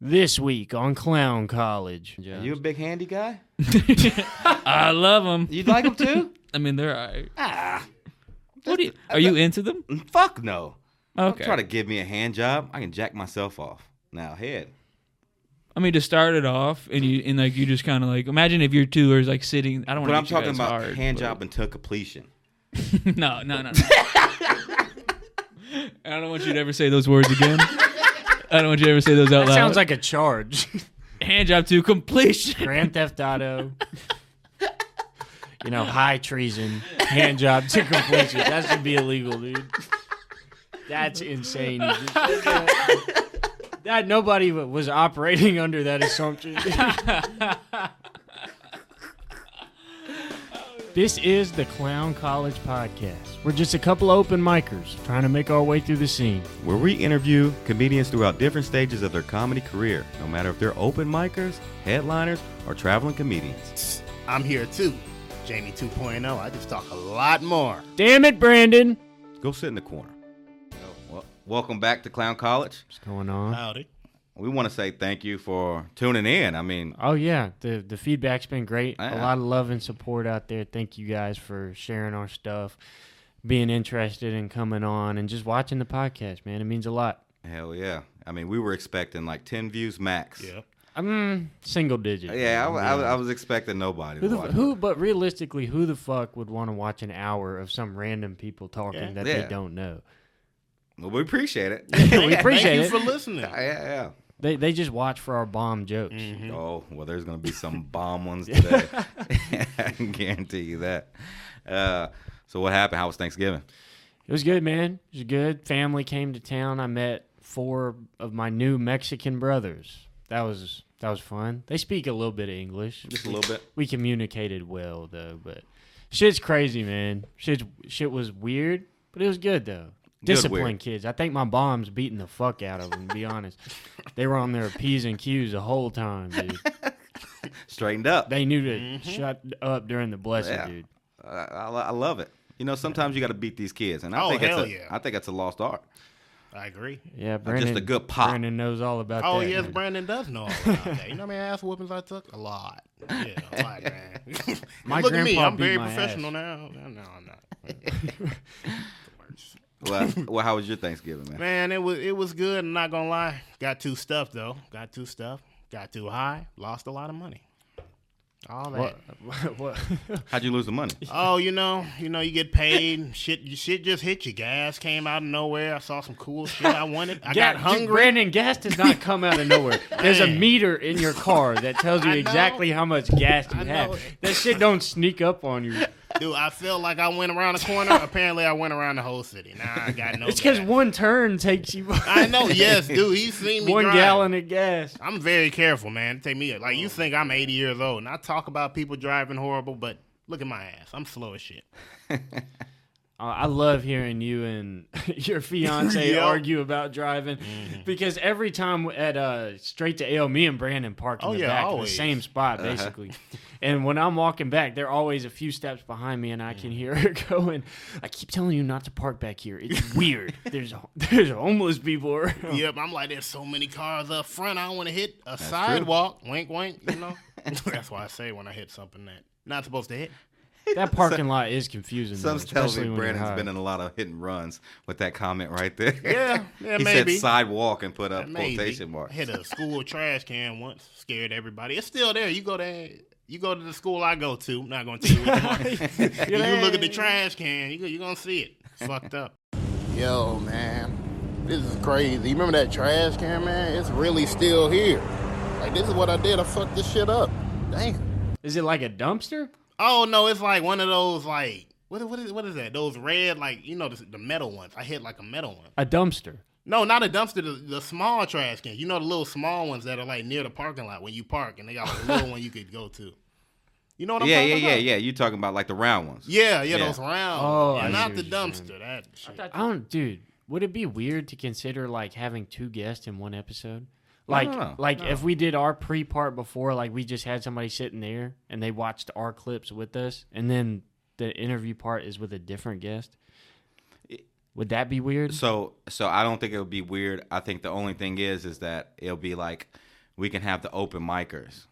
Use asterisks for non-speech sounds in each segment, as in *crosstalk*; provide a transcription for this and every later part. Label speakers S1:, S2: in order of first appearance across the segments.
S1: This week on Clown College.
S2: Yeah.
S3: You a big handy guy?
S2: *laughs* I love them.
S3: You like them
S2: *laughs*
S3: too?
S2: I mean, they're all right.
S3: ah,
S2: What do you, are you into them?
S3: fuck no. Don't
S2: Mm, Okay.
S3: try to give me a hand job. I can jack myself off. Now head.
S2: I mean, to start it off, and you and like you just kind of like imagine if your two are like sitting. I don't
S3: But
S2: want
S3: I'm
S2: to.
S3: talking about
S2: hard,
S3: hand
S2: but-
S3: job until completion.
S2: *laughs*
S3: *laughs*
S2: no, no, no. no. I don't want you to ever say those words again. I don't want you to ever say those out
S1: That
S2: loud.
S1: sounds like a charge. *laughs*
S2: hand job to completion.
S1: Grand Theft Auto. you know, high treason, hand job to completion. That should be illegal, dude. That's
S2: *laughs*
S1: insane. That nobody wa- was operating under that assumption. this is the Clown College Podcast. We're just a couple of open micers trying to make our way through the scene.
S3: where we interview comedians throughout different stages of their comedy career, no matter if they're open micers, headliners, or traveling comedians.
S4: I'm here too. Jamie 2.0. I just talk a lot more.
S1: Damn it, Brandon.
S3: Go sit in the corner. Well, welcome back to Clown College.
S1: What's going on?
S4: Howdy.
S3: We want to say thank you for tuning in. I mean,
S1: Oh yeah, the the feedback's been great. A
S3: Yeah.
S1: lot of love and support out there. Thank you guys for sharing our stuff, being interested in coming on, and just watching the podcast. Man, it means a lot.
S3: hell yeah. I mean, we were expecting like 10 views max.
S4: Yep.
S1: I'm single digit.
S3: Yeah, I,
S1: man.
S3: wa- I, wa- I was expecting nobody
S1: Who,
S3: to
S1: the,
S3: watch.
S1: who, but realistically, who the fuck would want to watch an hour of some random people talking
S4: Yeah.
S1: that they
S3: Yeah.
S1: don't
S4: *laughs*
S1: know?
S3: Well, we appreciate *laughs* it.
S1: we appreciate it.
S4: Thank you for listening.
S3: yeah, yeah.
S1: they they just watch for our bomb jokes.
S4: Mm-hmm.
S3: Oh, well, there's going to be
S4: *laughs*
S3: some bomb ones today. *laughs* I can guarantee you that. Uh, so, what happened? How was Thanksgiving?
S1: It was good, man. It was good. Family came to town. I met four of my new Mexican brothers. That was that was fun. They speak a little bit of English.
S3: Just a little bit.
S1: We communicated well though, but shit's crazy, man. Shit shit was weird, but it was good though.
S3: Good
S1: Discipline
S3: weird.
S1: kids. I think my mom's beating the fuck out of them. To be honest, they were on their p's and q's the whole time, dude.
S3: *laughs* Straightened up.
S1: They knew to
S4: Mm-hmm.
S1: shut up during the blessing,
S3: Yeah.
S1: dude.
S3: I, I, I love it. You know, sometimes you got to beat these kids, and I
S4: Oh,
S3: think
S4: hell
S3: it's a,
S4: yeah.
S3: I think it's a lost art.
S4: I agree.
S1: Yeah, Brandon.
S3: a good pop.
S1: Brandon knows all about
S4: Oh
S1: that.
S4: yes,
S1: man.
S4: Brandon does know all about that. You know how many ass whoopings I took? A lot. Yeah,
S1: *laughs*
S4: a lot, man. *laughs*
S1: My
S4: Look at me.
S1: grandpa
S4: I'm
S1: beat
S4: very
S1: my
S4: professional now. No, no, I'm not. *laughs*
S3: Well, well, how was your Thanksgiving, man?
S4: man, it was it was good. I'm not gonna lie. Got too stuffed though. Got too stuffed. Got too high. Lost a lot of money. All that.
S1: What? *laughs* what?
S3: How'd you lose the money?
S4: Oh, you know, you know, you get paid. and Shit, shit just hit you. Gas came out of nowhere. I saw some cool shit I wanted. I
S1: Yeah,
S4: got
S1: dude,
S4: hungry.
S1: Brandon, gas does
S4: *laughs*
S1: not come out of nowhere. There's a
S4: Man.
S1: meter in your car that tells you
S4: I know.
S1: exactly how much gas you
S4: I know.
S1: have. That shit don't sneak up on
S4: *laughs*
S1: you.
S4: Dude, I feel like I went around
S1: *laughs*
S4: the corner. Apparently, I went around the whole city. Nah, I got no.
S1: It's because
S4: gas.
S1: one turn takes you
S4: I know. Yes,
S1: *laughs*
S4: dude, he's seen me.
S1: one
S4: drive.
S1: gallon Oh, of gas.
S4: I'm very careful, man. Take me like you think I'm 80 years old, and I talk about people driving horrible, but look at my ass. I'm slow as shit.
S1: Uh, I love hearing you and *laughs* your
S4: *laughs*
S1: fiance
S4: Yeah.
S1: argue about driving
S4: Mm-hmm.
S1: because every time at uh, straight to ale, me and Brandon park in
S4: Oh,
S1: the
S4: yeah,
S1: back in the
S4: always. Uh-huh.
S1: same spot basically. And when I'm walking back, they're always a few steps behind me, and I can
S4: Mm.
S1: hear *laughs* her going. I keep telling you not to park back here. It's
S4: *laughs*
S1: weird. there's there's homeless people around.
S4: Yep, I'm like, there's so many cars up front. I don't want to hit a sidewalk. Wink, wink. You know, *laughs* that's why I say when I hit something that not supposed to hit.
S1: That parking lot is confusing.
S3: Some
S1: though,
S3: tells
S1: especially
S3: me
S1: when you're
S3: Brandon's
S1: high.
S3: been in a lot of hit and runs with that comment right there.
S4: Yeah,
S3: *laughs*
S4: yeah,
S3: he
S4: maybe.
S3: said sidewalk and put up
S4: Maybe.
S3: quotation marks.
S4: Hit a school trash can once, scared everybody. It's still there. You go there. You go to the school I go to. I'm not gonna tell you what it
S1: *laughs*
S4: was. *laughs* you look at the trash can. You go- you gonna see it. It's fucked up. *laughs* Yo, man, this is crazy. You remember that trash can, man? It's really still here. Like this is what I did. I fucked this shit up. Damn.
S1: Is it like a dumpster?
S4: Oh no, it's like one of those like what what is what is that? Those red like you know the, the metal ones. I hit like a metal one.
S1: A dumpster.
S4: No, not a dumpster. The, the small trash can. You know the little small ones that are like near the parking lot when you park, and they got like, a *laughs* little one you could go to. You know what I'm *laughs*
S3: yeah, yeah,
S4: talking
S3: yeah,
S4: about?
S3: yeah. You talking about like the round ones?
S4: yeah, yeah,
S3: Yeah.
S4: Those round.
S1: Oh,
S4: Oh,
S1: I see
S4: not
S1: what
S4: the
S1: you're saying.
S4: dumpster. That shit.
S1: I don't, dude. Would it be weird to consider like having two guests in one episode? Like,
S3: no,
S1: like if we did our pre part before, like we just had somebody sitting there and they watched our clips with us, and then the interview part is with a different guest. Would that be weird?
S3: So, so I don't think it would be weird. I think the only thing is, is that it'll be like we can have the open micers.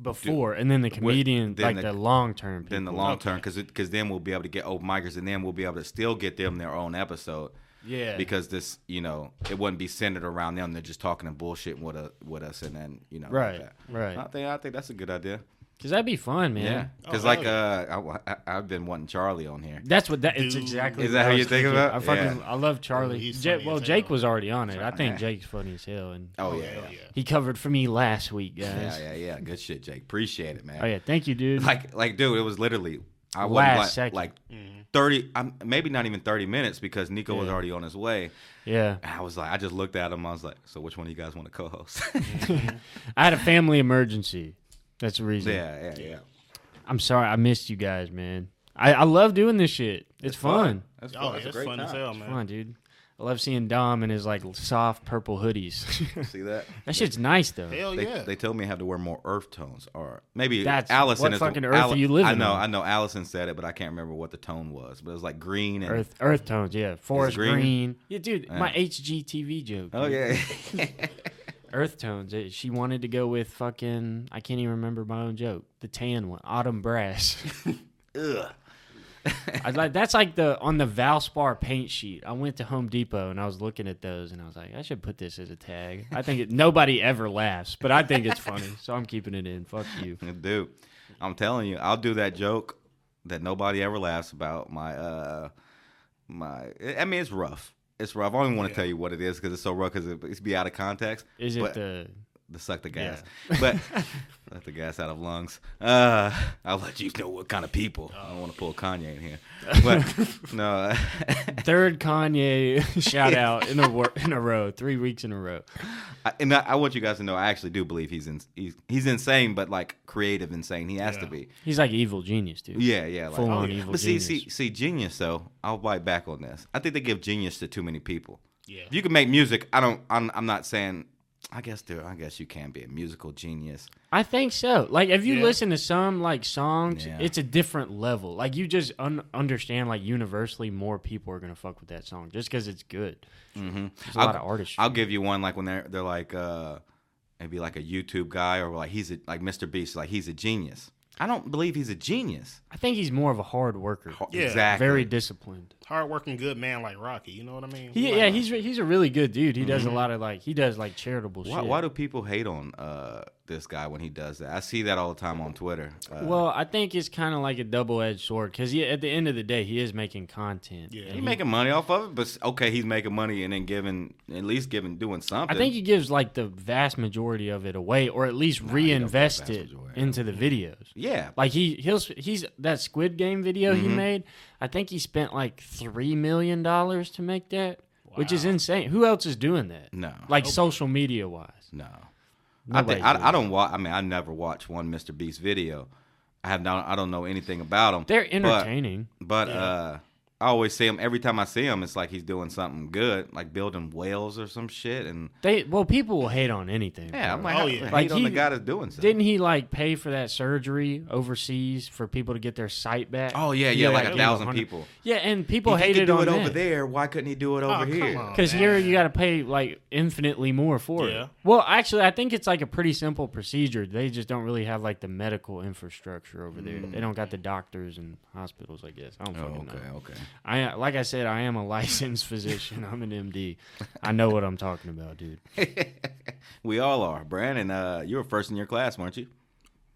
S1: before, and then the comedian,
S3: then
S1: like
S3: the-
S1: the, long term.
S3: Then the long term, because because then we'll be able to get open micers, and then we'll be able to still get them their own episode.
S1: yeah,
S3: Because this, you know, it wouldn't be centered around them. They're just talking and bullshitting with, a, with us, and then you know, like
S1: Right,
S3: that.
S1: right.
S3: I think I think that's a good idea.
S1: because that'd be fun, man.
S3: Yeah, because
S4: Oh,
S3: like
S4: hell
S3: uh, I, I, have been wanting Charlie on here.
S1: That's what that. It's
S4: Dude. Oh,
S1: exactly.
S3: Is
S1: what
S3: that
S1: I
S3: how
S1: was
S3: you think
S1: thinking.
S3: about-
S1: I fucking,
S3: Yeah.
S1: I love Charlie.
S4: he's
S1: Ja-
S4: funny
S1: well,
S4: as
S1: Jake
S4: hell.
S1: was already on it. I think
S3: Yeah.
S1: Jake's funny as hell, and
S3: Oh,
S4: Oh,
S3: yeah,
S4: hell
S3: yeah,
S4: yeah.
S1: he covered for me last week, guys.
S3: yeah, yeah, yeah. Good shit, Jake. Appreciate it, man.
S1: Oh yeah, thank you, dude.
S3: Like, like, dude, it was literally I was
S1: Last
S3: like,
S1: second.
S3: like
S4: Mm-hmm.
S3: thirty, I'm, maybe not even thirty minutes because Nico was
S1: Yeah.
S3: already on his way.
S1: yeah,
S3: And I was like, I just looked at him. I was like, so which one of you guys want to co-host? *laughs*
S1: Mm-hmm. I had a family emergency. That's the reason.
S3: yeah, yeah, yeah.
S1: I'm sorry, I missed you guys, man. I, I love doing this shit. It's, fun.
S3: That's fun.
S4: Oh,
S3: That's
S4: yeah,
S3: a
S4: it's
S3: great
S4: fun as
S3: time.
S4: hell,
S1: It's
S4: man.
S1: fun, dude. I love seeing Dom in his like soft purple hoodies.
S3: *laughs*
S1: *laughs*
S3: See that?
S1: that shit's nice though.
S4: Hell
S3: They,
S4: Oh, yeah.
S3: they told me I have to wear more earth tones, or maybe
S1: That's-
S3: Allison
S1: what
S3: is the-
S1: fucking earth are you living
S3: I know,
S1: on?
S3: I know. Allison said it, but I can't remember what the tone was. But it was like green and
S1: Earth earth tones, yeah. Forest
S3: green?
S1: green. Yeah, dude, my HGTV joke.
S3: oh
S1: dude.
S3: yeah,
S1: Earth tones. It- She wanted to go with fucking I can't even remember my own joke. The tan one, autumn brass.
S3: *laughs* Ugh.
S1: I like that's like the on the Valspar paint sheet. I went to Home Depot and I was looking at those and I was like, I should put this as a tag. I think it, nobody ever laughs, but I think it's funny, so I'm keeping it in. Fuck you.
S3: *laughs* Dude, I'm telling you, I'll do that joke that nobody ever laughs about. My, uh, my. I mean, it's rough. It's rough. I don't even want to tell you what it is because it's so rough because it, it's be out of context.
S1: Is it
S3: but,
S1: the
S3: the suck
S1: *laughs*
S3: the gas? But let the gas out of lungs. Uh, I'll let you know what kind of people. I don't want to pull Kanye in here,
S1: *laughs*
S3: but no.
S1: third Kanye *laughs* shout out in a wor- in a row, three weeks in a row?
S3: I, and I, I want you guys to know, I actually do believe he's in, he's he's insane, but like creative insane. He has to
S4: Yeah.
S3: be.
S1: He's like evil genius, dude.
S3: Yeah, yeah. Like,
S1: Full on evil
S3: But see,
S1: genius.
S3: see, see, genius. Though I'll bite back on this. I think they give genius to too many people.
S4: Yeah.
S3: If you can make music, I don't. I'm, I'm not saying. I guess there. I guess you can be a musical genius.
S1: I think so. Like if you
S4: Yeah.
S1: listen to some like songs,
S3: Yeah.
S1: it's a different level. Like you just un- understand like universally more people are gonna fuck with that song just because it's good. There's a
S3: I'll-
S1: lot of artistry.
S3: I'll give you one. Like when they're they're like uh, maybe like a YouTube guy or like he's a, like Mr. Beast. Like he's a genius. I don't believe he's a genius.
S1: I think he's more of a hard worker,
S4: Yeah.
S3: exactly.
S1: very disciplined.
S4: Hardworking good man like Rocky, you know what I mean?
S1: He,
S4: Like-
S1: yeah, he's re- he's a really good dude. He does a lot of like he does like charitable
S3: Why,
S1: shit.
S3: why do people hate on uh, this guy when he does that? I see that all the time on Twitter. Uh,
S1: well, I think it's kind of like a double edged sword because at the end of the day, he is making content.
S4: Yeah.
S1: And
S3: He
S1: he-
S3: making money off of it, but s- okay, he's making money and then giving at least giving doing
S1: I
S3: something.
S1: think he gives like the vast majority of it away, or at least
S3: don't give the
S1: reinvest
S3: vast
S1: it
S3: majority.
S1: into the videos.
S3: yeah,
S1: Like he he'll sp- he's that Squid Game video
S3: Mm-hmm.
S1: he made. I think he spent like three million dollars to make that, which is insane. Who else is doing that?
S3: no,
S1: Like social media wise,
S3: no. I,
S1: Nobody's
S3: think, I,
S1: doing
S3: I don't watch. I mean, I never watch one Mr. Beast video. I have not. I don't know anything about him.
S1: they're
S3: But-
S1: entertaining.
S3: but, uh, I always see him. Every time I see him, it's like he's doing something good, like building whales or some shit. And
S1: They well, people will hate on anything.
S3: yeah, I'm
S1: bro.
S3: like,
S4: Oh,
S3: oh,
S4: yeah.
S3: yeah.
S1: Like,
S3: on the
S1: he-
S3: guy that's doing something.
S1: didn't he like pay for that surgery overseas for people to get their sight back?
S3: Oh yeah, yeah, like a
S1: gave
S3: thousand
S1: 100
S3: people.
S1: Yeah, and
S3: If
S1: people
S3: he
S1: hated
S3: could do
S1: on
S3: it over there. Why couldn't he do it over
S4: Oh, come
S3: here?
S4: on.
S1: Because here you got to pay like infinitely more for
S4: Yeah.
S1: it. Well, actually, I think it's like a pretty simple procedure. They just don't really have like the medical infrastructure over there. They don't got the doctors and hospitals. I guess I don't
S3: Mm. Oh,
S1: fucking
S3: okay,
S1: know.
S3: okay.
S1: I like I said, I am a *laughs* licensed physician. I'm an MD. I know what I'm talking about, dude.
S3: We all are. Brandon, uh, you were first in your class, weren't you?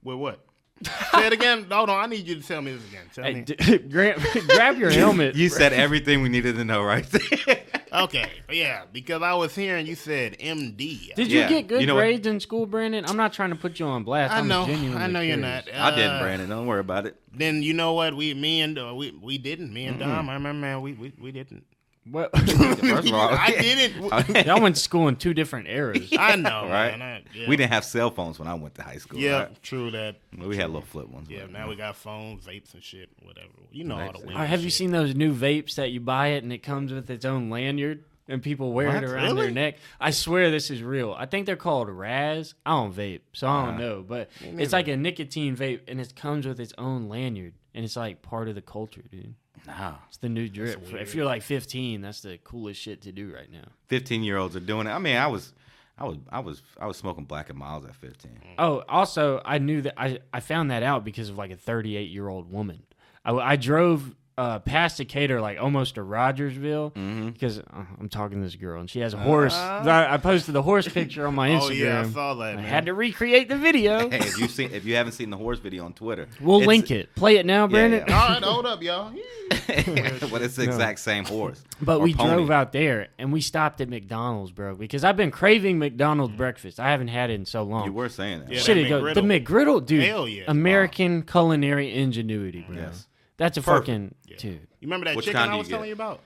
S4: With what?
S1: *laughs*
S4: Say it again. Hold on, I need you to tell me this again. Tell
S1: Hey,
S4: me.
S1: d- *laughs* grab, grab your helmet.
S3: You said everything we needed to know right there.
S4: okay, yeah, because I was hearing you said MD.
S1: Did you
S3: Yeah,
S1: get good
S3: you know what-
S1: grades in school, Brandon? I'm not trying to put you on blast.
S4: I
S1: I'm
S4: know,
S1: genuinely
S4: I know you're
S1: curious.
S4: not.
S3: *laughs*
S4: Uh,
S3: I didn't, Brandon. Don't worry about *laughs* it.
S4: Then you know what? We, me and uh, we, we didn't. Me and Dom. I remember, man. We, we,
S3: *laughs*
S4: we didn't.
S1: What? *laughs*
S3: First of all, *laughs*
S4: I didn't.
S1: Y'all went to school in two different eras.
S4: *laughs* I know,
S3: Right?
S4: man. I, yeah.
S3: We didn't have cell phones when I went to high school.
S4: Yeah,
S3: right?
S4: true that.
S3: Well, we had little flip ones.
S4: Yeah,
S3: but-
S4: now we got phones, vapes, and shit. Whatever. You know all
S3: Vapes,
S4: the.
S3: yeah.
S4: weird
S1: Or have you
S4: shit.
S1: seen those new vapes that you buy it and it comes with its own lanyard and people wear
S3: What?
S1: it around
S4: Really?
S1: their neck? I swear this is real. I think they're called Raz. I don't vape, so I
S4: Uh,
S1: don't know, but it's like a nicotine vape and it comes with its own lanyard and it's like part of the culture, dude.
S3: Nah.
S1: It's the new drip. If you're like 15, that's the coolest shit to do right now.
S3: 15 year olds are doing it. I mean, I was. I was I was I was smoking black and miles at 15.
S1: Oh, also, I knew that I, I found that out because of like a 38 year old woman. I, I drove uh, past Decatur, like almost to Rogersville, because uh, I'm talking to this girl and she has a horse. I, I posted the horse picture on my Instagram.
S4: Oh, yeah, I saw that,
S1: I
S4: man.
S1: had to recreate the video.
S3: *laughs* Hey, if you seen if you haven't seen the horse video on Twitter,
S1: We'll
S3: it's-
S1: link it. Play it now, Brandon.
S3: yeah.
S4: *laughs* All right, hold up, y'all.
S3: *laughs* but it's the exact same horse.
S1: But
S3: or
S1: we
S3: pony.
S1: drove out there and we stopped at McDonald's, bro, because I've been craving McDonald's breakfast. I haven't had it in so long.
S3: You were saying that.
S4: Yeah,
S1: Shit,
S4: that
S1: it go- the McGriddle, dude.
S4: Hell yeah.
S1: American culinary ingenuity, bro.
S3: Yes.
S1: That's a
S3: Perfect.
S1: fucking dude.
S4: You remember that
S3: Which
S4: chicken
S3: kind do
S4: I
S3: you
S4: was telling
S3: get?
S4: you about?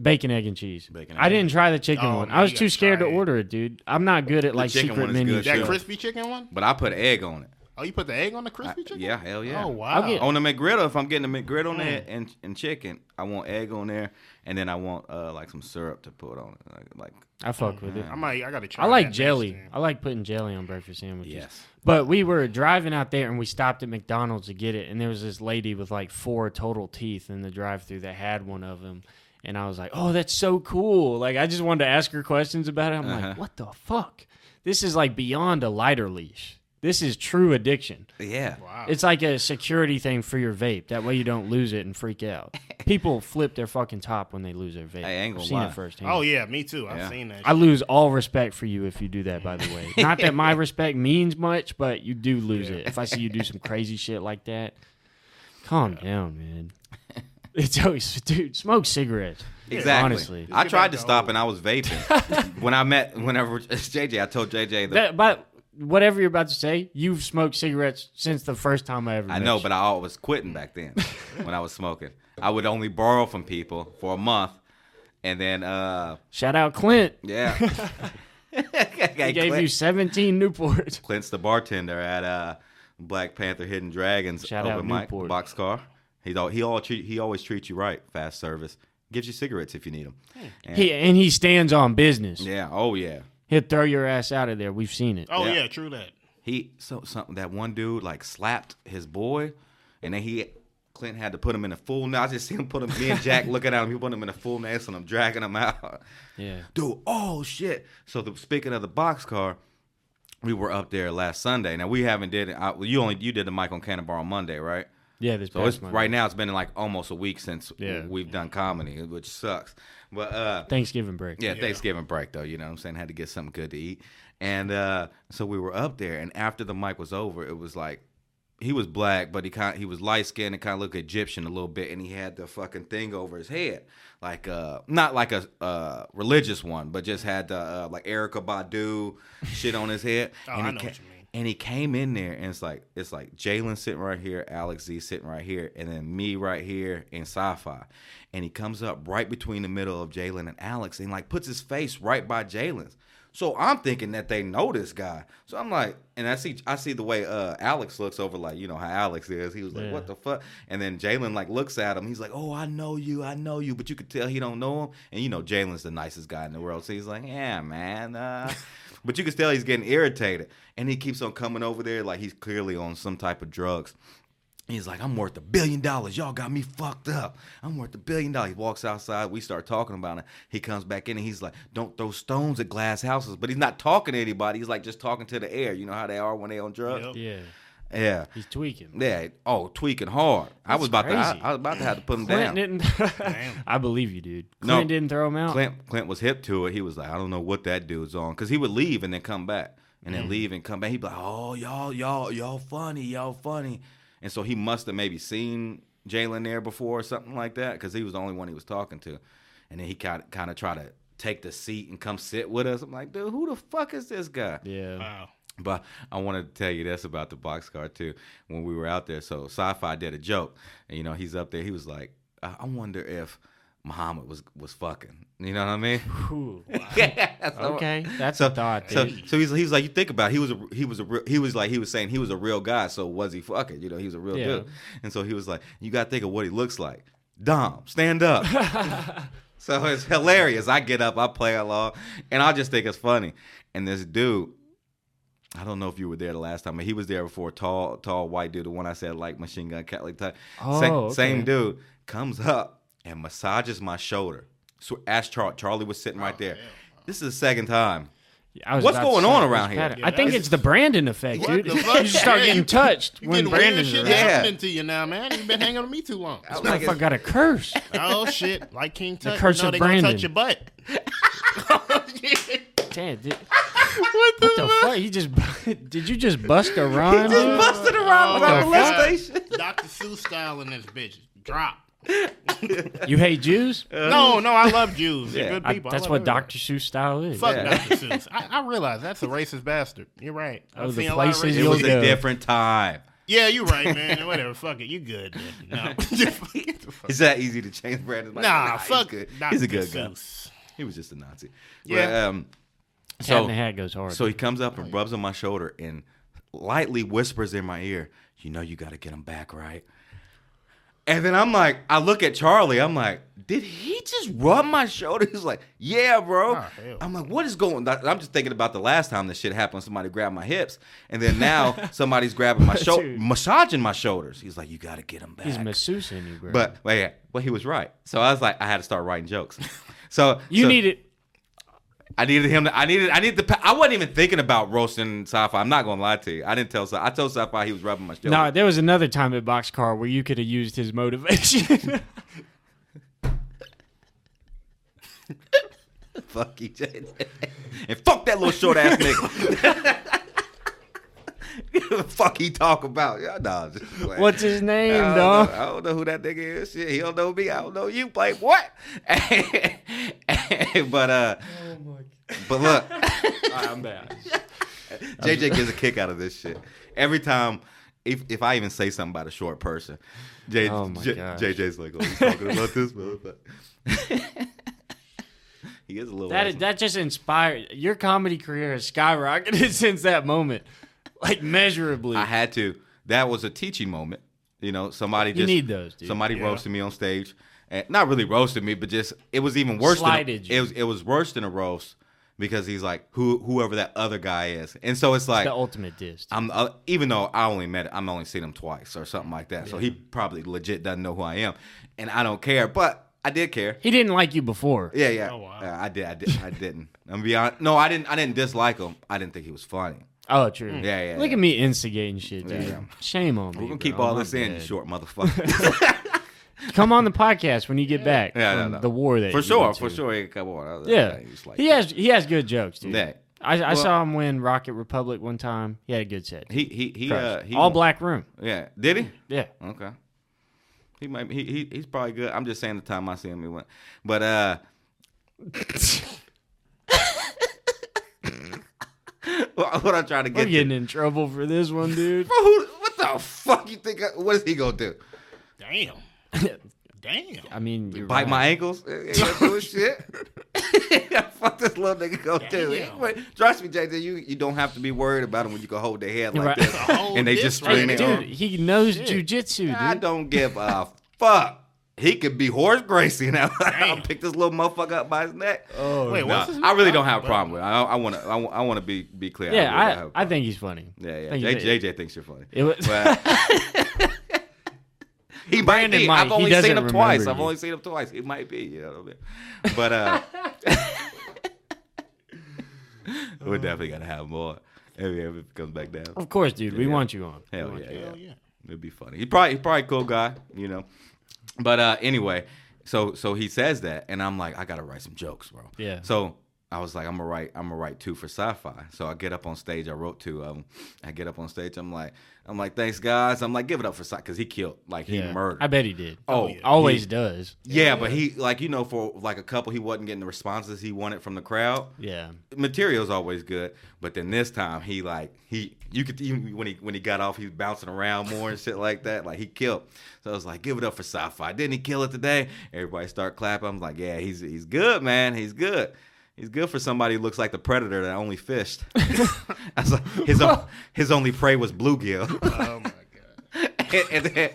S1: Bacon, egg, and cheese.
S3: Bacon,
S1: I
S3: egg.
S1: didn't try the chicken
S4: Oh,
S1: one.
S4: man,
S1: I was
S4: you
S1: too
S4: gotta
S1: scared to
S4: try it.
S1: order it, dude. I'm not good at like
S3: chicken
S1: secret
S3: one is
S1: menu.
S3: good,
S1: shit.
S4: That
S3: Sure.
S4: crispy chicken one?
S3: But I put egg on it.
S4: Oh, you put the egg on the
S3: I-
S4: crispy chicken?
S3: yeah, hell yeah.
S4: Oh wow.
S1: get-
S3: Uh, On the McGriddle, if I'm getting a McGriddle on there and and chicken, I want egg on there, and then I want uh like some syrup to put on it, like, like
S1: I fuck with it.
S4: I might. I gotta try.
S1: I like
S4: that
S1: jelly.
S4: next time.
S1: I like putting jelly on breakfast sandwiches.
S3: Yes.
S1: But we were driving out there and we stopped at McDonald's to get it, and there was this lady with like four total teeth in the drive-through that had one of them, and I was like, "Oh, that's so cool!" Like I just wanted to ask her questions about it. I'm
S3: Uh-huh.
S1: like, "What the fuck? This is like beyond a lighter leash. This is true addiction.
S3: yeah.
S4: Wow.
S1: It's like a security thing for your vape. That way you don't lose it and freak
S3: *laughs*
S1: out. People flip their fucking top when they lose their vape.
S3: I ain't gonna
S1: I've seen
S3: lie.
S1: it firsthand.
S4: Oh yeah, me too. I've
S3: Yeah.
S4: seen that.
S1: I lose all respect for you if you do that, by the way. Not that
S3: *laughs*
S1: my respect means much, but you do lose it if I see you do some crazy shit like that. Calm down, man. It's always, dude, smoke cigarettes.
S3: Exactly.
S1: Honestly.
S3: I
S4: get
S3: tried
S4: back
S3: to
S4: to
S3: stop
S4: old.
S3: and I was vaping when I met whenever *laughs* it's JJ. I told JJ that,
S1: That, but whatever you're about to say, you've smoked cigarettes since the first time I ever
S3: I
S1: met
S3: know,
S1: you.
S3: but I was quitting back then when I was smoking. I would only borrow from people for a month, and then uh
S1: Shout out Clint.
S3: yeah, *laughs*
S1: He gave you 17
S3: *laughs*
S1: Newports.
S3: Clint's the bartender at uh, Black Panther Hidden Dragons
S1: Shout
S3: open
S1: out
S3: mic
S1: Newport.
S3: boxcar. He all he all treat, he always treats you right. Fast service gives you cigarettes if you need them.
S1: He, and he stands on business.
S3: Yeah, oh yeah.
S1: He'll throw your ass out of there. We've seen it.
S4: Oh
S3: Yeah.
S4: yeah. true that.
S3: He so something that one dude like slapped his boy, and then he Clint had to put him in a full. Now I just seen him put him. Me and Jack looking at him. He put him in a full nest and I'm dragging him out. *laughs*
S1: Yeah.
S3: dude, oh shit. So the, speaking of the boxcar, we were up there last Sunday. Now we haven't did I, you only you did the mic on Cannonball on Monday, right?
S1: Yeah, this
S3: So
S1: past
S3: it's
S1: Monday.
S3: right now it's been like almost a week since
S1: Yeah.
S3: we've done comedy, which sucks. But uh
S1: Thanksgiving break.
S3: yeah, Thanksgiving break though, you know what I'm saying? Had to get something good to eat. And uh so we were up there and after the mic was over, it was like he was black, but he kind he was light skinned and kind of looked Egyptian a little bit, and he had the fucking thing over his head, like uh not like a uh religious one, but just had the uh, like Erica Badu shit on his head.
S4: *laughs* Oh,
S3: and
S4: I
S3: he
S4: know
S3: ca-
S4: what you mean.
S3: And he came in there, and it's like it's like Jalen sitting right here, Alex Z sitting right here, and then me right here in sci-fi, and he comes up right between the middle of Jalen and Alex, and like puts his face right by Jalen's. So I'm thinking that they know this guy. So I'm like, and I see I see the way uh, Alex looks over, like you know how Alex is. He was like,
S1: Yeah.
S3: what the fuck? And then Jalen like looks at him. He's like, oh, I know you, I know you, but you could tell he don't know him. And you know Jalen's the nicest guy in the world, so he's like, yeah, man. Uh. but you can tell he's getting irritated, and he keeps on coming over there like he's clearly on some type of drugs. He's like, I'm worth a billion dollars. Y'all got me fucked up. I'm worth a billion dollars. He walks outside. We start talking about it. He comes back in and he's like, Don't throw stones at glass houses. But he's not talking to anybody. He's like just talking to the air. You know how they are when they on drugs.
S4: Yep.
S1: Yeah.
S3: Yeah,
S1: He's tweaking.
S3: yeah. Oh, tweaking hard. I was about to. I,
S1: crazy.
S3: I was about to have to put him
S1: Clint
S3: down.
S1: didn't. *laughs* I believe you, dude.
S3: No.
S1: Clint didn't throw him out.
S3: Clint Clint was hip to it. He was like, I don't know what that dude's on, because he would leave and then come back, and then leave and come back. He'd be like, Oh, y'all, y'all, y'all funny, y'all funny, and so he must have maybe seen Jalen there before or something like that, because he was the only one he was talking to, and then he kind of kind of tried to take the seat and come sit with us. I'm like, dude, who the fuck is this guy?
S1: Yeah.
S4: Wow.
S3: But I wanted to tell you this about the boxcar too. When we were out there, so sci-fi did a joke, and you know he's up there. He was like, "I, I wonder if Muhammad was was fucking." You know what I mean?
S1: Ooh.
S3: *laughs* Yeah, so-
S1: Okay, that's a thought.
S3: So,
S1: dude.
S3: so he's, he's like, you think about it, he was a, he was a real, he was like he was saying he was a real guy. So was he fucking? You know, he was a real
S1: Yeah.
S3: dude. And so he was like, you got to think of what he looks like. Dom,
S1: *laughs*
S3: stand up. so it's hilarious. I get up, I play along, and I just think it's funny. And this dude, I don't know if you were there the last time, but he was there before. Tall, tall white dude, the one I said like machine gun cat like type.
S1: Oh,
S3: same,
S1: okay.
S3: same dude comes up and massages my shoulder. So ask Charlie. Charlie was sitting right there. This is the second time.
S1: I was
S3: What's
S1: about to
S3: going
S1: say,
S3: on
S1: it was
S3: around here?
S1: Patty.
S4: Yeah,
S1: I think
S4: that's-
S1: it's the Brandon effect,
S4: What
S1: dude. *laughs*
S4: the
S1: You
S4: fuck?
S1: just start
S4: Yeah,
S1: getting
S4: you-
S1: touched
S4: *laughs* You
S1: when
S4: getting weird
S1: Brandon's
S4: shit
S1: around.
S4: happening to you now, man. You've been hanging with me too
S1: *laughs*
S4: long.
S3: I was
S1: Like
S3: like,
S1: if I got a curse.
S4: Oh shit! Like King Tut,
S1: curse
S4: you know
S1: of
S4: they gonna
S1: Brandon.
S4: touch your butt.
S1: Damn, dude. What the, fuck? You just *laughs* did you just bust a rhyme?
S3: just
S1: dude?
S3: busted around
S4: Oh,
S1: the
S3: without
S1: fuck?
S3: molestation.
S4: Dr. Seuss style in this bitch.
S3: *laughs*
S4: Drop.
S1: you hate Jews?
S4: No, no, I love Jews.
S3: Yeah.
S4: They're good
S1: I-
S4: people. I
S1: that's
S4: love
S1: what
S4: everybody.
S1: Dr. Seuss style is.
S4: Fuck
S3: Yeah.
S4: Dr. *laughs* Seuss. I, I realize that's a racist bastard. You're right.
S1: Oh,
S4: I've
S1: the
S4: seen a lot of
S1: places
S4: racist-
S3: It was
S1: Yeah.
S3: a different time.
S4: Yeah, you're right, man. Whatever. Fuck it. You good? Man. No.
S3: Is that easy to change Brandon? Like,
S4: nah,
S3: he's
S4: fuck
S3: good.
S4: it.
S3: He's a good guy.
S4: Seuss.
S3: He was just a Nazi. But,
S4: Yeah.
S3: um,
S1: Cat
S3: so
S1: in the hat goes hard.
S3: So he comes up and rubs on my shoulder and lightly whispers in my ear, "You know, you got to get him back, right?" And then I'm like, I look at Charlie. I'm like, did he just rub my shoulder? *laughs* He's like, yeah, bro.
S4: hell.
S3: I'm like, what is going? on? I'm just thinking about the last time this shit happened. Somebody grabbed my hips, and then now somebody's grabbing my shoulder,
S1: Dude.
S3: massaging my shoulders. He's like, you got to get him back.
S1: He's masseusing you, bro.
S3: but well, yeah, well, he was right. So I was like, I had to start writing jokes. So
S1: you
S3: so-
S1: need it.
S3: I needed him. To, I needed. I needed the. pa- I wasn't even thinking about roasting Sci-Fi. I'm not gonna lie to you. I didn't tell. Sci- I told Sci-Fi he was rubbing my shoulder.
S1: No, there was another time at Boxcar where you could have used his motivation. *laughs*
S3: fuck you, Jay. and fuck that little short ass nigga. *laughs* the fuck he talk about? Yeah, nah, just playing.
S1: What's his name,
S3: I don't
S1: dog?
S3: know- I don't know who that nigga is. Shit, he don't know me. I don't know you. Play what? *laughs* but uh, but look.
S1: *laughs* I'm
S3: *laughs*
S1: bad.
S3: JJ gets a kick out of this shit. Every time, if, if I even say something about a short person, J,
S1: Oh my
S3: J,
S1: gosh.
S3: JJ's like, oh, he's talking about this motherfucker. *laughs* he is a little.
S1: That
S3: ass-
S1: is, that just inspired your comedy career has skyrocketed *laughs* since that moment, like measurably.
S3: I had to. That was a teaching moment. You know, somebody
S1: You
S3: just
S1: need those, dude.
S3: Somebody
S4: Yeah.
S3: roasted me on stage, and not really roasted me, but just it was even worse.
S1: Slighted
S3: than
S1: you.
S3: it was. It was worse than a roast because he's like who whoever that other guy is, and so it's like
S1: the ultimate diss. dude.
S3: I'm uh, even though I only met I'm only seen him twice or something like that. So he probably legit doesn't know who I am, and I don't care. But I did care.
S1: He didn't like you before.
S3: Yeah, yeah.
S4: Oh, wow.
S3: Yeah, I did. I did. I didn't. I'm beyond. No, I didn't. I didn't dislike him. I didn't think he was funny.
S1: Oh, true.
S3: Yeah, yeah,
S1: Look
S3: yeah.
S1: at me instigating shit, dude.
S3: yeah.
S1: Shame on me.
S3: Mm. We're gonna
S1: bro.
S3: keep all
S1: I'm
S3: this in, you
S1: dead.
S3: short
S1: *laughs*
S3: motherfucker.
S1: Come on the podcast when you get back.
S3: yeah, no,
S1: from
S3: no.
S1: The war that
S3: for
S1: you
S3: sure,
S1: went
S3: for
S1: to.
S3: sure. Hey, Come on. I was-
S1: Yeah,
S3: I was like-
S1: he has he has good jokes, dude.
S3: Yeah.
S1: I, I saw him win Rocket Republic one time. He had a good set.
S3: He he he. Uh,
S1: Crushed.
S3: he
S1: All
S3: won't-
S1: black room.
S3: Yeah. Did he?
S1: Yeah.
S3: Okay. He might. He, he he's probably good. I'm just saying the time I see him, he went. But uh, *laughs* what, what I'm trying to
S1: We're
S3: get to.
S1: getting in trouble for this one, dude.
S3: *laughs* Bro, who, what the fuck you think? I- what is he gonna do?
S4: Damn. Damn.
S1: I mean, you're
S3: Bite
S1: right.
S3: my ankles? Eh, He ain't gonna do shit. *laughs* fuck this little nigga gonna do?
S4: Damn.
S3: But trust me, JJ, you you don't have to be worried about him when you can hold their head
S1: You're
S3: like
S1: right. *laughs*
S3: this,
S4: Hold
S3: and they
S4: this
S3: just
S4: right
S3: string
S4: here.
S3: it
S1: Dude,
S3: on.
S1: he knows
S4: Shit.
S1: jujitsu,
S3: Ah, I
S1: dude.
S3: don't give a fuck. He could be horse Gracie now. *laughs* I'll
S4: Damn.
S3: pick this little motherfucker up by his neck.
S1: Oh,
S4: Wait,
S3: Nah,
S4: what's his
S3: I really
S4: name?
S3: don't have a
S4: But-
S3: problem with. It. I, I want to. I, wa- I want to be be clear.
S1: yeah,
S3: really don't have a
S1: I, I
S3: problem.
S1: think he's funny.
S3: Yeah,
S1: Think
S3: yeah.
S1: he's
S3: J- JJ thinks you're funny.
S1: It was,
S3: But- *laughs* he might
S1: Brandon
S3: be.
S1: might.
S3: I've
S1: He
S3: only
S1: doesn't
S3: seen him twice.
S1: remember
S3: I've
S1: you.
S3: only seen him twice. He might be. You know what I mean? But
S1: *laughs*
S3: uh, *laughs* we definitely gotta have more. If he ever comes back down,
S1: *laughs* of course, dude. We
S3: Yeah.
S1: want you Oh, on.
S3: hell yeah,
S4: Hell
S3: yeah.
S4: yeah.
S3: It'd be funny. He probably he probably a cool guy, you know. But uh anyway, so so he says that and I'm like, I gotta write some jokes, bro.
S1: Yeah.
S3: So I was like, I'm gonna write I'm gonna write two for sci-fi. So I get up on stage, I wrote two of them. I get up on stage, I'm like, I'm like, thanks guys. I'm like, give it up for sci because he killed, like he
S1: Yeah.
S3: murdered.
S1: I bet he did.
S3: Oh,
S1: always
S3: he-
S1: does.
S3: yeah, but he like you know, for like a couple he wasn't getting the responses he wanted from the crowd
S1: Yeah.
S3: material's always good, but then this time he like he you could even when he when he got off he was bouncing around more and shit like that. Like he killed. So I was like, give it up for sci-fi. Didn't he kill it today? Everybody start clapping. I'm like, yeah, he's he's good, man. He's good. He's good for somebody who looks like the predator that
S1: *laughs*
S3: only fished. I was like, his o- his only prey was
S1: *laughs*
S3: bluegill. *laughs*
S4: Oh my god.
S3: And- and then-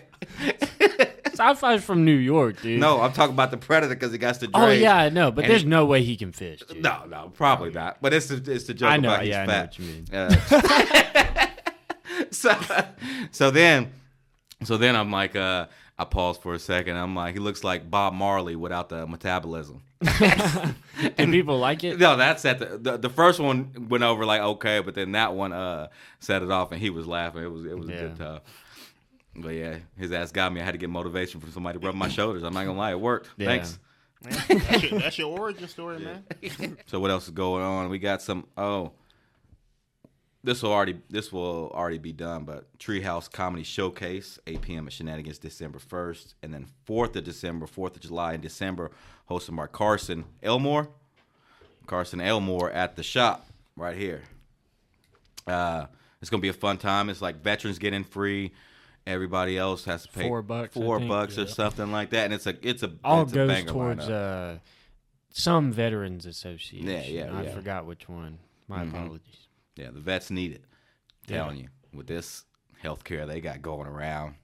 S1: Sci-fi's from New York, dude.
S3: no, I'm talking about the predator because he got to
S1: Oh
S3: Drake.
S1: yeah, I know, but
S3: And
S1: there's
S3: he-
S1: no way he can fish. Dude.
S3: No, no, probably not. But it's the, it's the joke
S1: I know,
S3: about he's
S1: yeah, I know
S3: fat.
S1: what you mean.
S3: Uh, *laughs* so, so then, so then I'm like, uh, I pause for a second. I'm like, he looks like Bob Marley without the metabolism.
S1: and people like
S3: *laughs*
S1: it.
S3: No, that's at the, the the first one went over like okay, but then that one uh set it off and he was laughing. It was it was a good
S1: Yeah.
S3: time. But yeah, his ass got me. I had to get motivation from somebody
S1: *clears throat*
S3: rubbing my shoulders. I'm not gonna lie, it worked.
S1: Yeah.
S3: Thanks.
S4: Man, that's, your, that's your origin story, man.
S3: So what else is going on? We got some oh this will already this will already be done, but Treehouse Comedy Showcase, 8 p.m. at Shenanigans December 1st, and then 4th of December, 4th of July in December, hosted by Carson Elmore. Carson Elmore at the shop right here. Uh, it's gonna be a fun time. It's like veterans get in free. Everybody else has to pay
S2: Four bucks, I
S3: four
S2: think,
S3: bucks or
S2: yeah.
S3: something like that. And it's a it's a
S1: All
S3: it's a
S1: goes
S3: banger
S1: towards
S3: lineup.
S1: uh, some veterans association.
S3: Yeah, yeah,
S1: I
S3: yeah. Mm-hmm.
S1: forgot which one. My apologies.
S3: Yeah, the vets need it. Telling you, with this healthcare they got going around,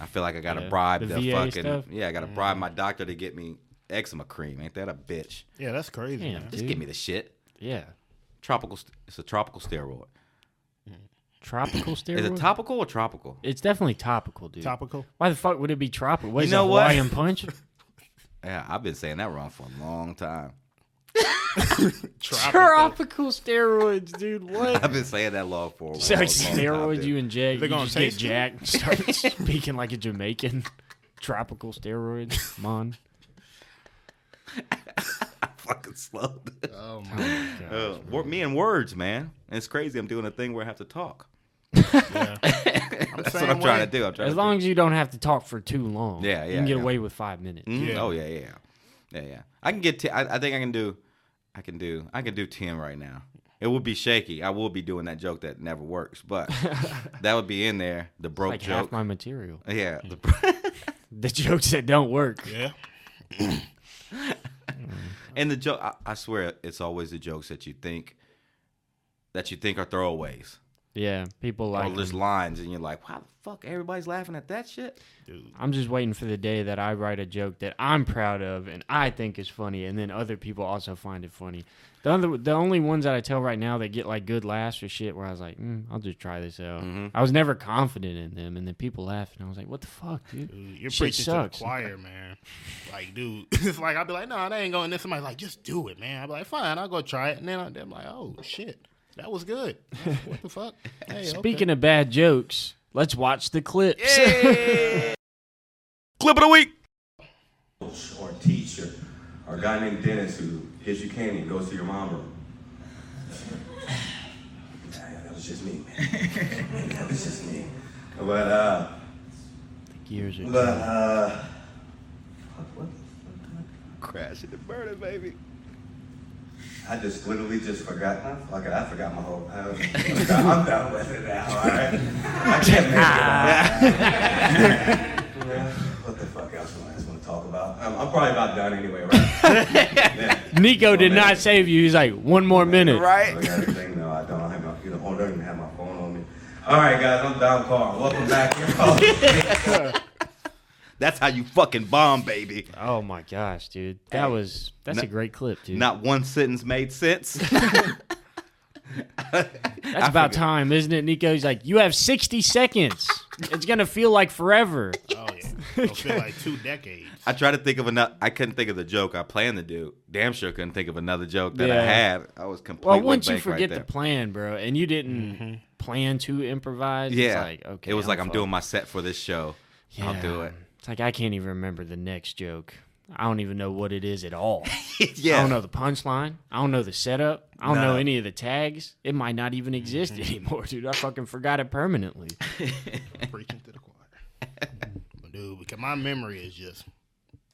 S3: I feel like I
S1: *laughs*
S3: gotta
S1: Yeah,
S3: bribe the,
S1: the VA
S3: fucking
S1: stuff?
S3: yeah, I gotta bribe my doctor to get me eczema cream. Ain't that a bitch?
S4: Yeah, that's crazy.
S1: Damn,
S4: man.
S1: dude.
S3: Just give me the shit.
S1: Yeah.
S3: Tropical, st- it's a tropical steroid.
S1: Tropical steroid.
S3: Is it topical or tropical?
S1: It's definitely topical, dude.
S4: Topical.
S1: Why the fuck would it be tropical? What
S3: You
S1: is
S3: know
S1: a
S3: what?
S1: Hawaiian
S3: *laughs*
S1: punch?
S3: Yeah, I've been saying that wrong for a long time. *laughs*
S4: Tropical.
S1: tropical steroids, dude. What?
S3: *laughs* I've been saying that long for a long,
S1: It's like
S3: long time.
S1: steroids
S3: dude.
S1: you inject.
S4: They
S1: They're
S4: gonna
S1: gonna get
S4: taste it?
S1: jacked and start
S3: *laughs*
S1: speaking like a Jamaican. Tropical steroids, mon.
S3: *laughs* fucking slow. *laughs* dude.
S4: Oh,
S1: Oh
S4: my.
S1: my God.
S3: Uh, wor- me and words, man. And it's crazy. I'm doing a thing where I have
S1: *laughs*
S3: to talk.
S4: Yeah.
S3: *laughs* That's what
S4: same
S3: I'm trying
S4: way.
S3: to do. I'm trying
S1: As
S3: to
S1: long as you don't have to talk for too long.
S3: Yeah,
S1: You
S3: yeah,
S1: can get
S3: yeah.
S1: away with five minutes.
S3: Mhm.
S4: Yeah.
S3: Oh yeah, yeah, yeah, yeah. I can get. T- I, I think I can do. I can do. I can do ten right now. It would be shaky. I will be doing that joke that never works, *laughs* but that would be in there. The broke
S1: Like half
S3: joke.
S1: my material. *laughs*
S3: yeah. The bro-
S1: The jokes that don't work.
S4: Yeah.
S3: and the joke. I, I swear, it's always the jokes that you think that you think are throwaways
S1: Yeah, people like.
S3: or just
S1: them.
S3: lines, and you're like, "Why the fuck everybody's laughing at
S1: *laughs*
S3: that shit?"
S4: Dude.
S1: I'm just waiting for the day that I write a joke that I'm proud of and I think is funny, and then other people also find it funny. The other, the only ones that I tell right now that get like good laughs or shit, where I was like, mm, I'll just try this out. I was never confident in them, and then people laughed, and I was like, what the fuck, dude?
S4: Dude, You're
S1: Shit
S4: preaching
S1: sucks. *laughs*
S4: to the choir, man. Like, dude, *laughs* it's like I'll be like, no, that ain't going. Then somebody's like, just do it, man. I'll be like, fine, I'll go try it. And then I- then I'm like, oh shit, that was good. What
S1: *laughs*
S4: the fuck? Hey,
S1: Speaking of bad jokes, let's watch the clips. *laughs*
S3: Clip of the week.
S5: or teacher or a guy named Dennis who gives you candy and goes to your mom room. Damn, that was just me, man. that was just me. But uh,
S1: Gears are-
S5: but uh, what, what,
S3: Crash into burning, baby.
S5: I just literally just forgot. nah, Fuck it, I forgot my whole. I don't- I'm done with it now. All right, I can't make it. up. Yeah, what the fuck else do I just want to talk about? I'm, I'm probably about done anyway, right? Yeah.
S1: Nico did
S5: Well, man.
S1: not save you. He's like, one more minute.
S5: I got everything though. I don't have my, you know, oh, I don't even have my phone on me. All right, guys, I'm Don Carr. Welcome back.
S3: That's how you fucking bomb, baby.
S1: Oh my gosh, dude. That was that's a great clip, dude.
S3: Not one sentence made
S1: *laughs*
S3: sense.
S1: that's about time, isn't it, Nico? He's like, you have sixty seconds. it's gonna feel like
S3: *laughs*
S1: forever.
S4: oh
S1: *laughs*
S4: yeah, it'll feel like two decades.
S3: I tried to think of another. I couldn't think of the joke I planned to do. Damn sure couldn't think of another joke that I
S1: Yeah.
S3: had. I was completely
S1: Well, once you
S3: blank right
S1: forget
S3: there. Mm-hmm.
S1: the plan, bro, and you didn't plan to improvise,
S3: yeah,
S1: it's like okay.
S3: it was like I'm
S1: fucked.
S3: doing my set for this show. I'll do it.
S1: It's like I can't even remember the next joke. I don't even know what it is at all.
S3: *laughs* yeah,
S1: I don't know the punchline. I don't know the setup. I don't know
S3: No.
S1: any of the tags. It might not even exist
S3: Mm-hmm.
S1: anymore, dude. I fucking forgot it
S3: *laughs*
S1: permanently.
S4: preaching to the choir,
S1: *laughs*
S4: But, dude. Because my memory is just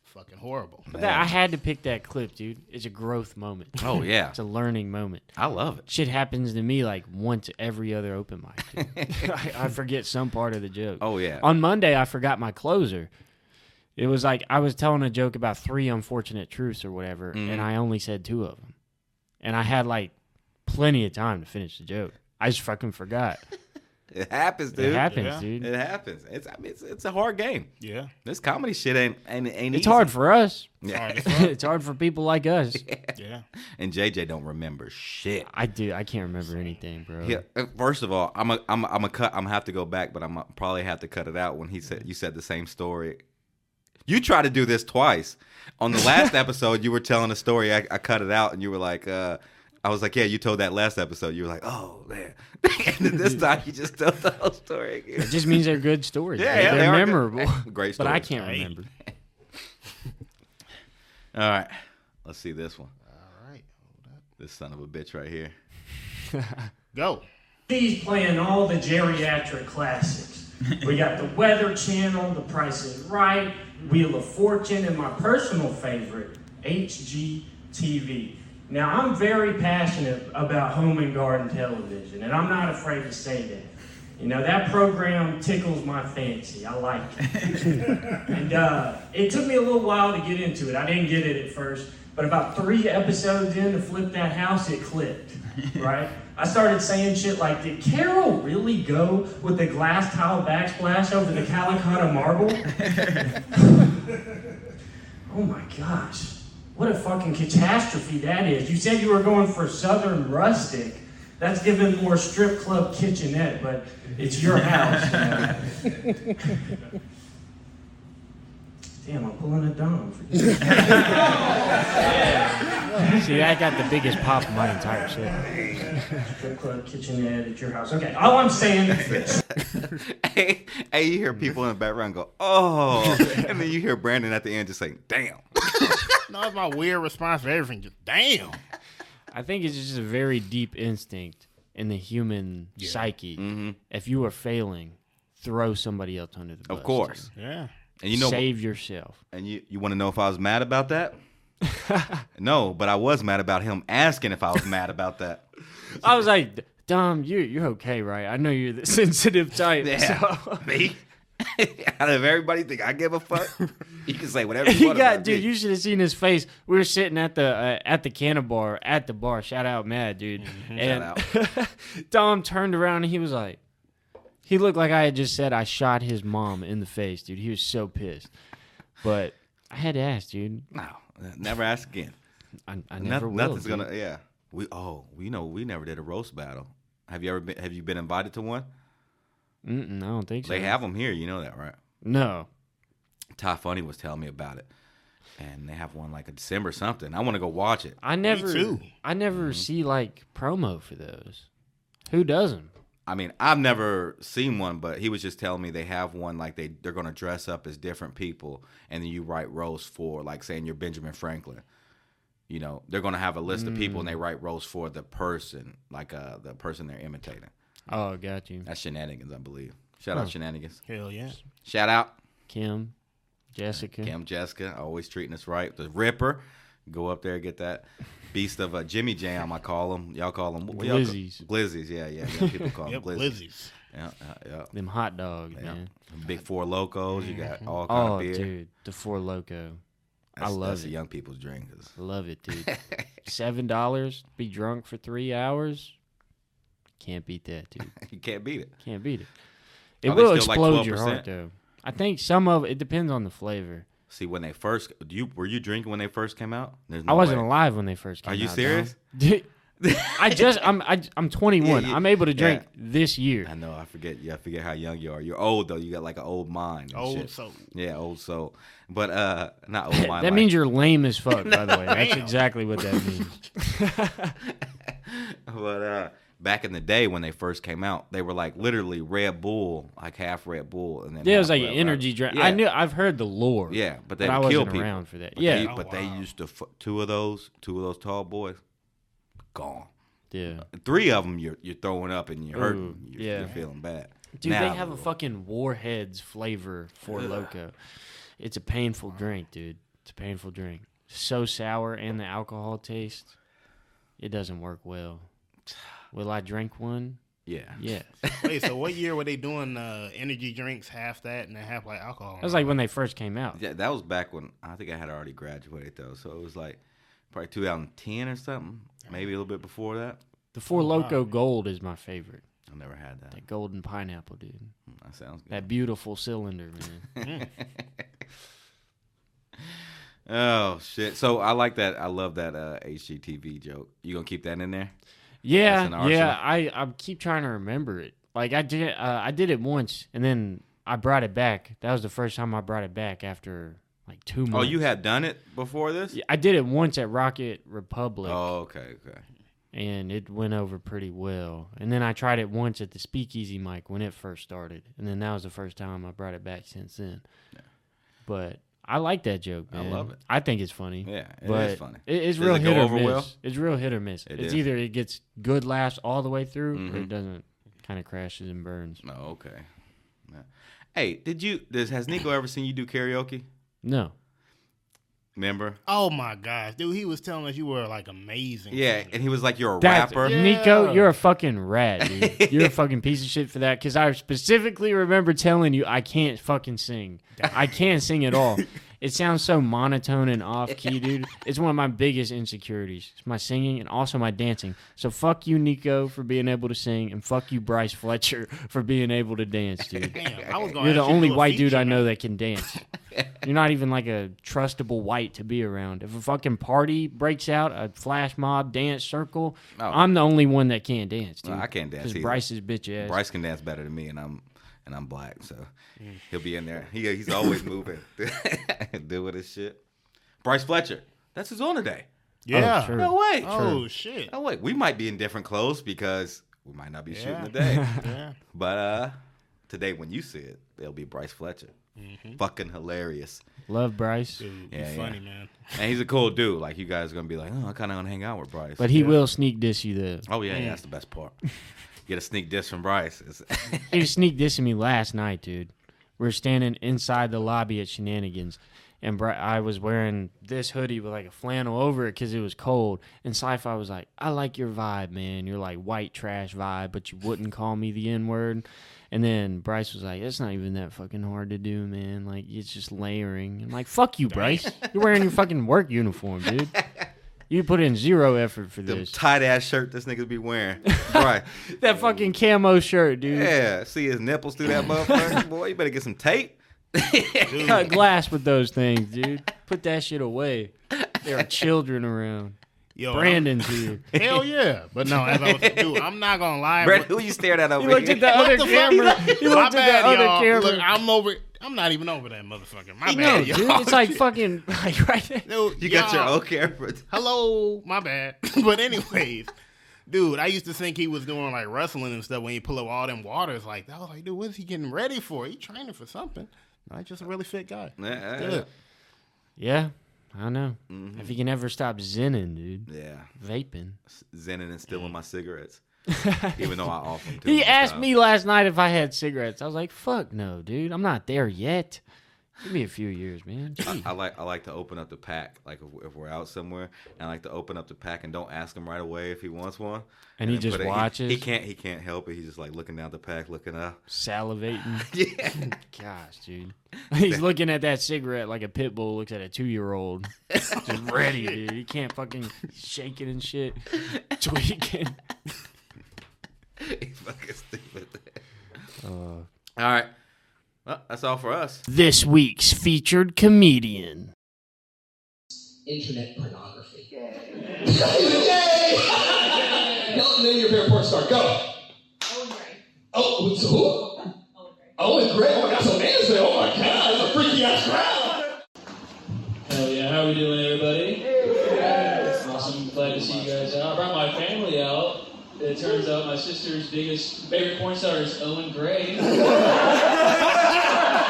S4: fucking horrible.
S1: But that, I had to pick that clip, dude. It's a growth moment.
S3: Oh yeah,
S1: It's a learning moment.
S3: I love it.
S1: Shit happens to me like once every other open mic.
S3: *laughs*
S1: dude. *laughs* I, I forget some part of the joke.
S3: Oh yeah,
S1: On Monday, I forgot my closer. It was like I was telling a joke about three unfortunate truths or whatever,
S3: Mm-hmm.
S1: and I only said two of them. And I had like plenty of time to finish the joke. I just fucking
S3: *laughs*
S1: forgot.
S3: it happens, dude.
S1: it happens,
S4: yeah.
S1: dude.
S3: It happens. It's I mean, it's, it's a hard game.
S4: Yeah.
S3: This comedy shit ain't ain't, ain't
S1: It's
S3: easy.
S1: hard for us.
S4: All
S3: Yeah.
S1: *laughs*
S4: right,
S1: it's hard for people like us.
S4: yeah.
S3: *laughs* and JJ don't remember shit.
S1: I do. I can't remember anything, bro.
S3: Yeah. uh, First of all, I'm a, I'm a, I'm a cut. I'm gonna have to go back, but I'm a, probably have to cut it out when he said you said the same story You tried to do this twice. On the *laughs* last episode, you were telling a story. I, I cut it out, and you were like, uh, I was like, yeah, you told that last episode. You were like, oh, man. *laughs* and then this time, you just told the whole story again.
S1: It just means they're good stories.
S3: Yeah,
S1: They-
S3: yeah,
S1: they're
S3: they are good.
S1: memorable.
S3: *laughs* Great
S1: But I
S3: stories.
S1: can't
S4: Right.
S1: remember.
S3: *laughs* All right. Let's see this one.
S4: All right, hold up.
S3: This son of a bitch right *laughs* here.
S4: Go.
S6: He's playing all the geriatric classics. we got the Weather Channel, The Price is Right, Wheel of Fortune, and my personal favorite, HGTV. Now, I'm very passionate about home and garden television, and I'm not afraid to say that. You know, that program tickles my fancy. I like it. And uh, it took me a little while to get into it. I didn't get it at first, but about three episodes in to flip that house, it clicked. Right? I started saying shit like, "Did Carol really go with the glass tile backsplash over the Calicutta marble?" *laughs* oh my gosh, what a fucking catastrophe that is! You said you were going for southern rustic. That's given more strip club kitchenette, but it's your house. now. Damn, I'm pulling a dom for you.
S1: See, I got the biggest pop of my entire show.
S6: strip club kitchenette at your house. Okay, all I'm saying is this.
S3: hey, hey, you hear people in the background go, *laughs* oh. and then you hear Brandon at the end just saying, damn.
S4: No, that's my weird response for everything. Just damn.
S1: I think it's just a very deep instinct in the human psyche.
S3: Mm-hmm.
S1: If you are failing, throw somebody else under the bus.
S3: Of course.
S4: Yeah.
S3: And you know,
S1: Save
S3: *laughs*
S1: yourself.
S3: and you, you want to know if I was mad
S1: *laughs*
S3: about that? no, but I was mad about him asking if I was mad about that.
S1: I was like, Dom, you, you're okay, right? I know you're the *laughs* sensitive type.
S3: Yeah.
S1: *laughs*
S3: *laughs*
S1: so-
S3: Me? Out of everybody, think I give a fuck? You can say whatever you
S1: *laughs* He
S3: want.
S1: got
S3: about
S1: dude.
S3: me.
S1: You should have seen his face. We were sitting at the uh, at the canna bar at the bar. Shout out, Matt, dude.
S3: Mm-hmm.
S1: And *laughs* Dom turned around and he was like, he looked like I had just said I shot his mom in the face, dude. He was so pissed. But I had to ask, dude.
S3: no, never ask again.
S1: I, I
S3: Noth-
S1: never will.
S3: nothing's
S1: dude.
S3: gonna. Yeah. We oh, we know we never did a roast battle. Have you ever been? Have you been invited to one?
S1: Mm-mm, I don't think so.
S3: They have them here. You know that, right?
S1: No.
S3: Ty Funny was telling me about it, and they have one like in December or something. I want to go watch it.
S1: I never.
S4: too.
S1: I never
S3: Mm-hmm.
S1: see like promo for those. Who does them?
S3: I mean, I've never seen one, but he was just telling me they have one like they they're gonna dress up as different people, and then you write roles for like saying you're Benjamin Franklin. You know, they're gonna have a list of people, and they write roles for the person, like uh the person they're imitating.
S1: Oh, got you,
S3: That's shenanigans, I believe. Shout out shenanigans.
S4: Hell yeah.
S3: Shout out
S1: Kim, Jessica.
S3: Kim Jessica, always treating us right. The Ripper, go up there get that beast of a Jimmy Jam. I call him. Y'all call him what y'all call-
S1: Glizzies.
S3: Glizzies, yeah, yeah. yeah. People call them
S4: *laughs* Yep,
S3: glizzies.
S4: Lizzie's.
S3: Yeah, yeah, yeah.
S1: Them hot dogs,
S3: Yeah.
S1: man.
S3: Big Four Locos. You got all kind
S1: Oh,
S3: of beer.
S1: dude, the Four Loco. I
S3: That's,
S1: love
S3: that's
S1: it.
S3: a young people's drink.
S1: Love it, dude. Seven dollars, be drunk for three hours. Can't beat that,
S3: *laughs*
S1: dude.
S3: *laughs* You can't beat it.
S1: Can't beat it. It
S3: Are they
S1: will
S3: still like
S1: explode your heart,
S3: 12%?
S1: though. I think some of it depends on the flavor.
S3: See, when they first, do you were you drinking when they first came out? There's
S1: I
S3: no
S1: wasn't
S3: way.
S1: alive when they first came
S3: Are you
S1: out,
S3: serious?
S1: Dom. Dude,
S3: *laughs*
S1: I just I'm I, I'm 21.
S3: Yeah, yeah.
S1: I'm able to drink
S3: Yeah.
S1: this year.
S3: I know. I forget. Yeah, I forget how young you are. You're old though. You got like an old mind. and
S4: Old
S3: shit.
S4: soul.
S3: Yeah, old soul. But uh,
S1: *laughs*
S3: not old mind.
S1: that
S3: like-
S1: means you're lame
S3: *laughs*
S1: as fuck, by the way. That's
S4: Damn.
S1: exactly what that means.
S3: But uh, back in the day when they first came out, they were like literally Red Bull, like half Red Bull, and then
S1: Yeah, it
S3: half
S1: was like an
S3: Red Red.
S1: energy drink.
S3: Yeah.
S1: I knew I've heard the lore.
S3: Yeah, but they
S1: but I
S3: would kill
S1: wasn't
S3: people.
S1: around for that.
S3: But
S1: Yeah,
S3: they, but they
S4: wow.
S3: used to f- two of those, two of those tall boys, gone.
S1: yeah.
S3: Three of them, you're you're throwing up and you're hurting.
S1: Ooh,
S3: you're,
S1: yeah.
S3: you're feeling bad.
S1: Dude,
S3: Now-
S1: they have a fucking Warheads flavor for Loco. It's a painful drink, dude. It's a painful drink. So sour and the alcohol taste, it doesn't work well. Will I drink one?
S3: Yeah.
S1: Yeah.
S4: Wait, so what year were they doing uh, energy drinks, half that, and then half like alcohol?
S1: That was like when they first came out.
S3: yeah, that was back when I think I had already graduated though, so it was like probably 2010 or something, maybe a little bit before that.
S1: The
S3: Oh,
S1: Four Loco Gold is my favorite.
S3: I never had that.
S1: That golden pineapple, dude.
S3: That sounds good.
S1: That beautiful cylinder, man.
S3: Oh shit! So I like that. I love that uh, HGTV joke. You gonna keep that in there?
S1: Yeah,
S3: *laughs* That's an
S1: yeah. I, I keep trying to remember it. Like I did, uh, I did it once, and then I brought it back. That was the first time I brought it back after like two months.
S3: Oh, you had done it before this?
S1: Yeah, I did it once at Rocket Republic,
S3: Oh, okay, okay.
S1: and it went over pretty well. And then I tried it once at the Speakeasy mic when it first started, and then that was the first time I brought it back since then. But I like that joke.
S3: I
S1: Man.
S3: love it.
S1: I think it's funny.
S3: Yeah, it is
S1: but
S3: funny.
S1: It, it's
S3: Does
S1: real
S3: it go
S1: hit or
S3: over
S1: miss.
S3: well?
S1: It's real hit or miss.
S3: It
S1: it's
S3: is.
S1: either it gets good laughs all the way through, or
S3: Mhm.
S1: it doesn't. Kind of crashes and burns.
S3: No, Oh, okay. Yeah. Hey, did you? Does has Nico ever seen you do karaoke?
S1: No,
S3: Remember?
S4: Oh my gosh, dude, he was telling us you were like amazing.
S3: Yeah, and he was like, "You're a
S1: That's-
S3: rapper."
S1: Nico,
S4: Yeah.
S1: you're a fucking rat, dude.
S3: *laughs*
S1: You're a fucking piece of shit for that. Because I specifically remember telling you I can't fucking sing. I can't sing at
S3: *laughs*
S1: all. It sounds so monotone and off key, dude. It's one of my biggest insecurities. It's my singing and also my dancing. So fuck you, Nico, for being able to sing, and fuck you, Bryce Fletcher, *laughs* for being able to dance, dude.
S4: Damn, I was
S1: You're
S3: Oh,
S4: gonna
S1: the
S4: ask you to
S1: only
S4: do a
S1: white dude
S4: feature.
S1: I know that can
S3: *laughs*
S1: dance. You're not even like a trustable white to be around. If a fucking party breaks out, a flash mob dance circle,
S3: Oh.
S1: I'm the only one that can't dance, dude.
S3: No, I can't dance
S1: Because
S3: either.
S1: Bryce's bitch ass.
S3: Bryce can dance better than me, and I'm and I'm black, so he'll be in there. He, he's always moving, *laughs* doing his shit. Bryce Fletcher, that's who's on today.
S4: Yeah.
S1: true.
S3: No way.
S4: Oh shit.
S3: No way. We might be in different clothes because we might not be shooting
S4: Yeah.
S3: today.
S4: Yeah.
S3: but uh today, when you see it, it'll be Bryce Fletcher. Fucking hilarious.
S1: Love Bryce.
S4: Dude,
S3: Yeah, yeah.
S4: you funny man.
S3: And he's a cool dude. Like you guys are gonna be like, oh, I kind of gonna hang out with Bryce.
S1: But he will sneak diss you, though.
S3: oh yeah, yeah, that's the best part. You get a sneak diss from Bryce. It's- *laughs*
S1: He was sneak dissing me last night, dude. We were standing inside the lobby at Shenanigans, and Bri- I was wearing this hoodie with like a flannel over it because it was cold. And Sci-Fi was like, "I like your vibe, man. You're like white trash vibe, but you wouldn't call me the N word." And then Bryce was like, "It's not even that fucking hard to do, man. Like it's just layering." I'm like, "Fuck you, Bryce. You're wearing your fucking work uniform, dude. You put in zero effort for
S3: the
S1: this.
S3: tight ass shirt this nigga be wearing. Bryce.
S1: *laughs* that fucking camo shirt, dude.
S3: Yeah, see his nipples through that
S1: *laughs*
S3: motherfucker. Boy, you better get some tape.
S1: cut glass with those things, dude. Put that shit away. There are children around.
S4: Yo,
S1: Brandon's *laughs* here.
S4: I'm- Hell yeah. But no, as I was dude, I'm not gonna lie.
S3: Brad,
S4: what-
S3: who you stared
S1: *laughs*
S3: at over
S1: He looked
S3: here?
S1: at the other camera. He
S4: my
S1: looked at
S4: bad,
S1: the other
S4: y'all.
S1: camera.
S4: Look, I'm over. I'm not even over that motherfucker. My
S1: no,
S4: bad,
S1: dude,
S4: y'all.
S1: it's like fucking like right there.
S4: *laughs* Dude,
S3: You got your
S4: y'all-
S3: own camera.
S4: Hello, my bad. *laughs* but anyways, dude, I used to think he was doing like wrestling and stuff when he pull up all them waters like that. I was like, dude, what's he getting ready for? He training for something. No, he's just a really fit guy.
S3: Yeah,
S4: Yeah.
S3: yeah,
S1: Yeah, I know. If he can ever stop zinning, dude,
S3: yeah.
S1: vaping.
S3: Zenning and stealing my cigarettes,
S1: *laughs*
S3: even though I offer them to
S1: He
S3: him
S1: asked
S3: sometimes.
S1: me last night if I had cigarettes. I was like, "Fuck no, dude. I'm not there yet. Give me a few years, man." Gee.
S3: I like I like to open up the pack. Like if, if we're out somewhere, and I like to open up the pack and don't ask him right away if he wants one.
S1: And he
S3: then
S1: just
S3: put it-
S1: watches?
S3: uh, He, can't. He can't help it. He's just like looking down the pack, looking up. *laughs*
S1: Salivating.
S3: Yeah.
S1: *laughs* Gosh,
S3: *laughs*
S1: dude. He's looking at that cigarette like a pit bull looks at a two year
S3: *laughs*
S1: old. Just ready, dude. He can't fucking shake it and
S3: *laughs*
S1: shit. Tweaking.
S3: He's fucking stupid.
S1: Uh,
S3: All right. Well, that's all for us.
S1: this week's featured comedian.
S7: internet pornography. Yay! Name your favorite porn star. Go. Oh, it's who? Oh, it's great. Oh, my God, so man's there. Oh, my God, that's a freaky ass crowd.
S8: Hell yeah, how we doing, everybody? Awesome, glad to see you guys out. I brought my family out. It turns out my sister's biggest favorite porn star is Owen Gray. *laughs* He's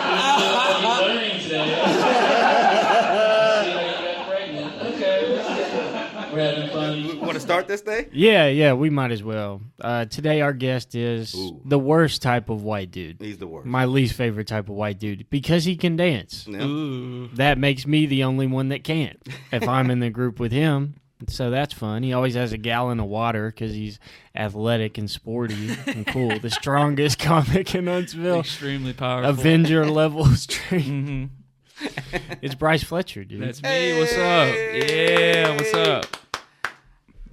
S8: learning today. See how you got pregnant. Okay. We're having fun.
S3: Want to start this day?
S1: Yeah, yeah, we might as well. Uh, today, our guest is
S3: Ooh.
S1: the worst type of white dude.
S3: He's the worst.
S1: My least favorite type of white dude because he can dance.
S3: Yeah.
S1: That makes me the only one that can't if I'm in the group with him. So that's fun. He always has a gallon of water because he's athletic and sporty and cool. The strongest *laughs* comic in Huntsville.
S2: Extremely powerful.
S1: Avenger level
S2: *laughs*
S1: strength.
S2: Mhm.
S1: It's Bryce Fletcher, dude.
S2: Mm-hmm. That's me. What's up? Yeah, what's up?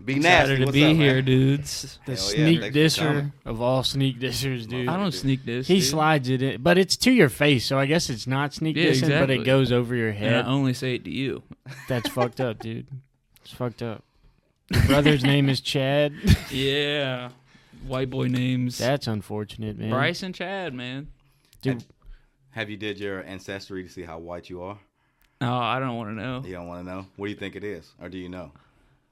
S3: Be
S2: Excited
S3: nasty.
S2: to
S3: What's
S2: be
S3: up,
S2: here,
S3: man?
S2: dudes.
S1: the
S3: Hell yeah,
S1: sneak
S3: thanks for
S1: disher
S3: coming.
S1: of all sneak dissers, dude.
S2: I don't sneak this.
S1: he
S2: dude.
S1: slides it in, but it's to your face, so I guess it's not sneak
S2: Yeah,
S1: dissing, but it
S2: exactly. um,
S1: goes over your
S2: And I
S1: head.
S2: only say it to you.
S1: That's fucked up, dude. It's fucked up. Your brother's name is Chad.
S2: *laughs* Yeah. White boy names.
S1: That's unfortunate, man.
S2: Bryce and Chad, man.
S1: Dude,
S3: Have you did your ancestry to see how white you are?
S2: No, Oh, I don't want to know.
S3: You don't want to know? What do you think it is? Or do you know?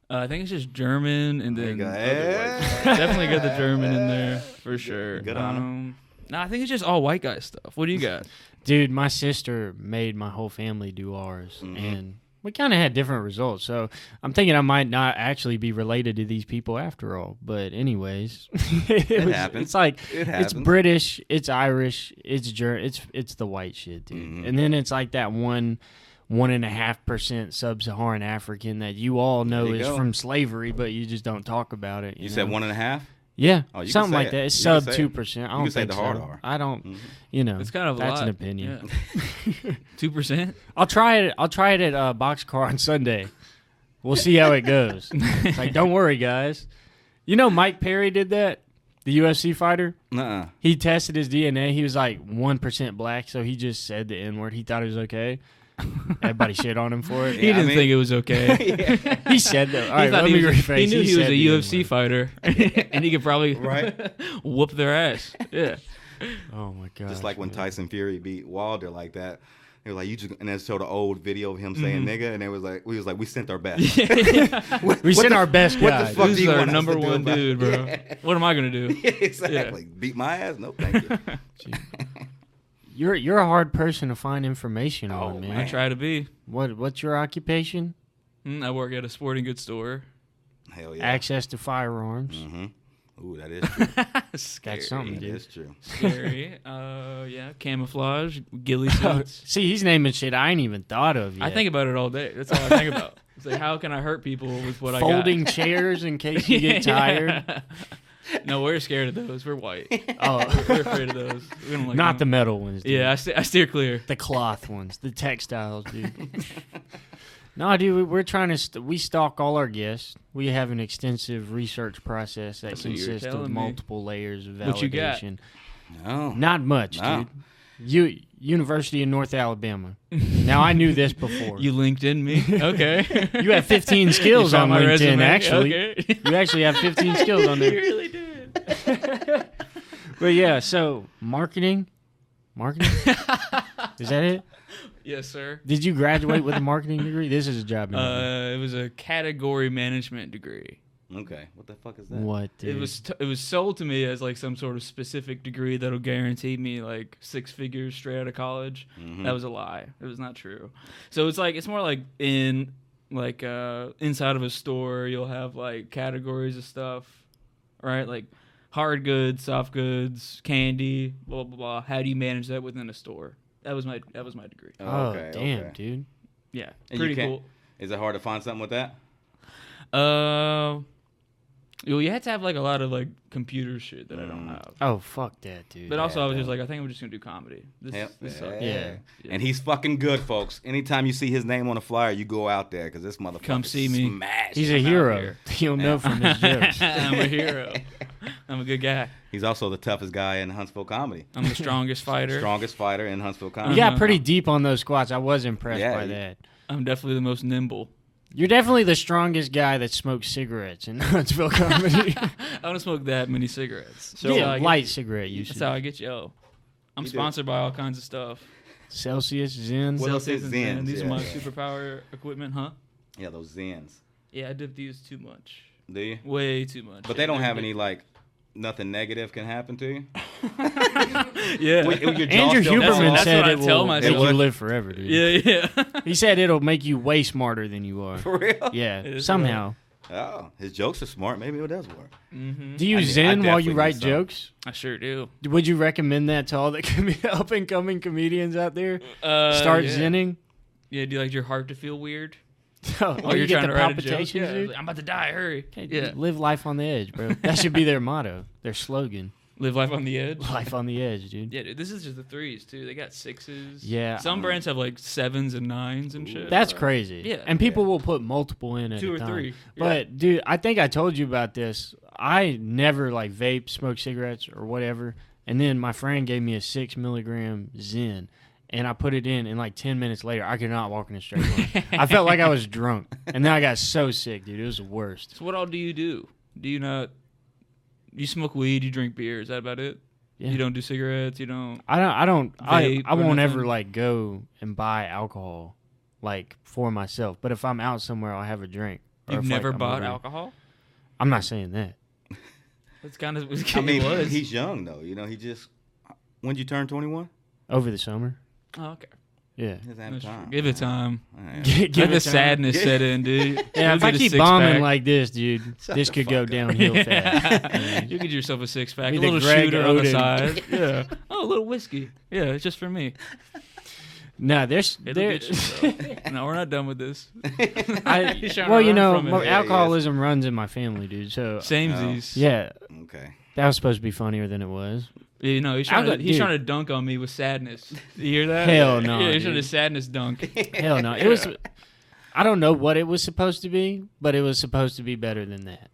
S2: Uh, I think it's just German, and
S3: You
S2: then
S1: *laughs*
S3: go, "Eh."
S2: *laughs* definitely got the German in there for sure.
S3: good on 'em.
S2: um, no, I think it's just all white guy stuff. What do you got?
S1: Dude, my sister made my whole family do ours,
S3: Mm-hmm.
S1: and we kind of had different results. So I'm thinking I might not actually be related to these people after all. But anyways, *laughs* it, was-
S3: happens.
S1: It's like
S3: It
S1: it's
S3: happens.
S1: British, it's Irish, it's Ger- it's it's the white shit, dude.
S3: Mm-hmm.
S1: And then it's like that one. One and a half percent sub-Saharan African that you all know
S3: you
S1: is
S3: go.
S1: from slavery, but you just don't talk about it.
S3: You
S1: know?
S3: said one and a half?
S1: Yeah,
S3: Oh, you can
S1: something
S3: say
S1: like
S3: it.
S1: that. It's
S3: You can
S1: sub
S3: say it.
S1: two percent. I
S3: You
S1: don't
S3: can say
S1: think
S3: the hard
S1: so.
S3: R. Mm-hmm.
S1: I don't. You know,
S2: It's kind of a
S1: that's an
S2: lot.
S1: opinion.
S2: *laughs* Two percent.
S1: I'll try it. I'll try it at uh, Boxcar on Sunday. We'll see how it
S2: *laughs*
S1: goes. it's like, don't worry, guys. You know, Mike Perry did that. The UFC fighter.
S3: Nuh-uh.
S1: He tested his DNA. He was like one percent black, so he just said the N word. He thought it was
S2: *laughs*
S1: okay. Everybody shit on him for
S2: He
S1: it.
S3: Yeah, I
S2: didn't
S3: mean-
S2: think it
S3: *laughs*
S2: was okay.
S1: He said that. All
S2: He
S1: right,
S2: thought
S1: let
S2: he,
S1: me
S2: was, he
S1: rephrase.
S2: knew he,
S1: said the
S2: was a UFC
S1: N-word.
S2: fighter, *laughs* and he could
S3: *laughs*
S2: probably
S3: Right.
S2: *laughs* whoop their ass. Yeah,
S1: Oh my god!
S3: Just like when Tyson Fury beat Wilder like that. They were like, you just, and then showed an old video of him saying
S1: Mm-hmm.
S3: nigga, and it was like, we was like, we sent
S1: *laughs*
S3: our best.
S1: we sent our best
S3: what
S1: guy.
S3: the
S1: dude.
S3: fuck
S2: this
S3: do
S2: is
S3: you
S2: our
S3: want us
S2: number
S3: to do
S2: one
S3: about
S2: dude,
S3: it? *laughs*
S2: bro. What am I gonna do?
S3: exactly. Beat my ass? No, thank
S1: *laughs*
S3: you.
S1: You're you're a hard person to find information on, man.
S2: I try to be.
S1: What what's your occupation?
S2: Mm, I work at a sporting goods store. *laughs*
S3: Hell yeah.
S1: Access to firearms.
S2: Mm-hmm.
S3: Ooh, that is true.
S2: Scary.
S1: That's something,
S3: that
S1: dude.
S3: is true.
S1: *laughs*
S2: Scary. Uh, yeah, camouflage, ghillie
S1: Oh,
S2: suits.
S1: See, he's naming shit I ain't even thought of yet.
S2: I think about it all day. That's all I think about. It's like, how can I hurt people with what
S1: folding
S2: *laughs* I got?
S1: chairs in case you
S2: *laughs*
S1: get tired.
S2: no, we're scared of those.
S1: *laughs*
S2: We're white.
S1: Oh,
S2: We're afraid of those. We don't *laughs* like
S1: not the
S2: them.
S1: metal ones. Dude.
S2: Yeah, I, ste- I steer clear.
S1: the cloth ones, the textiles,
S2: *laughs*
S1: dude. *laughs* no, dude, we- we're trying to st- we stalk all our guests. We have an extensive research process that
S2: That's what you were
S1: consists
S2: telling
S1: of
S2: me.
S1: multiple layers of validation.
S2: What you got?
S3: No.
S1: Not much,
S3: No.
S1: dude. You University of North Alabama. now I knew this before.
S2: *laughs* You
S1: You,
S2: LinkedIn me. Okay.
S1: *laughs* you have
S2: *laughs*
S1: 15 skills
S2: found
S1: on
S2: my
S1: LinkedIn,
S2: resume.
S1: actually.
S2: Okay. *laughs*
S1: You actually have 15 skills on
S2: You
S1: there.
S2: *laughs*
S1: *laughs*
S2: really did.
S1: But yeah, so marketing,
S2: *laughs*
S1: marketing. Is that it?
S2: Yes, sir.
S1: Did you graduate with a marketing degree? This is a job. interview.
S2: Uh, it was a category management degree.
S3: Okay. What the fuck is that?
S1: what? Dude?
S2: It was t- it was sold to me as like some sort of specific degree that'll guarantee me like six figures straight out of college.
S3: Mm-hmm.
S2: That was a lie. It was not true. So it's like it's more like in like uh inside of a store you'll have like categories of stuff, right? Like hard goods, soft goods, candy, blah blah blah. How do you manage that within a store? That was my that was my degree.
S1: Oh damn,
S3: okay.
S1: dude.
S2: Yeah,
S3: And you
S2: pretty
S3: can't-
S2: cool.
S3: Is it hard to find something with that?
S2: Uh, well, you had to have like a lot of like computer shit that I don't
S3: Mm.
S2: have.
S1: Oh fuck that, dude.
S2: But also, I was just
S3: yeah.
S2: like, I think I'm just gonna do comedy. This,
S3: Yep.
S2: this sucks.
S1: Yeah.
S3: And he's fucking good, folks. Anytime you see his name on a flyer, you go out there because this motherfucker
S2: Come see me.
S3: Smash.
S1: he's a
S2: I'm out
S1: hero.
S2: here.
S1: *laughs* You'll know from his jokes.
S2: *laughs* I'm
S3: *laughs*
S2: a hero. I'm a good guy.
S3: He's also the toughest guy in Huntsville comedy,
S2: I'm the
S3: *laughs*
S2: strongest fighter.
S3: strongest fighter in Huntsville
S1: You
S3: comedy.
S2: Uh-huh.
S1: got pretty deep on those squats. I was impressed
S3: Yeah,
S1: by
S3: you-
S1: that.
S2: I'm definitely the most nimble.
S1: You're definitely the strongest guy that smokes cigarettes in *laughs* Huntsville comedy.
S2: I don't smoke that many cigarettes. *laughs* So uh,
S1: yeah, light cigarette usage.
S2: That's how I get yo. I'm
S3: You do.
S2: sponsored by all kinds of stuff.
S1: Celsius, Zen.
S3: Well- Those
S2: Celsius and
S3: Zins,
S2: Zen. These
S3: yeah.
S2: are my superpower equipment, huh?
S3: Yeah, those Zens.
S2: Yeah, I dip these too much.
S3: Do you?
S2: Way too much.
S3: But they don't
S2: They're
S3: have
S2: big.
S3: any like. Nothing negative can happen
S1: *laughs*
S3: to you.
S2: *laughs* Yeah.
S3: Wait, your jaw
S1: Andrew
S3: still falls
S1: Huberman
S3: off?
S2: that's
S1: said
S2: what I
S1: it
S2: tell
S1: will make
S2: myself.
S1: you live forever, dude.
S2: *laughs* yeah, yeah.
S1: He said it'll make you way smarter than you are.
S3: *laughs* For real?
S1: Yeah,
S2: is
S1: somehow.
S3: Oh, his jokes are smart. Maybe it does work.
S2: Mm-hmm.
S1: Do you
S3: I mean, I
S1: zen while
S3: definitely
S1: you
S3: do
S1: write
S3: some.
S1: jokes?
S2: I sure do.
S1: Would you recommend that to all the *laughs* com- up and coming comedians out there?
S2: Uh,
S1: Start
S2: yeah.
S1: zenning.
S2: Yeah, do you like your heart to feel weird?
S1: *laughs* Oh,
S2: Oh,
S1: you
S2: you're
S1: get
S2: trying
S1: the
S2: to write a joke?
S1: palpitations,
S2: Yeah,
S1: dude?
S2: like, I'm about to die. Hurry. Yeah.
S1: Live life on the edge, bro. That should be their motto, their slogan. *laughs*
S2: Live life on the edge.
S1: Life on the edge, dude.
S2: *laughs* Yeah, dude, this is just the threes too. They got sixes.
S1: Yeah. um,
S2: Some brands have like sevens and nines and shit.
S1: That's crazy.
S2: Yeah.
S1: And people will put multiple in at
S2: Two
S1: a
S2: or
S1: time.
S2: three.
S1: But dude, I think I told you about this. I never like vape, smoke cigarettes or whatever. And then my friend gave me a six milligram Zen and I put it in and like ten minutes later I could not walk in a straight line. I felt like I was
S2: *laughs*
S1: drunk. And then I got so sick, dude. It was the worst.
S2: So what all do you do? Do you not? You smoke weed. You drink beer. Is that about it?
S1: Yeah.
S2: You don't do cigarettes. You don't.
S1: I don't I don't I,
S2: Vape
S1: I
S2: or
S1: won't
S2: nothing?
S1: ever like go and buy alcohol. like for myself. But if I'm out somewhere, I'll have a drink. Or
S2: You've
S1: if, like,
S2: never
S1: I'm
S2: bought
S1: over-
S2: alcohol?
S1: I'm not saying that.
S2: That's kind of what
S3: I mean,
S2: it was.
S3: he's young though. You know, he just when would you turn twenty one,
S1: Over the summer,
S2: oh, okay.
S1: yeah,
S3: he doesn't have
S2: That's true.
S3: time.
S2: Give it time.
S3: Yeah.
S1: *laughs*
S2: Let
S1: Give
S2: the
S1: it time.
S2: sadness set in, *laughs* dude.
S1: Yeah,
S2: You'll
S1: if I
S2: get a
S1: keep
S2: six-pack.
S1: bombing
S2: *laughs*
S1: like this, dude, this
S3: the
S1: could go
S3: fuck up.
S1: downhill fast.
S2: *laughs* you get yourself a six pack, a
S1: Be the
S2: little
S1: Greg
S2: shooter on the
S1: Oden. *laughs*
S2: side. Yeah. Oh, a little whiskey. Yeah, it's just for me.
S1: No, there's
S2: It'll
S1: there.
S2: get you, though. *laughs* no, we're not done with this. He's
S1: *laughs* I,
S2: trying to
S1: well, you
S2: run
S1: know,
S2: from it.
S1: my
S3: Yeah, he is.
S1: alcoholism runs in my family, dude. So
S2: Samesies.
S1: yeah,
S3: Okay.
S1: that was supposed to be funnier than it was.
S2: You know, he's trying,
S1: I'll
S2: to,
S1: go-
S2: he's
S1: dude.
S2: trying to dunk on me with sadness. You hear that? *laughs*
S1: Hell no,
S2: Yeah, he's trying to
S1: dude. *laughs*
S2: sadness dunk.
S1: Hell no,
S2: *laughs*
S1: it was. I don't know what it was supposed to be, but it was supposed to be better than that.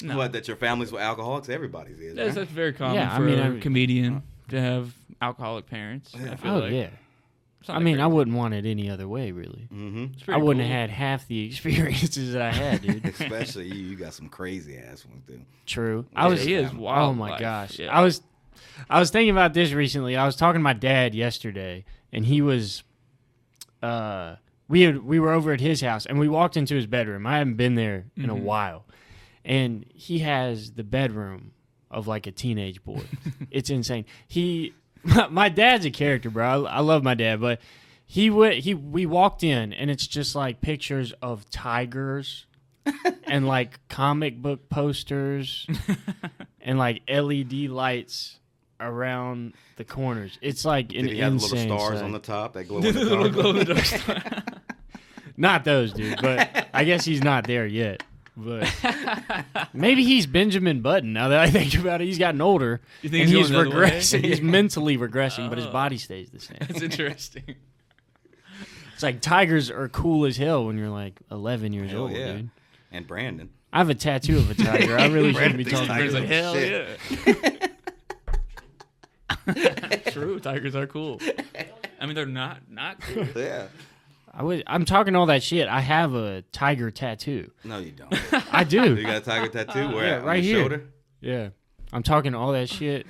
S2: No.
S3: What that your families were alcoholics? Everybody's is.
S2: That's,
S3: right?
S2: that's very common
S1: Yeah, I
S2: for
S1: mean,
S2: a *laughs*
S1: I mean-
S2: comedian to have alcoholic parents. I feel
S1: Oh
S2: like.
S1: yeah,
S2: It's not
S1: I mean,
S2: crazy.
S1: I wouldn't want it any other way, really.
S3: Mm-hmm.
S2: It's
S1: I
S2: pretty
S1: wouldn't
S2: cool.
S1: have had half the *laughs* experiences that I had, dude.
S3: Especially you. You got some crazy ass ones too.
S1: True.
S3: Yeah,
S1: I was.
S2: he is
S1: Oh
S2: wild
S1: my
S2: life.
S1: gosh.
S2: Yeah.
S1: I was. I was thinking about this recently. I was talking to my dad yesterday, and he was. Uh, we had we were over at his house, and we walked into his bedroom. I haven't been there in
S2: Mm-hmm.
S1: a while, and he has the bedroom of like a teenage
S2: *laughs*
S1: boy. it's insane. He, *laughs* my, my dad's a character, bro. I, I love my dad, but he would he we walked in, and it's just like pictures of tigers and like comic book posters and like LED lights around the corners. It's like an
S3: Did he have little
S1: insane
S3: stars
S1: sight.
S3: on the top
S2: *laughs*
S3: that glow in the
S2: Little
S3: dark?
S2: glow in the
S1: *laughs*
S2: dark star.
S1: Not those, dude. But I guess he's not there yet. But maybe he's Benjamin Button. Now that I think about it, he's gotten older.
S2: You think
S1: and
S2: he's
S1: he's,
S2: going the other way?
S1: regressing.
S3: *laughs*
S1: He's mentally regressing, but his body stays the same.
S2: *laughs* That's interesting.
S1: It's like tigers are cool as hell when you're like 11 years
S3: Hell
S1: old,
S3: yeah.
S1: dude.
S3: And Brandon.
S1: I have a tattoo of a tiger. I
S3: *laughs*
S1: really shouldn't be talking
S3: Brandon thinks tigers
S1: about
S3: are
S1: that.
S2: Hell
S3: Shit.
S1: *laughs*
S2: yeah. True, tigers are cool. I mean, they're not
S1: *laughs*
S2: not cool.
S3: Yeah.
S1: I was, I'm talking all that shit. I have a tiger tattoo.
S3: No, you don't.
S1: I
S3: You *laughs*
S1: do.
S3: got a tiger tattoo?
S2: *laughs*
S3: Where?
S1: Yeah,
S3: at? On
S1: right
S3: your
S1: here.
S3: Shoulder?
S1: yeah. I'm talking all that shit.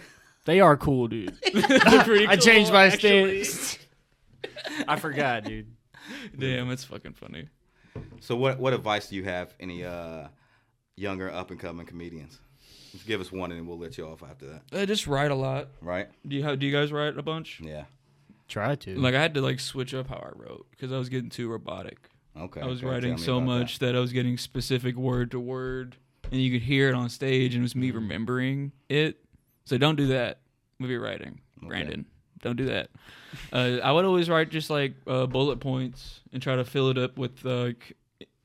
S1: They are cool,
S3: *laughs*
S1: dude.
S2: They're
S1: *laughs*
S2: pretty
S1: I changed my
S2: actually.
S1: stance. I forgot, dude.
S2: Damn, that's fucking funny.
S3: So what what advice do you have any uh younger up and coming comedians? Just give us one and then we'll let you off after that.
S2: I just write a lot.
S3: Right?
S2: Do you how, do you guys write a bunch?
S3: Yeah.
S1: Try to.
S2: Like I had to like switch up how I wrote because I was getting too robotic.
S3: Okay.
S2: I was
S3: okay, tell
S2: writing
S3: me
S2: so
S3: about
S2: much that. I was getting specific word to word, and you could hear it on stage, and it was
S3: Mm.
S2: me remembering it. So don't do that with your writing, Brandon. Don't do that. Uh, I would always write just like uh, bullet points and try to fill it up with like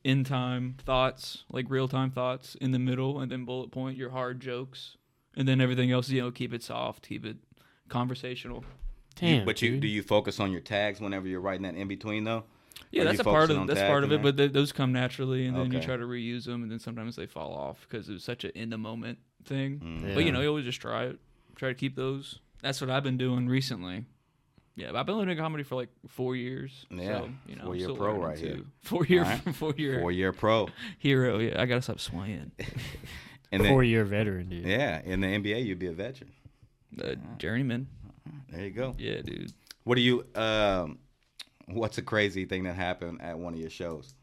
S2: in time thoughts, like real time thoughts in the middle, and then bullet point your hard jokes, and then everything else. You know, keep it soft, keep it conversational.
S1: Damn.
S3: But you
S1: dude.
S2: Mm-hmm.
S3: do you focus on your tags whenever you're writing that in between though?
S2: Yeah,
S3: Are
S2: that's
S3: you
S2: a part
S3: focusing
S2: of
S3: on
S2: that's
S3: tags
S2: part of
S3: in
S2: it,
S3: there?
S2: but th- those come naturally, and then you
S3: Okay.
S2: try to reuse them, and then sometimes they fall off because it was such an in the moment thing.
S3: Mm.
S2: But
S1: Yeah.
S2: you know, you always just try it, try to keep those. That's what I've been doing recently. Yeah, but I've been doing comedy for like four years.
S3: Yeah,
S2: so, you know,
S3: four-year
S2: still
S3: pro
S2: learning
S3: right here.
S2: *laughs* Four year,
S3: Alright.
S2: four year
S3: Four year
S2: *laughs*
S3: pro.
S2: hero. Yeah, I gotta
S3: *laughs*
S2: stop swaying.
S3: And then
S1: four year veteran, dude.
S3: Yeah, in the NBA you'd be a veteran.
S2: Uh, journeyman.
S3: There you go.
S2: Yeah, dude.
S3: What do you um what's a crazy thing that happened at one of your
S2: *laughs*
S3: shows?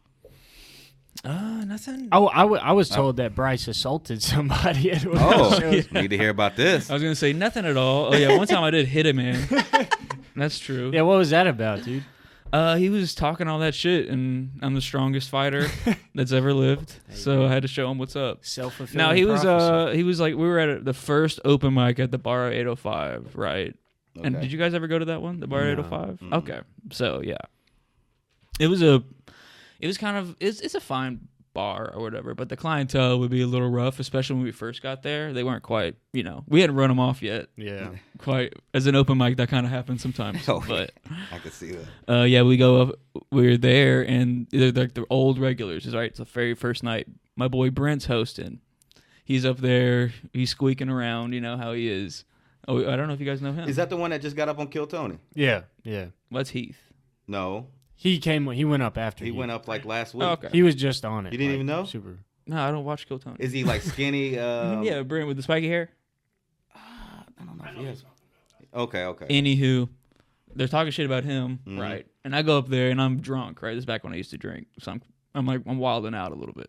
S2: Uh, nothing.
S1: Oh, I, w- I was told that Bryce assaulted *laughs* somebody at one of those
S3: Oh,
S1: shows.
S3: need to hear about this.
S2: *laughs* I was gonna say nothing at all. Oh yeah, one time I did hit
S1: *laughs*
S2: a man. That's true.
S1: Yeah, what was that about, dude?
S2: Uh, he was talking all that shit, and I'm the strongest fighter that's ever lived. So I had to show him what's up.
S1: Self fulfilling.
S2: Now he was uh he was like we were at a, the first open mic at the Bar 805, right? And
S3: Okay.
S2: did you guys ever go to that one, the Bar 805? Okay, so yeah, it was a it was kind of it's it's a fine bar or whatever, but the clientele would be a little rough, especially when we first got there. They weren't quite you know we hadn't run them off yet.
S1: Yeah.
S2: Quite as an open mic, that kind of happens
S3: *laughs*
S2: sometimes.
S3: Oh,
S2: but
S3: I can see that.
S2: uh, yeah, we go up, we're there, and they're like the old regulars, right? It's the very first night. My boy Brent's hosting. He's up there, he's squeaking around, you know how he is. Oh, I don't know if you guys know him.
S3: Is that the one that just got up on Kill Tony?
S1: Yeah, yeah.
S2: Well, that's Heath.
S3: No.
S1: He came. He went up after.
S3: He went up like last week.
S2: Oh, okay.
S1: He was just on it.
S3: You didn't
S1: like,
S3: even know?
S1: Super.
S2: No, I don't watch Kill Tony.
S3: Is he like
S2: *laughs*
S3: skinny? Um,
S2: yeah, Brent with the spiky hair.
S3: Okay, okay.
S2: Anywho, they're talking shit about him,
S3: Mhm.
S2: right? And I go up there and I'm drunk, right? This is back when I used to drink, so I'm I'm like I'm wilding out a little bit.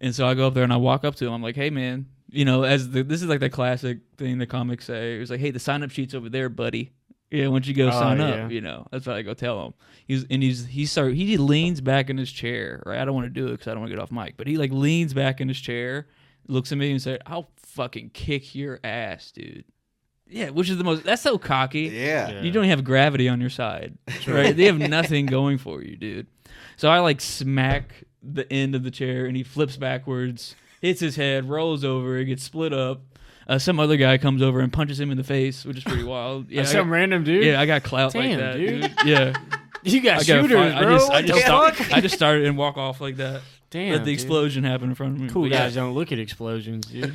S2: And so I go up there and I walk up to him. I'm like, "Hey, man, you know, as the, this is like the classic thing the comics say. It was like, "Hey, the sign up sheet's over there, buddy. Yeah, once you go
S1: Oh,
S2: sign
S1: yeah.
S2: up, you know." That's what I go tell him. He's and he's he start he leans back in his chair. Right, I don't want to do it because I don't want to get off mic, but he like leans back in his chair, looks at me and said, "I'll fucking kick your ass, dude." Yeah, which is the most. That's so cocky.
S3: Yeah.
S1: Yeah.
S2: You don't have gravity on your side, right? they have nothing going for you, dude. So I like smack the end of the chair, and he flips backwards, hits his head, rolls over, it gets split up. Uh, some other guy comes over and punches him in the face, which is
S1: *laughs*
S2: pretty wild. Yeah, I
S1: Some
S2: got,
S1: random dude.
S2: yeah, I got clout like
S1: Damn,
S2: that,
S1: dude.
S2: dude. Yeah,
S1: you got
S2: I got
S1: shooters,
S2: fi-
S1: bro.
S2: I just, I
S1: What the
S2: just,
S1: fuck?
S2: stopped- I just started and walk off like that.
S1: Damn,
S2: Let the
S1: dude.
S2: explosion happen in front of me.
S1: Cool
S2: But yeah,
S1: guys don't look at explosions,
S2: *laughs*
S1: dude.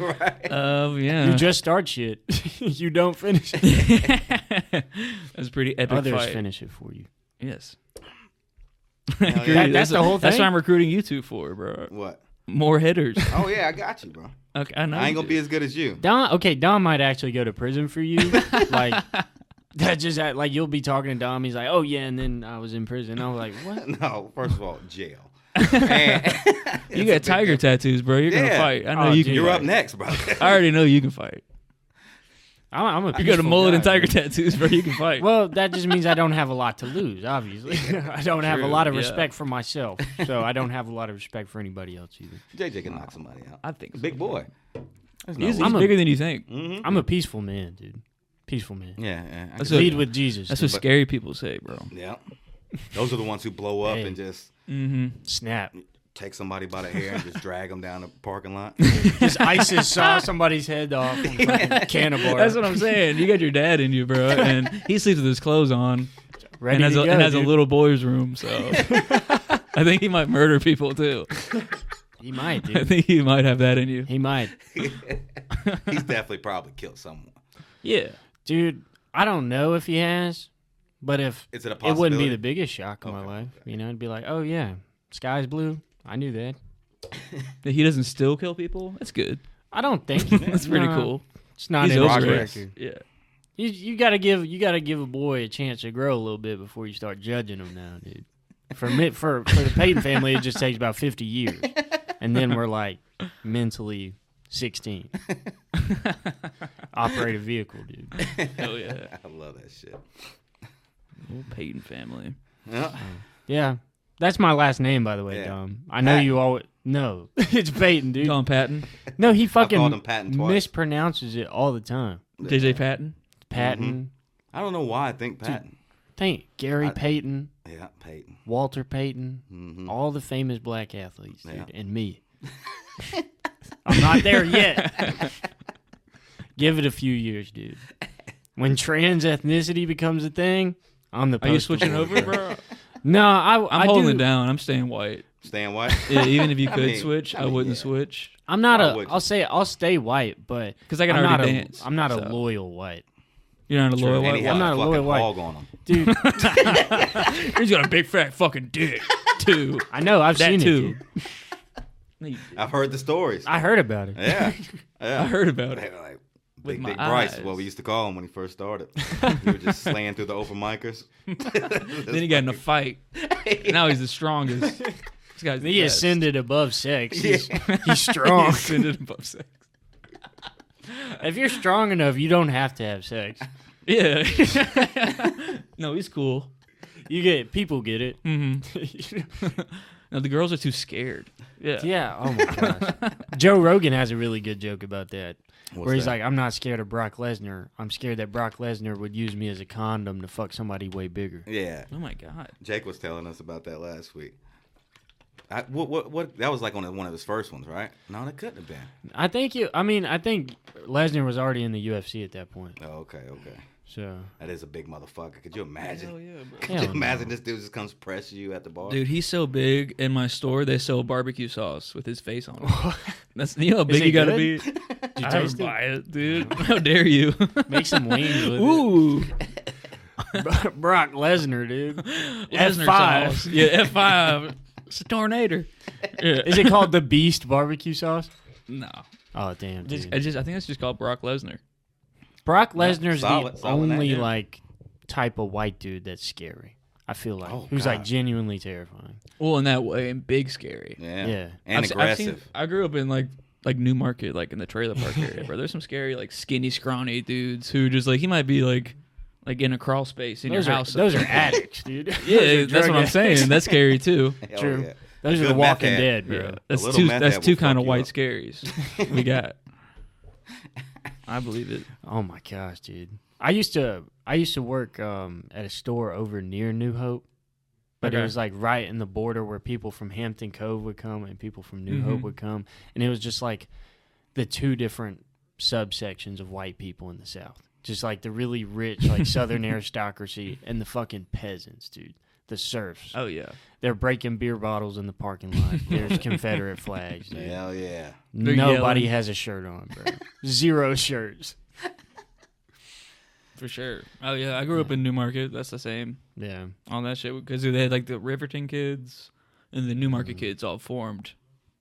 S2: Oh yeah. *laughs*
S1: You just start shit. *laughs* you don't finish it.
S2: that's a pretty
S1: *laughs*
S2: epic
S1: Others
S2: fight.
S1: finish it for you.
S2: Yes. *laughs*
S1: That- that's the whole
S2: That's
S1: thing?
S2: what I'm recruiting you to for, bro.
S3: What?
S2: More
S3: *laughs*
S2: hitters.
S3: Oh yeah, I got you, bro.
S2: Okay, I know.
S3: I ain't
S2: you
S3: gonna
S2: do. *laughs*
S3: be as good as you. *laughs*
S1: Don, okay, Don might actually go to prison for you. like that just act- like you'll be talking to Dom. He's like, oh yeah, and then I was in prison. I was like, what?
S3: No, first of all,
S2: *laughs*
S3: jail. And-
S2: You got tiger tattoos, bro. You're gonna
S3: Yeah.
S2: fight. I know
S1: Oh,
S2: you can.
S1: dude.
S3: *laughs* You're
S2: fight.
S3: up next,
S2: *laughs*
S3: bro.
S2: I already know you
S3: *laughs*
S2: can fight.
S1: I'm, I'm a
S2: You got a
S1: peaceful
S2: mullet and
S1: guy,
S2: tiger
S1: man.
S2: tattoos, bro. You can fight.
S1: Well, that just means I don't have a lot to lose. Obviously, *laughs* I don't have a
S2: True,
S1: lot of
S2: yeah.
S1: respect for myself, so I don't have a lot of respect for anybody else either.
S2: *laughs*
S3: JJ can knock somebody out.
S2: I think so.
S3: Big boy.
S2: he's,
S1: I'm
S2: he's
S1: a-
S2: bigger than you think.
S3: Mm-hmm.
S1: I'm a peaceful man, dude. Peaceful man.
S3: Yeah, yeah. I
S2: That's
S3: can-
S2: what,
S1: Lead with Jesus.
S2: that's what
S3: but-
S2: scary people say, bro.
S3: *laughs* yeah. Those are the ones who blow up
S1: Hey.
S3: and just
S1: Snap.
S3: take somebody by the hair and just drag them down the parking
S2: *laughs*
S3: lot.
S1: Just ISIS saw somebody's head off. on fucking Cannibal.
S2: That's what I'm saying. You got your dad in you,
S3: *laughs*
S2: bro, and he sleeps with his clothes on,
S1: Ready
S2: and has,
S1: to
S2: a,
S1: go,
S2: and has a
S1: dude.
S2: little boy's
S3: *laughs*
S2: room. So I think he might murder people too.
S1: He might,
S2: I
S1: dude.
S2: think you might have that in you.
S1: He might,
S3: He's definitely probably killed someone.
S2: Yeah.
S1: dude. I don't know if he has, but if
S3: Is it a
S1: it wouldn't
S3: possibility?
S1: be the biggest shock of my life, you know, it'd be like, oh yeah, sky's blue. I knew that.
S2: that he doesn't still kill people. That's good.
S1: I don't
S2: *laughs*
S1: think he-
S2: That's pretty
S1: no,
S2: cool.
S1: It's not
S2: He's
S1: in his
S2: over it.
S1: character.
S2: Yeah.
S1: You, you gotta give you gotta give a boy a chance to grow a little bit before you start judging him now, dude. For me, for for the Payton family, it just takes about fifty years, and then we're like mentally sixteen. Operate a vehicle, dude.
S2: Hell *laughs* yeah.
S3: *laughs* I love that shit.
S2: Old Peyton family.
S3: Yeah.
S1: Yeah, that's my last name, by the way,
S3: Yeah.
S1: Dom. I know
S3: Pat.
S1: you all. No, *laughs* it's Peyton, dude.
S2: Colin Patton.
S1: No, he
S3: called
S1: fucking
S3: him Patton twice.
S1: mispronounces it all the time.
S2: JJ Patton.
S1: Patton,
S3: Mm-hmm. I don't know why I think Patton.
S1: think Gary Payton,
S3: Yeah, Peyton.
S1: Walter Payton, all the famous black athletes, dude,
S3: Mm-hmm. Yeah.
S1: and
S2: *laughs*
S1: me. I'm not there yet. *laughs* Give it a few years, dude. When trans ethnicity becomes a thing, I'm the.
S2: Are you
S1: poster
S2: switching
S1: boy,
S2: over, *laughs* bro?
S1: *laughs* No, I,
S2: I'm
S1: I
S2: holding
S1: do-
S2: it down. I'm staying *laughs* white.
S3: Stan White.
S2: Yeah, even if you
S3: I
S2: could
S3: mean-
S2: switch, I,
S3: I mean,
S2: wouldn't
S3: yeah.
S2: switch.
S1: I'm not
S3: Why
S1: a.
S3: would you?
S1: I'll say I'll stay white, but
S2: 'Cause I can
S1: I'm not
S2: already
S1: a-
S2: dance,
S1: I'm not a
S2: so.
S1: loyal white,
S2: You're not a loyal
S3: And
S2: white.
S3: he
S1: I'm not
S3: had
S2: white.
S3: a
S1: a
S3: fucking
S1: loyal white.
S3: hog on him.
S1: dude.
S2: He's got a big fat fucking *laughs* dick too.
S1: I know. I've
S2: *laughs* That
S1: seen
S2: too.
S1: *laughs* it. dude.
S2: No, you didn't.
S3: I've heard the stories.
S1: I heard about it.
S2: *laughs*
S3: yeah. yeah.
S2: I heard about
S3: They
S2: it.
S3: were like,
S2: With
S3: Big
S2: my
S3: Dick Bryce is
S2: eyes.
S3: what we used to call him when he first
S2: *laughs*
S3: started. he would just slam through the open micers.
S2: Then he got in a fight. *laughs* Now he's the strongest. This guy's the
S1: He
S2: best. *laughs*
S1: ascended above sex. He's, he's strong. *laughs*
S2: Ascended above sex.
S1: if you're strong enough, you don't have to have sex.
S2: Yeah. *laughs* no, he's cool.
S1: You get people get it.
S2: No, the girls are too scared. Yeah.
S1: *laughs* Yeah. Oh my gosh. Joe Rogan has a really good joke about that, where he's
S3: that?
S1: like, "I'm not scared of Brock Lesnar. I'm scared that Brock Lesnar would use me as a condom to fuck somebody way bigger."
S3: Yeah.
S2: Oh my god.
S3: Jake was telling us about that last week. I, what, what, what, that was like on one of his first ones, right? No, that couldn't have been.
S1: I think you. I mean, I think Lesnar was already in the UFC at that point.
S3: Oh, okay, okay.
S1: So
S3: That is a big motherfucker. Could you imagine?
S2: Hell yeah, bro.
S1: Hell
S3: Could
S1: no.
S3: you imagine this dude just comes press you at the bar?
S2: Dude, he's so big. In my store, they sell barbecue sauce with his face on it. That's you know how
S1: Is
S2: big
S1: it
S2: you gotta
S1: good?
S2: be.
S1: *laughs* Did you
S2: I would
S1: taste it?
S2: buy
S1: *laughs*
S2: it, dude. How dare you?
S1: Make some wings with
S2: Ooh,
S1: it. *laughs* Brock Lesnar, dude.
S2: *laughs*
S1: F5.
S2: Lesnar sauce. Yeah,
S1: *laughs*
S2: F five. It's a tornado. Yeah.
S1: Is it called the Beast barbecue sauce?
S2: No,
S1: Oh damn,
S2: just,
S1: dude.
S2: I just I think it's just called Brock Lesnar.
S1: Brock Lesnar's
S3: solid-
S1: the
S3: solid
S1: only
S3: idea.
S1: like type of white dude that's scary. I feel like
S3: Oh,
S1: who's like
S3: God.
S1: genuinely terrifying.
S2: Well, in that way, and big scary.
S3: Yeah.
S1: Yeah.
S3: And
S2: I've se- I've seen-
S3: aggressive.
S2: I grew up in like like New Market, like in the trailer park area, where there's some scary, like skinny, scrawny dudes who just like he might be like like in a crawl space in
S1: Those
S2: your
S1: are
S2: house. *laughs*
S1: those are addicts, dude.
S2: yeah, that's what I'm saying. That's
S1: *laughs*
S2: scary too.
S3: Hell
S1: True.
S3: yeah.
S1: Those
S3: A
S1: are the
S3: good meth
S1: Walking
S3: head.
S1: Dead, bro.
S2: Yeah, that's
S3: little
S2: two.
S3: meth
S2: That's
S3: head
S2: two
S3: will
S2: kind
S3: fuck
S2: of
S3: you up.
S2: white scaries
S3: *laughs*
S2: we got. I believe it.
S1: Oh my gosh, dude. I used to I used to work um, at a store over near New Hope. But it
S2: Okay.
S1: was like right in the border where people from Hampton Cove would come and people from New
S2: Mm-hmm.
S1: Hope would come. And it was just like the two different subsections of white people in the South. Just like the really rich,
S2: *laughs*
S1: like Southern aristocracy and the fucking peasants, dude. The serfs.
S2: Oh yeah,
S1: They're breaking beer bottles in the parking
S2: *laughs*
S1: lot. There's Confederate flags. dude.
S3: Hell yeah.
S2: They're
S1: Nobody
S2: yelling.
S1: has a shirt on, bro. Zero shirts.
S2: for sure. Oh yeah, I grew up in New Market. That's the same.
S1: Yeah.
S2: All that shit because they had like the Riverton kids and the New
S3: Mm-hmm.
S2: Market kids all formed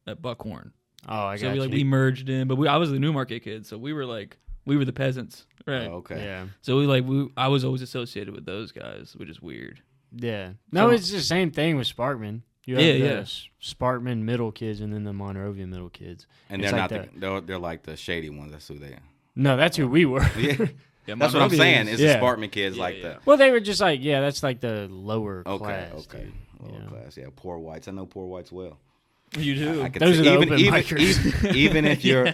S2: at Buckhorn.
S1: Oh, I got
S2: So we like
S1: you.
S2: we merged in, but we I was the new market kid, so we were like we were the peasants, right?
S3: Oh, okay.
S1: yeah.
S2: So we like we I was always associated with those guys, which is weird.
S1: Yeah. No,
S2: Come
S1: it's the same thing with Sparkman. You have
S2: Yeah,
S1: the
S2: yeah.
S1: S- Sparkman middle kids and then the Monrovia middle kids.
S3: And
S1: It's
S3: they're
S1: like
S3: not
S1: that.
S3: the, they're, they're like the shady ones. That's who they are.
S1: No, that's who we were.
S3: Yeah.
S2: Yeah,
S3: That's what I'm saying. It's
S1: Yeah.
S3: the Spartan kids like the
S1: *laughs* well, they were just like, yeah, that's like the lower
S3: Okay,
S1: class.
S3: okay.
S1: dude.
S3: Lower
S1: Yeah.
S3: class. Yeah, poor whites. I know poor whites well.
S2: *laughs* You do.
S3: I could
S1: Those
S3: see-
S1: are the
S3: even,
S1: open
S3: even,
S1: micers.
S3: even- even
S2: *laughs*
S3: if you're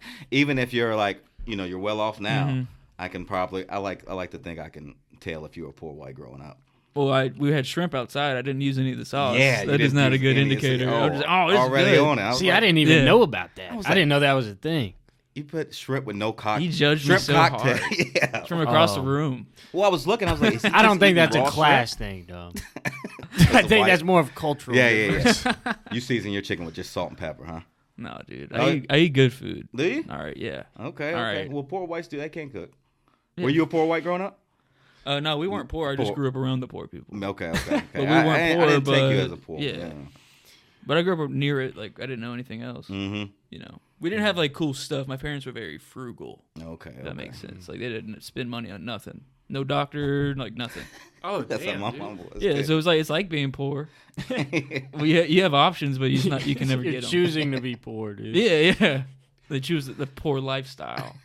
S3: *laughs* even if you're like, you know, you're well off now,
S2: Mm-hmm.
S3: I can probably I like I like to think I can tell if you were poor white growing up.
S2: well, I we had shrimp outside. I didn't use any of the sauce.
S3: Yeah, you
S2: Oh, that is
S3: didn't
S2: not a
S3: use
S2: good
S3: any of the-
S2: indicator.
S3: oh,
S2: I was just, oh, it's
S3: already
S2: good.
S3: on it. I was
S1: See,
S3: like,
S1: I didn't even
S2: Yeah.
S1: know about that. I,
S3: was like-
S1: didn't know that was a
S3: *laughs*
S1: thing.
S3: You put shrimp with no cocktail.
S2: He judged me
S3: shrimp
S2: so
S3: cocktail.
S2: hard.
S3: *laughs* yeah.
S2: It's From across
S3: Um,
S1: Oh.
S2: the room.
S3: Well, I was looking. I was like, is he
S1: I don't
S3: just
S1: think
S3: eating
S1: that's
S3: raw
S1: a
S3: shrimp?
S1: class thing,
S3: *laughs*
S1: dog. I think
S3: white-
S1: that's more of cultural.
S3: Yeah, *laughs* yeah,
S1: difference.
S2: *laughs*
S3: yeah. you season your chicken with just salt and pepper, huh?
S2: No, dude.
S3: Oh,
S2: I eat, I eat good food.
S3: Do you?
S2: All right, yeah.
S3: Okay. okay.
S2: All right.
S3: Well, poor whites do. They can't cook. Were you a poor white growing up?
S2: Uh, no, we weren't poor. I just
S3: Poor.
S2: grew up around the poor people.
S3: Okay, okay. okay.
S2: we
S3: I,
S2: weren't
S3: I,
S2: poor,
S3: I didn't take you
S2: but-
S3: as a poor.
S2: yeah. But I grew up near it. Like I didn't know anything else.
S3: Mm-hmm.
S2: You know, we didn't have like cool stuff. My parents were very frugal.
S3: Okay.
S2: That
S3: okay. Mm-hmm.
S2: makes sense. Like they didn't spend money on nothing. No doctor, like nothing.
S1: Oh,
S3: *laughs* That's
S1: damn,
S3: what
S1: dude.
S3: my mom was.
S2: yeah, so it's like it's like being poor.
S3: *laughs*
S2: well, you, you have options, but you just not you can never
S1: You're
S2: get them.
S1: choosing
S2: *laughs*
S1: to be poor, dude.
S2: Yeah, yeah. They choose the poor lifestyle.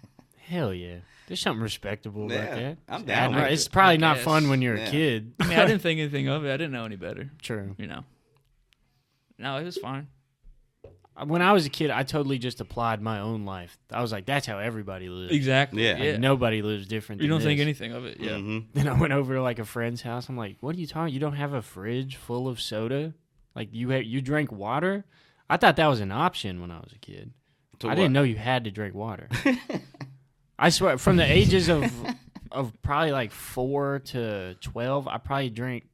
S1: Hell yeah. There's something respectable
S3: Yeah,
S1: about that.
S3: I'm
S1: I
S3: down
S1: know,
S3: with
S1: It's
S3: it,
S1: probably
S2: I
S1: not fun
S2: guess.
S1: when you're a
S3: Yeah.
S1: kid. *laughs*
S2: I mean, I didn't think anything of it. I didn't know any better.
S1: True.
S2: You know. No, it was fine.
S1: When I was a kid, I totally just applied my own life. I was like, that's how everybody lives.
S2: Exactly.
S3: Yeah.
S1: Like, Nobody lives different.
S2: You
S1: than
S2: don't think
S1: this.
S2: anything of it. Yeah.
S3: hmm
S1: *laughs* Then I went over to like a friend's house. I'm like, what are you talking? You don't have a fridge full of soda? Like you ha- you drink water? I thought that was an option when I was a kid. I didn't know you had to drink water. I swear, from the ages
S2: *laughs*
S1: of of probably like four to twelve, I probably drank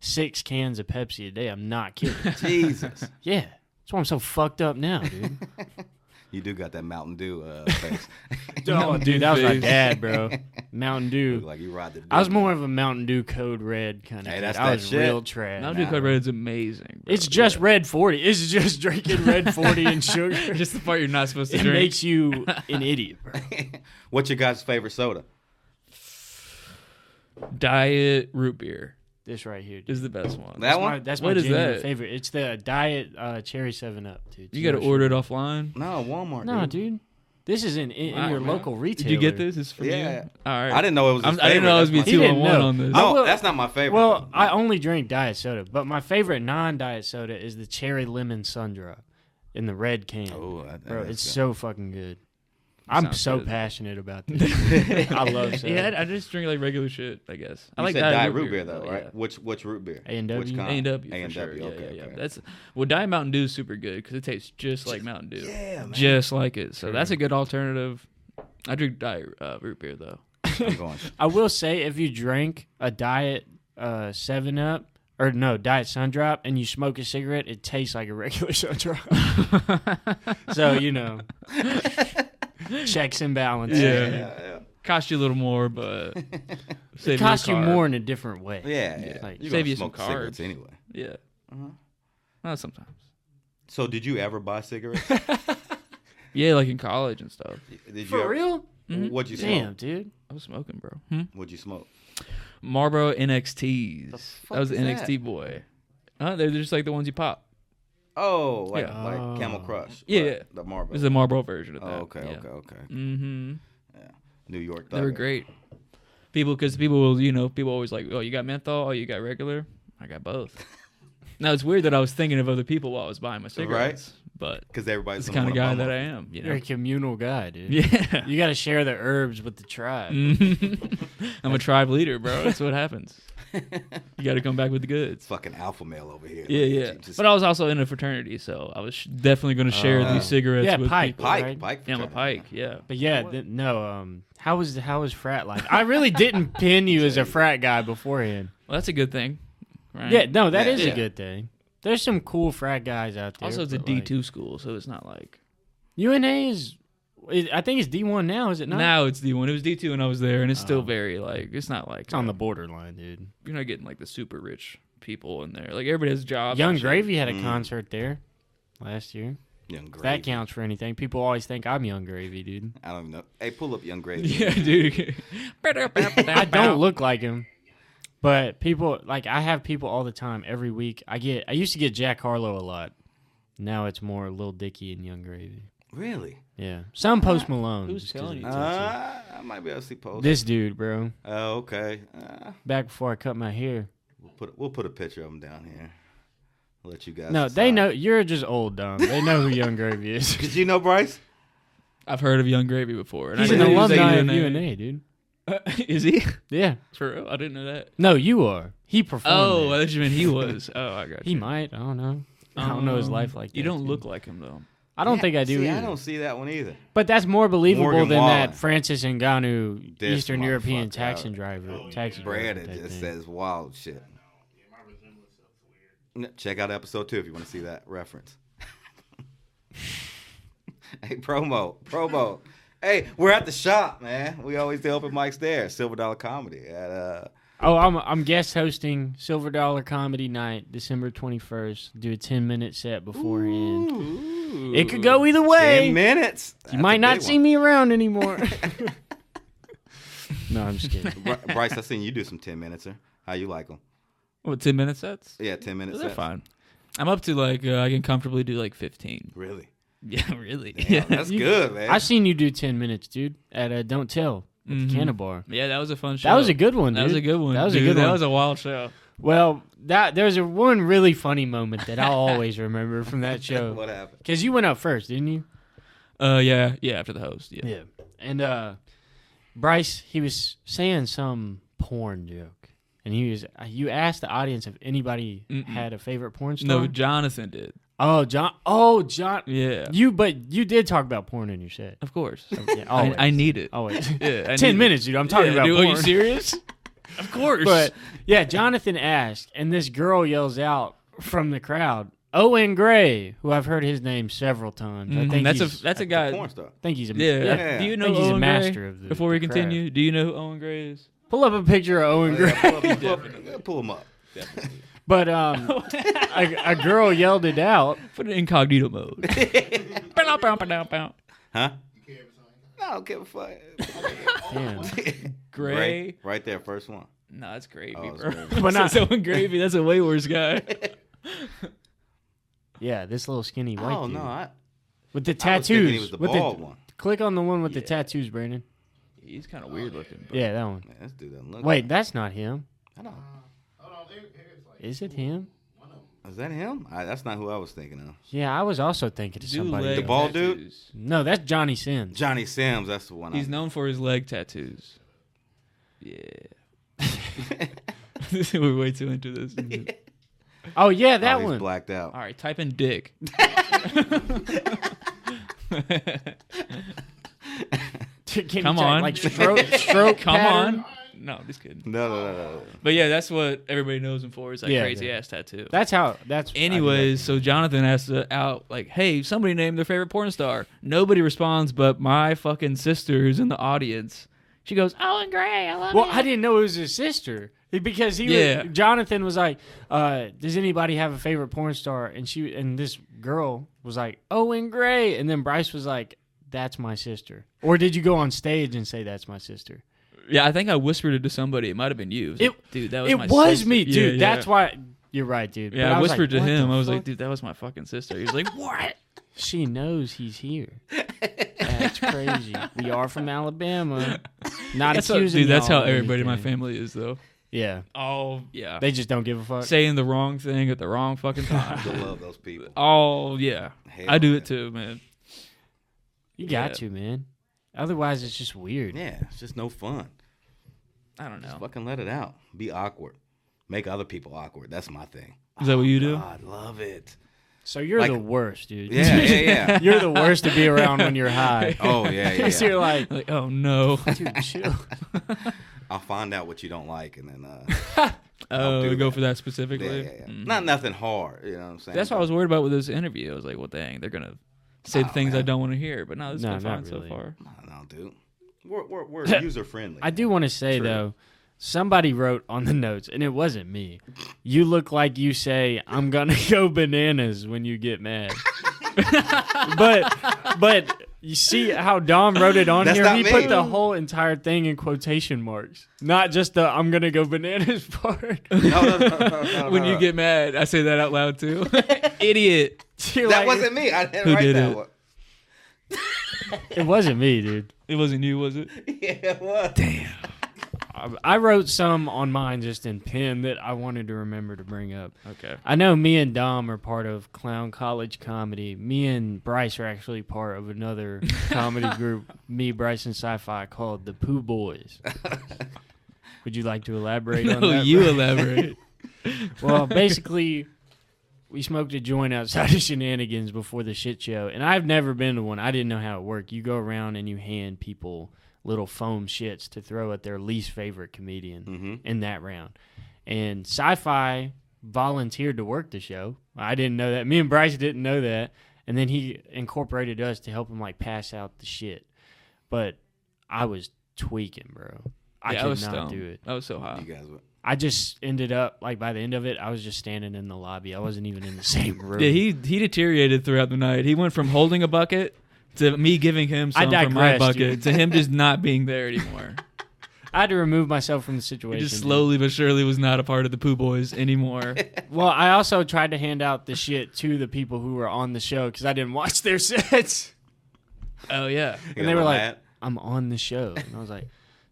S1: six cans of Pepsi a day. I'm not
S2: *laughs*
S1: kidding.
S3: Jesus.
S1: yeah, that's why I'm so fucked up now, dude.
S3: You do got that Mountain Dew uh, face.
S1: Oh, dude, that was my dad,
S2: *laughs*
S1: bro. Mountain
S3: Look
S1: Dew.
S3: like you ride the.
S1: I was
S3: dick.
S1: more of a Mountain Dew Code Red kind of.
S3: Hey,
S1: kid.
S3: that's
S1: I
S3: that
S1: was
S3: shit.
S1: real trash.
S2: Mountain Dew Code Red is amazing. bro. *laughs*
S1: It's just
S2: Yeah.
S1: Red Forty. It's *laughs* just drinking Red Forty and sugar.
S2: *laughs* just the part you're not supposed to
S1: it
S2: drink.
S1: makes you
S2: *laughs*
S1: an idiot, bro.
S3: What's your guys' favorite soda?
S2: Diet root beer
S1: This right here, dude.
S2: is the best one.
S3: That
S1: My-
S3: one?
S1: that's my
S2: What is
S1: genuine
S2: that?
S1: favorite. It's the diet uh, cherry seven up, dude.
S2: you got to
S1: Zero
S2: order it offline.
S3: No, Walmart.
S1: sugar. No, dude. This is in, in, in
S2: Wow,
S1: your
S2: man.
S1: local
S2: Did
S1: retailer.
S2: you get this? It's for
S3: Yeah.
S2: you. All right.
S3: I didn't know it was.
S2: I'm,
S3: His
S2: I did not know it was
S3: favorite.
S2: be
S3: That's my-
S2: two on
S1: didn't
S2: one
S1: know.
S2: on this.
S1: I
S3: No,
S1: will-
S3: that's not my favorite.
S1: Well, I only drink diet soda, but my favorite non-diet soda is the cherry lemon sundrop in the red can.
S3: Oh, I-
S1: bro,
S3: that's
S1: it's
S3: good.
S1: so fucking good. I'm
S2: sounds
S1: so
S2: good.
S1: passionate about this. I *laughs* love soda.
S2: Yeah, I, I just drink like regular shit, I guess. I
S3: You
S2: like
S3: said
S2: diet,
S3: root beer, though, right?
S2: Yeah.
S3: Which which root beer?
S1: A&W.
S3: Which
S2: A and
S3: kind?
S2: W, for
S3: A&W,
S2: sure. Yeah,
S3: okay,
S2: yeah, yeah.
S3: okay.
S2: That's well, Diet Mountain Dew is super good because it tastes just like Mountain Dew, just like it. So that's a good alternative. I drink diet uh, root beer though.
S3: I'm going.
S1: I will say if you drink a diet uh, Seven Up or no diet Sundrop and you smoke a cigarette, it tastes like a regular *laughs* Sundrop. so you know, checks and balances.
S2: Yeah.
S3: Yeah,
S2: Cost you a little
S3: *laughs*
S2: more, but save
S1: It
S2: your
S1: costs you
S2: carb.
S1: more in a different way.
S3: yeah, yeah. yeah.
S1: Like,
S3: You're
S2: save
S3: gonna
S2: you some
S3: smoke cigarettes
S2: carbs.
S3: anyway.
S2: Yeah.
S3: Uh-huh.
S2: Not sometimes.
S3: So, did you ever buy cigarettes?
S2: Yeah, like in college and stuff.
S3: Did you
S1: For
S3: ever-
S1: real?
S3: What'd you
S1: Damn,
S3: smoke?
S1: dude.
S2: I was smoking, bro. Hmm?
S3: What'd you smoke?
S2: Marlboro NXTs.
S3: fuck
S2: I was an
S3: is that?
S2: NXT boy. Uh, they're just like the ones you pop.
S3: Oh, like
S2: Yeah.
S3: like Camel Crush.
S2: Yeah,
S3: right,
S2: yeah.
S3: the Marlboro.
S2: This is the Marlboro version of
S3: oh,
S2: that.
S3: okay,
S2: yeah.
S3: okay, okay.
S2: Mm-hmm.
S3: New York.
S2: They were
S3: Thugger.
S2: great. People, because people will, you know, people always like, oh, you got menthol, oh, you got regular. I
S3: *laughs*
S2: got both. now it's weird that I was thinking of other people while I was buying my cigarettes, but
S3: Because everybody's
S2: it's the kind of guy that I
S3: I.
S2: am, you
S1: You're
S2: know.
S1: a communal guy, dude.
S2: *laughs* Yeah, Mm.
S1: You got to share the herbs with the tribe.
S2: *laughs* I'm a tribe leader, bro. That's what happens. You got to come back with the goods.
S3: Fucking alpha male over here.
S2: Yeah,
S3: Like,
S2: yeah.
S3: you just-
S2: But I was also in a fraternity, so I was sh- definitely going to share
S1: Oh.
S2: these cigarettes.
S1: yeah,
S2: with
S1: Pike.
S2: people.
S3: Pike,
S1: Right.
S3: Pike.
S2: Yeah, I'm a
S3: fraternity.
S2: pike. Yeah.
S1: But yeah, th- no. Um, how was how was frat life? I really didn't pin you as a frat guy beforehand.
S2: Well, that's a good thing. Right?
S1: Yeah, no, that
S3: Yeah,
S1: is
S3: yeah.
S1: a good thing. There's some cool frat guys out there.
S2: Also, it's a
S1: but, like,
S2: D two school, so it's not like
S1: UNA is, it, I think it's D one now. Is it not?
S2: now it's D one. It was D two when I was there, and it's still very like it's not like
S1: It's on the borderline, dude.
S2: you're not getting like the super rich people in there. Like everybody has jobs.
S1: Young
S2: and shit.
S1: Gravy had a concert there last year.
S3: Young
S1: If
S3: Gravy.
S1: That counts for anything. People always think I'm Young Gravy, dude.
S3: I don't even know. Hey, pull up Young Gravy.
S2: *laughs* *laughs* Yeah, dude.
S1: I don't look like him. But people like I have people all the time every week. I get I used to get Jack Harlow a lot. Now it's more Lil Dicky and Young Gravy.
S3: Really?
S1: Yeah. Some Post Malone.
S2: Uh, who's
S1: just 'cause
S2: telling
S1: of
S2: you?
S1: the tattoo.
S3: Uh, I might be able to see post.
S1: This dude, bro.
S3: oh, okay. Uh,
S1: Back before I cut my hair.
S3: we'll put we'll put a picture of him down here. Let you guys.
S1: No, they
S3: decide. *laughs*
S1: know you're just old, dumb. They know who Young Gravy is.
S3: Did you know Bryce?
S2: I've heard of Young Gravy before. And
S1: He's
S2: I
S1: an
S2: didn't know he was
S1: alumni
S2: at
S1: of UNA, dude.
S2: *laughs* Is he?
S1: Yeah.
S2: For real? I didn't know that.
S1: No, you are. He performed.
S2: Oh,
S1: there.
S2: I thought you meant
S1: *laughs*
S2: he was. Oh, I got
S1: he
S2: you.
S1: might. I don't know. I don't know his
S2: Um,
S1: life like that.
S2: You don't
S1: dude.
S2: look like him though.
S1: I don't think I do
S3: See,
S1: either.
S3: I don't see that one either.
S1: But that's more believable
S3: Morgan
S1: than
S3: Wallen.
S1: that Francis Ngannou
S3: This
S1: Eastern European
S3: motherfucker. Oh,
S1: taxi driver. taxi driver.
S3: Brandon
S1: type
S3: just
S1: thing.
S3: says wild shit. N- Check out episode two if you want to see that reference. *laughs* hey, promo, promo. hey, we're at the shop, man. We always do open mics there, Silver Dollar Comedy. At uh,
S1: "Oh, I'm I'm guest hosting Silver Dollar Comedy Night, December 21st. Do a 10 minute set beforehand. It could go either way.
S3: ten minutes.
S1: you might not see me around
S3: *laughs*
S1: anymore." *laughs* no, I'm just kidding.
S3: Bryce, I seen you do some ten minutes. Sir. How you like them?
S2: What ten minute sets?
S3: Yeah, ten minutes.
S2: Those are fine. I'm up to like uh, I can comfortably do
S1: *laughs*
S2: like 15.
S3: Really?
S2: Yeah, really.
S3: Yeah,
S2: *laughs* yeah.
S3: that's good,
S1: *laughs*
S3: man.
S1: I've seen you do 10 minutes, dude, at uh, Don't Tell at the Canna Bar.
S2: Yeah, that was a fun show.
S1: That was a good one.
S2: Mm-hmm. That was a
S1: dude.
S2: good one.
S1: That was a
S2: dude.
S1: good
S2: That
S1: one.
S2: was a wild show.
S1: Well, that there's a one really funny moment that I'll always remember from
S3: *laughs*
S1: that
S3: what
S1: show.
S3: happened?
S1: Cause you went up first, didn't you?
S2: Uh, yeah, yeah. After the host, yeah.
S1: And uh, Bryce, he was saying some porn joke, and he was. uh, You asked the audience if anybody had a favorite porn star.
S2: No, Jonathan did.
S1: oh, John. Oh, John.
S2: Yeah,
S1: You, but you did talk about porn in your
S2: *laughs*
S1: set. *laughs*
S2: of course.
S1: Yeah,
S2: I,
S1: always.
S2: I need it.
S1: always.
S2: *laughs* Yeah,
S1: *laughs*
S2: I need
S1: Ten
S2: it.
S1: minutes, dude. I'm talking
S2: Yeah,
S1: about
S2: dude,
S1: porn.
S2: Are you serious? of
S1: *laughs*
S2: course.
S1: But yeah, Jonathan asked, and this girl yells out from the crowd, Owen Gray, who I've heard his name several times. I think
S2: Mm-hmm. that's a
S1: he's,
S2: that's a
S3: The
S2: guy.
S1: *laughs*
S3: porn star.
S1: I think he's a
S2: Yeah.
S3: Yeah.
S2: Do you
S1: I
S2: know
S1: think he's a
S2: Owen
S1: master
S2: Gray?
S1: of the-
S2: Before we
S1: the craft.
S2: continue, do you know who Owen Gray is?
S1: Pull up a picture of Owen Gray.
S3: Yeah, pull, up, pull, up, yeah, pull 'em up.
S1: *laughs* But um, a, a girl yelled it out.
S2: Put it in incognito mode.
S1: *laughs*
S2: Bow, bow, bow, bow.
S3: Huh? I don't give a fuck.
S1: Damn.
S3: *laughs*
S2: Gray.
S3: Right, right there, first one.
S2: No, that's gravy,
S3: Oh, it's
S2: bro. *laughs*
S3: Gravy.
S1: But not-
S2: That's
S1: *laughs*
S2: Owen Gravy. That's a way worse guy.
S1: Yeah, this little skinny white
S3: Oh
S1: dude
S3: no, I,
S1: with the
S3: I was thinking
S1: tattoos.
S3: he was the
S1: with
S3: bald one.
S1: Click on the one with the tattoos, Brandon.
S2: He's kind of weird looking. But
S1: Yeah, that one.
S3: Man, this dude doesn't look.
S1: Wait, that's not him.
S3: I don't.
S1: Is it him?
S3: Is that him? I, that's not who I was thinking of.
S1: Yeah, I was also thinking of
S2: Do
S1: somebody.
S2: leg
S3: The
S1: else.
S3: bald dude?
S2: tattoos.
S1: No, that's Johnny Sins.
S3: Johnny Sims. That's the one.
S2: He's
S3: I,
S2: known for his leg tattoos. Yeah. *laughs* We're way too into this.
S1: *laughs* Oh yeah,
S3: Oh,
S1: that
S3: he's
S1: one.
S3: blacked out.
S2: All right, type in dick.
S1: *laughs* Can you
S2: Come
S1: type,
S2: on.
S1: like stroke, stroke.
S2: *laughs* Come
S1: pattern?
S2: on. No, just kidding.
S3: No, no, no, no.
S2: But yeah, that's what everybody knows him for. Is that
S1: Yeah,
S2: crazy
S1: yeah.
S2: ass tattoo.
S1: That's how. That's
S2: Anyways, so Jonathan asked uh, out like, "Hey, somebody name their favorite porn star." Nobody responds, but my fucking sister, who's in the audience, she goes, "Owen Gray, I love
S1: Well,
S2: you."
S1: I didn't know it was his sister because he
S2: Yeah.
S1: was, Jonathan was like, uh, "Does anybody have a favorite porn star?" And she and this girl was like, "Owen Gray," and then Bryce was like, that's my sister? Or did you go on stage and say that's my sister?
S2: Yeah, I think I whispered it to somebody. It might have been you. It was like, dude, that was
S1: it
S2: my
S1: was
S2: sister."
S1: me,
S2: Yeah,
S1: dude.
S2: yeah.
S1: That's why you're right, dude.
S2: Yeah,
S1: But
S2: I
S1: was
S2: whispered
S1: like,
S2: to
S1: what
S2: him.
S1: the
S2: I was like,
S1: fuck?
S2: dude, that was my fucking sister. He
S1: *laughs*
S2: was like, what?
S1: she knows he's here. That's
S2: *laughs*
S1: crazy. we are from Alabama. Not
S2: That's how,
S1: accusing
S2: dude, that's
S1: y'all
S2: how
S1: of
S2: everybody in my
S1: anything.
S2: family is, though.
S1: Yeah,
S2: Oh, yeah.
S1: they just don't give a fuck.
S2: Saying the wrong thing at the wrong fucking
S1: *laughs*
S2: time.
S3: I love those people.
S2: oh, yeah.
S3: Hell
S2: I do
S3: yeah.
S2: it too, man.
S1: you got
S2: yeah.
S1: to, man. Otherwise, it's just weird.
S3: Yeah, it's just no fun.
S2: I don't know.
S3: Fucking let it out. Be awkward. Make other people awkward. That's my thing.
S2: Is that what you do?
S3: God, love it.
S1: So you're
S3: Like-
S1: the worst, dude.
S3: Yeah, yeah, yeah.
S1: *laughs* you're
S3: *laughs*
S1: the worst to be around when you're high.
S3: Oh yeah, yeah.
S1: So you're like,
S2: Like, oh, *laughs* no.
S1: dude, chill.
S3: I'll find out what you don't like, and then uh,
S2: Oh,
S3: do
S2: to go
S3: that.
S2: for that
S3: yeah,
S2: specifically? Mm.
S3: yeah, yeah. not nothing hard. You Oh, know what I'm saying?
S2: That's what I was worried about with this interview. I was like, well, dang, they're going to say the things I don't want to hear. But no, this
S1: No,
S2: has been
S1: not
S2: fine so
S1: really.
S2: far.
S3: No, no, dude. We're we're, we're user friendly.
S1: I do want to say though, somebody wrote on the notes, and it wasn't me. You look like you say, "I'm gonna *laughs* go bananas" when you get mad. *laughs* but but you see how Dom wrote it on
S3: That's
S1: here.
S3: not
S1: He
S3: me.
S1: put the whole entire thing in quotation marks, not just the "I'm gonna go bananas" *laughs* part.
S3: No, no, no, no, no,
S2: *laughs* When
S3: no,
S2: you
S3: no.
S2: get mad, I say that out
S3: *laughs*
S2: loud too. Idiot.
S1: You're like,
S3: that wasn't me. I didn't
S2: Who
S3: write
S2: did
S3: that
S2: it?
S3: one.
S1: It wasn't me, dude.
S2: It wasn't you, was it?
S3: *laughs* Yeah, it was. Damn.
S1: I, I wrote some on mine just in pen that I wanted to remember to bring up.
S2: Okay.
S1: I know me and Dom are part of Clown College Comedy. Me and Bryce are actually part of
S2: *laughs*
S1: another comedy group, me, Bryce, and Sci Fi, called the Pooh
S2: *laughs*
S1: Boys. Would you like to elaborate on
S2: No,
S1: that?
S2: you elaborate. *laughs*
S1: Well, basically, we smoked a joint outside of Shenanigans before the shit show, and I've never been to one. I didn't know how it worked. You go around and you hand people little foam shits to throw at their least favorite comedian
S2: Mm-hmm.
S1: in that round. And Sci-Fi volunteered to work the show. I didn't know that. Me and Bryce didn't know that. And then he incorporated us to help him like pass out the shit. But I was tweaking, bro. *laughs* I
S2: Yeah,
S1: could
S2: was
S1: not
S2: stoned.
S1: do it.
S2: I was so high.
S3: You guys were.
S1: I just ended up like by the end of it, I was just standing in the lobby. I wasn't even in
S2: *laughs*
S1: the same room.
S2: Yeah, he he deteriorated throughout the night. He went from holding a bucket to me giving him
S1: I
S2: some from my
S1: digress,
S2: bucket
S1: dude.
S2: to him just not being
S1: *laughs*
S2: there anymore.
S1: I had to remove myself from the
S2: He
S1: situation.
S2: just slowly but surely was not a part of the Pooh Boys
S3: *laughs*
S2: anymore.
S1: dude. Well, I also tried to hand out the shit to the people who were on the show because I didn't watch their *laughs* sets,
S2: oh
S3: you
S2: yeah,
S1: and
S3: guys
S1: they were like,
S3: mad?
S1: "I'm on the show," and I was like,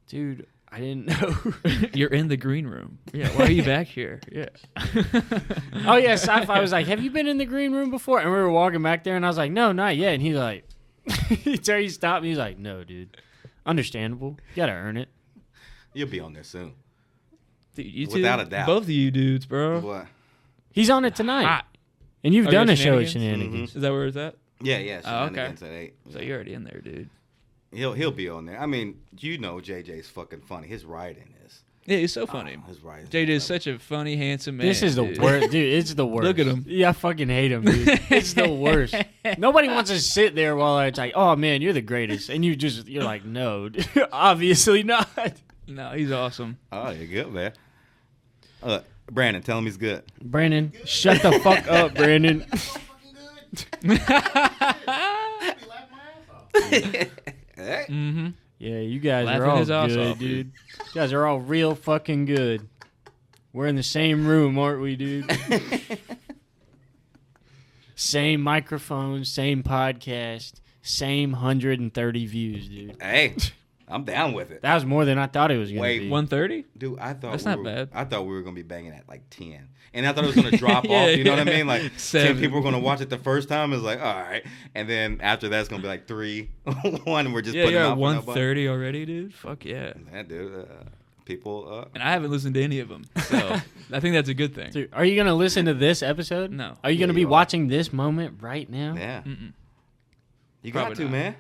S1: "Dude, I didn't *laughs* know."
S2: *laughs* you're in the green room. Yeah, why are you
S3: *laughs*
S2: back here? Yeah.
S1: oh yeah, sci-fi was like, "Have you been in the green room before?" And we were walking back there, and I was like, "No, not yet." And he's like, *laughs* he Terry stopped me. He's like, "No, dude, understandable. You gotta earn it."
S3: You'll be on there soon.
S2: Dude, you two,
S3: Without a doubt.
S2: both of you dudes, bro.
S3: What?
S1: He's on it tonight,
S2: Hot.
S1: and you've
S2: Oh,
S1: done
S2: yeah,
S1: a show at
S2: Shenanigans?
S1: Shenanigans.
S2: Is that where it's at?
S3: Yeah, yeah.
S2: Oh, okay.
S3: Shenanigans at eight.
S2: So you're already in there, dude.
S3: He'll he'll be on there. I mean, you know, JJ's fucking funny. His writing is.
S2: Yeah, he's so funny.
S3: Oh, His writing.
S2: JJ is such a funny, handsome Mm-hmm. man.
S1: This is the
S2: dude.
S1: worst, dude. It's the worst.
S2: Look at him.
S1: Yeah, I fucking hate him, dude. It's
S2: *laughs*
S1: the worst. Nobody wants to sit there while it's like, oh man, you're the greatest, and you just you're like, no, dude, *laughs* obviously not.
S2: *laughs* No, he's awesome.
S3: Oh, you're good, man. Uh, Brandon, tell him he's good.
S1: Brandon, shut the fuck
S2: *laughs*
S1: up, Brandon. *laughs*
S4: *laughs*
S3: Eh?
S2: Mm-hmm.
S1: Yeah, you guys
S2: Laughing
S1: are all
S2: his ass
S1: good,
S2: off,
S1: dude. You guys are all real fucking good. We're in the same room, aren't we, dude? same microphone, same podcast, same 130 views, dude.
S3: Hey, I'm down with it.
S1: That was more than I thought it was gonna
S3: Wait,
S1: be.
S2: One thirty.
S3: Dude, I thought
S2: That's
S3: we
S2: not
S3: were,
S2: bad.
S3: I thought we were gonna be banging at like ten, and I thought it was
S2: *laughs*
S3: gonna drop
S2: Yeah,
S3: off. You know what I
S2: yeah.
S3: mean? Like
S2: Seven.
S3: ten people were gonna watch it the first time. It's like all right, and then after that's gonna be like three, *laughs* one. We're just
S2: Yeah,
S3: putting
S2: you're
S3: out
S2: at
S3: for
S2: one
S3: nobody.
S2: thirty already, dude. Fuck yeah.
S3: Yeah, dude. Uh, people. Uh,
S2: And I haven't listened to any of them, *laughs* so I think that's a good thing.
S1: Dude, are you gonna listen to this episode?
S2: No.
S1: Are you gonna
S3: Yeah,
S1: be
S3: you are.
S1: watching this moment right now?
S3: yeah,
S2: Uh-huh. Mm-mm.
S3: you got
S2: Probably
S3: to
S2: not.
S3: man.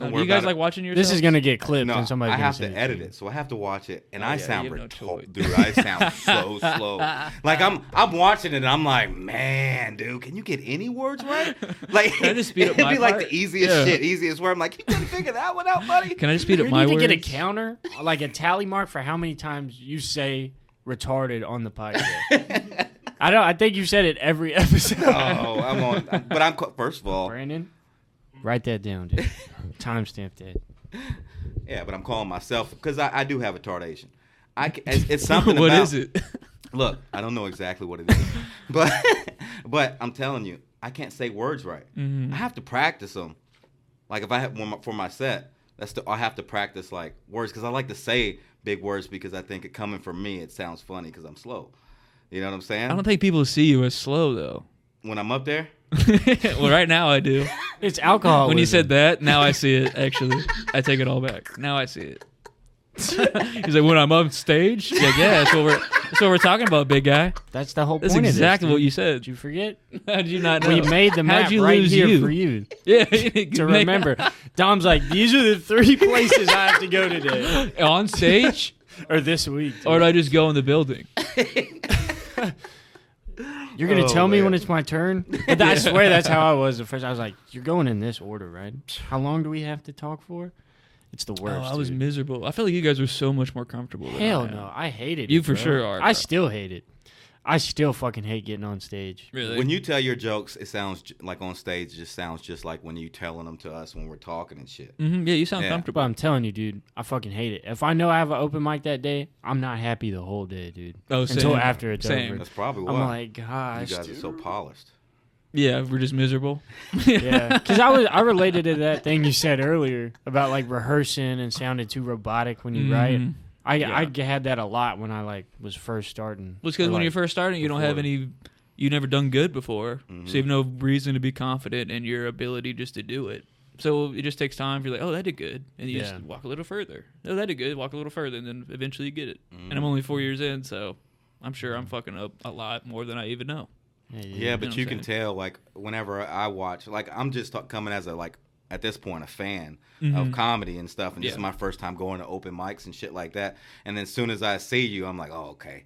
S2: No,
S3: Don't
S2: do
S3: worry
S2: you guys
S3: about it.
S2: like watching yourself?
S1: This is gonna get clipped
S3: No,
S1: and somebody's
S3: I
S1: gonna
S3: have
S1: send
S3: to
S1: it
S3: edit
S1: you.
S3: it, so I have to watch it, and
S2: Oh,
S3: I
S2: yeah,
S3: sound
S2: you have no
S3: retarded,
S2: choice.
S3: dude. I
S2: *laughs*
S3: sound so slow. Like I'm, I'm watching it, and I'm like, man, dude, can you get any words
S2: *laughs*
S3: right? Like,
S2: Can I just speed up
S3: *laughs* it'd
S2: my
S3: be like
S2: part?
S3: the easiest
S2: Yeah.
S3: shit, easiest word. I'm like, you couldn't figure that one out, buddy. *laughs*
S2: *laughs* Can I just speed up
S1: We
S2: my
S1: need
S2: words?
S1: to get a counter, like a tally mark for how many times you say retarded on the podcast. I don't. I think you said it every *laughs* episode.
S3: oh, I'm on. I'm- But I'm co- first of all,
S1: Brandon, Write that down, dude. Timestamp that.
S3: Yeah, but I'm calling myself because I, I do have a tardation. I c- it's,
S2: *laughs*
S3: it's something.
S2: What
S3: about,
S2: is it?
S3: Look, I don't know exactly what it is, *laughs* but but I'm telling you, I can't say words right.
S2: Mm-hmm.
S3: I have to practice them. Like if I have one for my set, that's the I have to practice like words because I like to say big words because I think it coming from me it sounds funny because I'm slow. You know what I'm saying?
S2: I don't think people see you as slow though.
S3: when I'm up there,
S2: *laughs* well, right now I *laughs* do.
S1: It's alcohol.
S2: When you said that, now I see
S1: *laughs*
S2: it. Actually, I take it all back. Now I see it. He's like, when I'm on stage, yeah, yeah, that's what we're that's what we're talking about, big guy.
S1: that's the whole
S2: That's
S1: point.
S2: exactly
S1: of
S2: what
S1: this,
S2: you said.
S1: dude. Did you forget?
S2: *laughs* How did you not know?
S1: We made the map
S2: How'd you
S1: right
S2: lose
S1: here
S2: you?
S1: for you
S2: *laughs* Yeah,
S1: to remember. Dom's like, these are the three places I have to go today
S2: *laughs* on stage,
S1: or this week. dude.
S2: or do I just go in
S1: *laughs*
S2: the building?
S1: You're gonna
S3: Oh,
S1: tell me
S3: man.
S1: when it's my
S2: *laughs*
S1: turn. But I swear that's how I was at first. I was like, "You're going in this order,
S2: *sighs*
S1: right? How long do we have to talk for?" It's the
S2: Oh,
S1: worst.
S2: I was
S1: dude.
S2: miserable. I feel like you guys were so much more comfortable. Than I
S1: Hell
S2: am.
S1: no, I hated it.
S2: You for
S1: bro.
S2: sure are,
S1: I
S2: bro.
S1: still hate it. I still fucking hate getting on stage.
S2: Really?
S3: when you tell your jokes, it sounds j- like on stage just sounds just like when you telling them to us when we're talking and shit.
S2: hmm yeah, you sound
S3: Yeah.
S1: But
S2: comfortable.
S1: I'm telling you, dude, I fucking hate it. If I know I have an open mic that day, I'm not happy the whole day, dude.
S2: Oh,
S1: Until
S2: same.
S1: after it's
S2: Same.
S1: over.
S3: That's probably why
S1: I'm like,
S3: you
S1: gosh,
S3: guys are so polished.
S2: Yeah, we're just miserable.
S1: *laughs* Yeah, because I was I related to that thing you said earlier about like rehearsing and sounded too robotic when you write.
S2: Mhm.
S1: I I
S2: Yeah.
S1: g- had that a lot when I like was first starting.
S2: Well, it's because
S1: Or,
S2: when
S1: like,
S2: you're first starting, you don't have
S1: before. Mm-hmm.
S2: any, you never done good before, so you have no reason to be confident in your ability just to do it. So it just takes time. You're like, oh, that did good, and you
S1: Yeah.
S2: just walk a little further. Oh, that did good. Walk a little further, and then eventually you get it. And I'm only
S1: Mm-hmm.
S2: four years in, so I'm sure I'm fucking up a lot more than I even know.
S3: Yeah, but
S2: what
S3: you
S2: I'm
S3: can tell like whenever I watch, like I'm just t- coming as a like at this point a fan of comedy and stuff, and this is
S2: Yeah.
S3: my first time going to open mics and shit like that. And then as soon as I see you, I'm like, oh okay.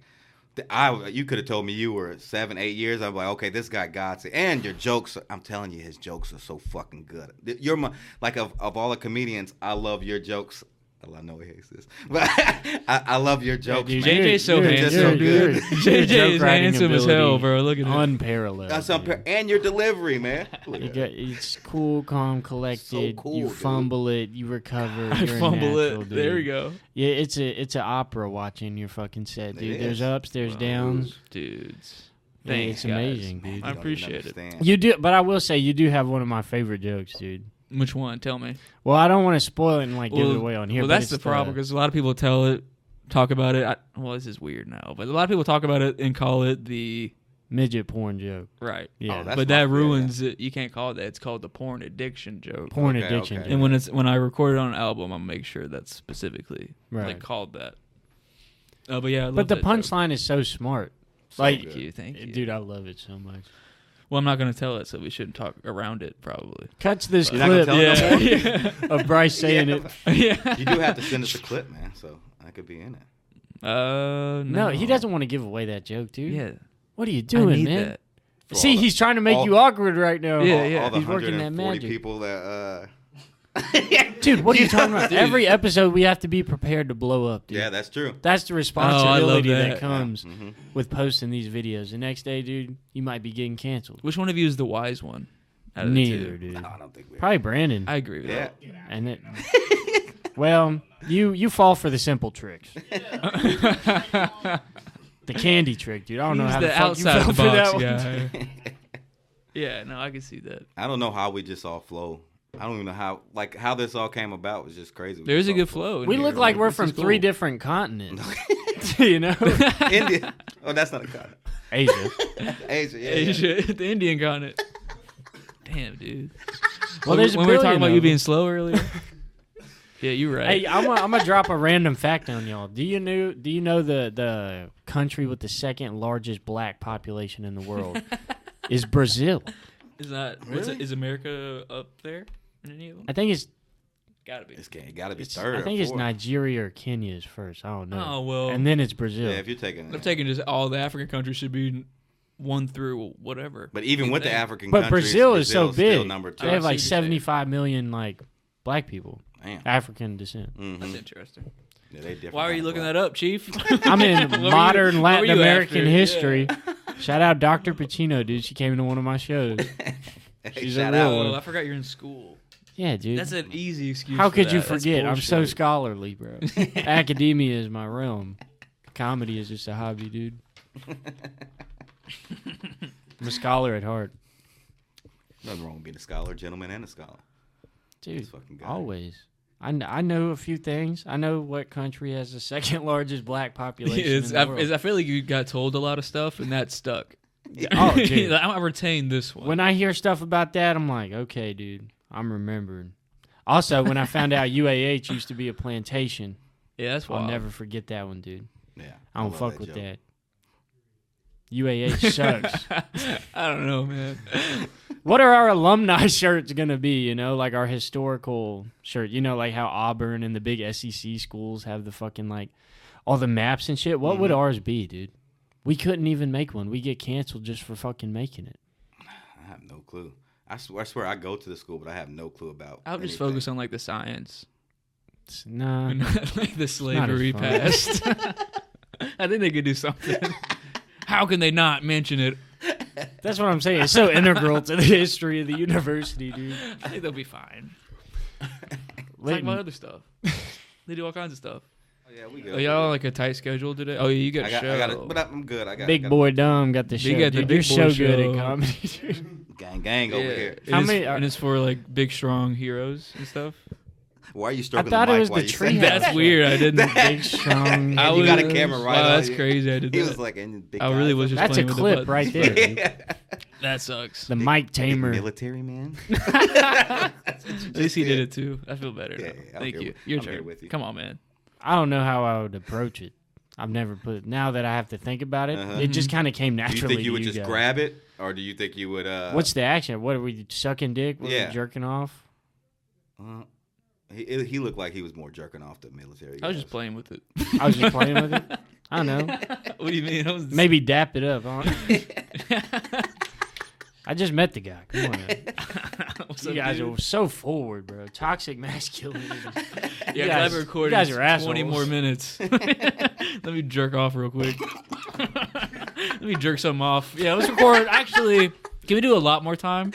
S3: Th- I you could have told me you were seven eight years. I'm like okay, this guy got it. And your jokes, I'm telling you, his jokes are so fucking good. Th- You're my like of, of all the comedians, I love your jokes. Well, I know he hates this, *laughs* but I, I love your jokes.
S1: dude,
S3: man.
S1: you're-
S2: JJ's so
S1: you're-
S3: handsome,
S1: you're-
S3: dude.
S1: you're- your
S2: JJ
S1: joke
S2: is
S1: writing
S2: handsome as hell,
S1: ability
S2: bro. Look at him.
S1: Unparalleled.
S3: *laughs* That's unpa-
S1: dude.
S3: and your delivery, man. Look at
S1: You
S3: that.
S1: got- It's cool, calm, collected.
S3: cool,
S1: you
S3: dude.
S1: fumble it, you recover.
S2: *laughs* I
S1: you're a
S2: fumble it.
S1: natural,
S2: There we
S1: dude.
S2: go,
S1: Yeah, it's a it's an opera watching your fucking set, dude. There's
S3: is.
S1: ups, there's downs.
S2: dudes.
S1: Yeah,
S2: Thanks,
S1: it's
S2: guys.
S1: amazing, dude.
S3: You
S2: I
S3: don't even
S2: appreciate it.
S3: understand.
S1: You do, but I will say you do have one of my favorite jokes, dude.
S2: Which one? Tell me.
S1: Well, I don't want to spoil it and like give it away on here.
S2: Well,
S1: but
S2: that's
S1: it's
S2: the problem because a lot of people tell it, talk about it. I, well, this is weird now, but a lot of people talk about it and call it the
S1: midget porn joke.
S2: right.
S1: Yeah,
S3: Oh, that's
S2: but
S3: my-
S2: that
S3: yeah,
S2: ruins it. You can't call it that. It's called the porn addiction joke.
S1: porn
S3: Okay,
S1: addiction.
S3: okay.
S1: joke.
S2: And when it's when I record it on an album, I'll make sure that's specifically
S1: Right.
S2: like called that. Oh, but yeah, I love
S1: But the
S2: that joke.
S1: punchline is so smart. like,
S2: Thank you, thank you,
S1: dude, I love it so much.
S2: Well, I'm not gonna tell it, so we shouldn't talk around it, probably.
S1: Cuts this
S3: not
S1: clip
S3: gonna tell us
S2: Yeah,
S1: *laughs* of
S3: *laughs*
S1: Bryce saying it.
S2: *laughs* yeah.
S3: You do have to
S1: *laughs*
S3: send us a clip, man. So I could be in it.
S2: Uh, no.
S1: No, he doesn't want to give away that joke, dude.
S2: Yeah,
S1: What are you
S2: I
S1: doing,
S2: need
S1: man?
S2: that.
S3: For all
S1: See,
S3: the-
S1: he's trying to make
S3: all-
S1: you awkward right now.
S2: Yeah,
S3: all,
S2: yeah.
S3: all the
S1: He's working that
S3: 140
S1: magic.
S3: people that. Uh,
S1: Dude, what are you talking
S3: *laughs*
S1: about? Every episode, we have to be prepared to blow up, dude.
S3: yeah, Mm-hmm. that's true.
S1: That's the responsibility that.
S2: Oh, that.
S1: comes with posting these videos. The next day, dude, you might be getting canceled.
S2: Which one of you is the wise one? out of the two?
S1: Neither, dude.
S3: I don't think we.
S1: Probably Brandon.
S2: I agree with
S3: Yeah,
S2: that.
S1: and it, well, you you fall for the simple
S2: *laughs*
S1: tricks. the candy trick, dude. I don't know
S2: He's
S1: how
S2: the,
S1: the fuck you
S2: outside
S1: fell
S2: the
S1: for that
S2: box
S1: one.
S2: guy.
S1: *laughs*
S2: yeah, no, I can see that.
S3: I don't know how we just all flow. I don't even know how like how this all came about was just crazy. We
S2: There's
S3: just
S2: a
S3: all
S2: good flow. in
S1: We
S2: here.
S1: look like we're
S2: This
S1: from
S2: is cool.
S1: three different
S2: *laughs*
S1: continents. *laughs* you know, *laughs*
S3: flowed. India. Oh, that's not a continent.
S1: Asia.
S3: Asia. Yeah, yeah.
S2: Asia, *laughs* the Indian continent. Damn, dude.
S1: *laughs* Well, *laughs* there's a
S2: when we were talking
S1: billion
S2: about
S1: of
S2: you
S1: them.
S2: being slow earlier.
S1: *laughs*
S2: yeah, you're right.
S1: Hey, I'm gonna I'm gonna drop a random fact on y'all. Do you know Do you know the the country with the second largest black population in the
S2: *laughs*
S1: world is Brazil?
S2: is that what's it- is America up there in any of them?
S1: I think it's,
S2: Gotta be.
S3: It's got to be
S1: it's
S3: third.
S1: I
S3: or
S1: think it's
S3: fourth.
S1: Nigeria or Kenya is first. I don't know.
S2: Oh, well.
S1: and then it's Brazil.
S3: Yeah, if you're taking.
S2: I'm
S3: It.
S2: taking just all the African countries should be one through whatever.
S3: but even with the
S2: African.
S3: African
S1: but
S3: countries,
S1: Brazil is so
S3: Brazil's still
S1: big.
S3: Number two.
S1: They have
S2: I see what you're
S1: like
S2: saying.
S1: 75 million like black people,
S3: Damn.
S1: African descent.
S3: Mm-hmm.
S2: That's interesting.
S3: Yeah, they different
S2: Why are
S3: kind
S2: you
S3: of
S2: looking
S3: black.
S2: that
S3: *laughs*
S2: up, Chief?
S1: I'm in
S2: *laughs* What were you-
S1: modern
S2: what were
S1: Latin
S2: you
S1: American
S2: after? Yeah. *laughs*
S1: history. Shout out Dr. Pacino, dude. She came to one of my shows.
S2: *laughs*
S3: Hey,
S1: She's a
S3: shout
S1: real
S3: out.
S1: one.
S2: Oh, I forgot you're in school.
S1: Yeah, dude.
S2: That's an easy excuse.
S1: How
S2: for
S1: could you
S2: that. That's
S1: forget? I'm so
S2: bullshit.
S1: scholarly,
S2: *laughs*
S1: bro. Academia is my realm. Comedy is just a hobby,
S2: *laughs*
S1: dude. I'm a scholar at heart,
S3: Nothing wrong with being a scholar, gentleman, and a scholar.
S1: dude.
S3: fucking guy.
S1: Always. I kn- I know a few things. I know what country has the *laughs* second largest black population
S2: It's-
S1: in the
S2: I,
S1: world.
S2: it's- I feel like you got told a lot of stuff and that stuck. *laughs*
S1: Oh, dude.
S2: Like, I'm gonna retain this one.
S1: when I hear stuff about that, I'm like, okay, dude, I'm remembering. Also, when I found out *laughs* UAH used to be a plantation,
S2: yeah, that's why
S1: I'll never forget that one, dude.
S3: Yeah.
S1: I don't
S3: love
S1: fuck with
S3: joke.
S1: that. UAH sucks.
S2: I don't
S1: *laughs*
S2: know, man.
S1: what are our alumni *laughs* shirts gonna be? You know, like our historical shirt. You know, like how Auburn and the big SEC schools have the fucking like all the maps and shit. What would
S2: Mm-hmm.
S1: ours be, dude? We couldn't even make one. We get canceled just for fucking making it.
S3: I have no clue. I swear, I swear I go to the school, but I have no clue about.
S2: I'll just
S3: anything.
S2: focus on like
S1: *laughs*
S2: the science
S1: It's, nah,
S2: *laughs* and not like the slavery
S1: fun. *laughs*
S2: past. *laughs* I think they could do something. How can they not mention it?
S1: that's what I'm saying. It's so integral to the history of the university, dude.
S2: I think they'll be fine. It's like
S1: Leighton,
S2: about
S1: *laughs*
S2: other stuff. they do all kinds of stuff.
S3: Oh, Yeah, we
S2: Are
S3: good.
S2: y'all on like a tight schedule today? Oh, yeah, you got
S3: I
S2: a
S3: got,
S2: show.
S3: I got it, but I- I'm good. I got
S1: big
S3: got
S1: boy Dom got the show.
S2: got the
S1: dude.
S2: big
S1: You're so
S2: boy
S1: good at
S2: show.
S1: comedy. dude.
S3: gang gang
S2: yeah.
S3: over here.
S2: It
S1: How
S2: is-
S1: many are-
S2: and it's for like big, strong heroes and stuff.
S3: Why are you stroking
S1: thought it
S3: the mic?
S1: was
S3: while
S1: the
S3: you saying
S1: treehouse.
S3: that?
S2: That's weird.
S1: *laughs*
S2: I didn't.
S1: Big strong.
S2: I
S3: And you got a
S2: was-
S3: camera right
S2: wow,
S3: on
S2: that's
S3: you.
S2: crazy. I did
S3: He
S2: that.
S3: was like, and big
S2: I really
S3: guys
S2: was
S3: up
S2: just.
S1: That's a
S2: playing with the
S1: clip
S2: buttons.
S1: right there.
S3: *laughs*
S1: dude.
S2: *laughs* That sucks.
S1: The mic
S3: there.
S1: tamer.
S3: military
S2: *laughs*
S3: man.
S2: At least he did it too. I feel better.
S3: Yeah,
S2: now.
S3: yeah, I'm
S2: Thank
S3: here
S2: you.
S3: with-
S2: Your
S3: I'm here
S2: turn.
S3: with you.
S2: Come on, man.
S1: I don't know how I would approach it. I've never put. Now that I have to think about it,
S3: Uh-huh.
S1: it just kind of came
S3: Do you
S1: naturally.
S3: think you
S1: to
S3: would just
S1: guys.
S3: grab it, or do you think you would? uh
S1: What's the action? What are we sucking dick? What are
S3: Yeah.
S1: we jerking off?
S3: uh, he, he looked like he was more jerking off the military.
S2: I was just
S3: guys. *laughs*
S2: playing with it. *laughs*
S1: I was just playing with it. I don't know.
S2: what do you mean? I was
S1: Maybe dap it
S3: *laughs*
S1: up. I, don't- I just met the guy. Come on. now.
S2: What's
S1: You
S2: up,
S1: guys
S2: dude?
S1: are so forward, bro. Toxic *laughs* masculinity.
S2: Yeah,
S1: you
S2: guys,
S1: guys-
S2: I've recorded
S1: you guys are
S2: 20 more
S1: assholes.
S3: *laughs*
S2: minutes. *laughs* Let me jerk off real quick. Let me jerk something off. Yeah, let's record. Actually, can we do a lot more time?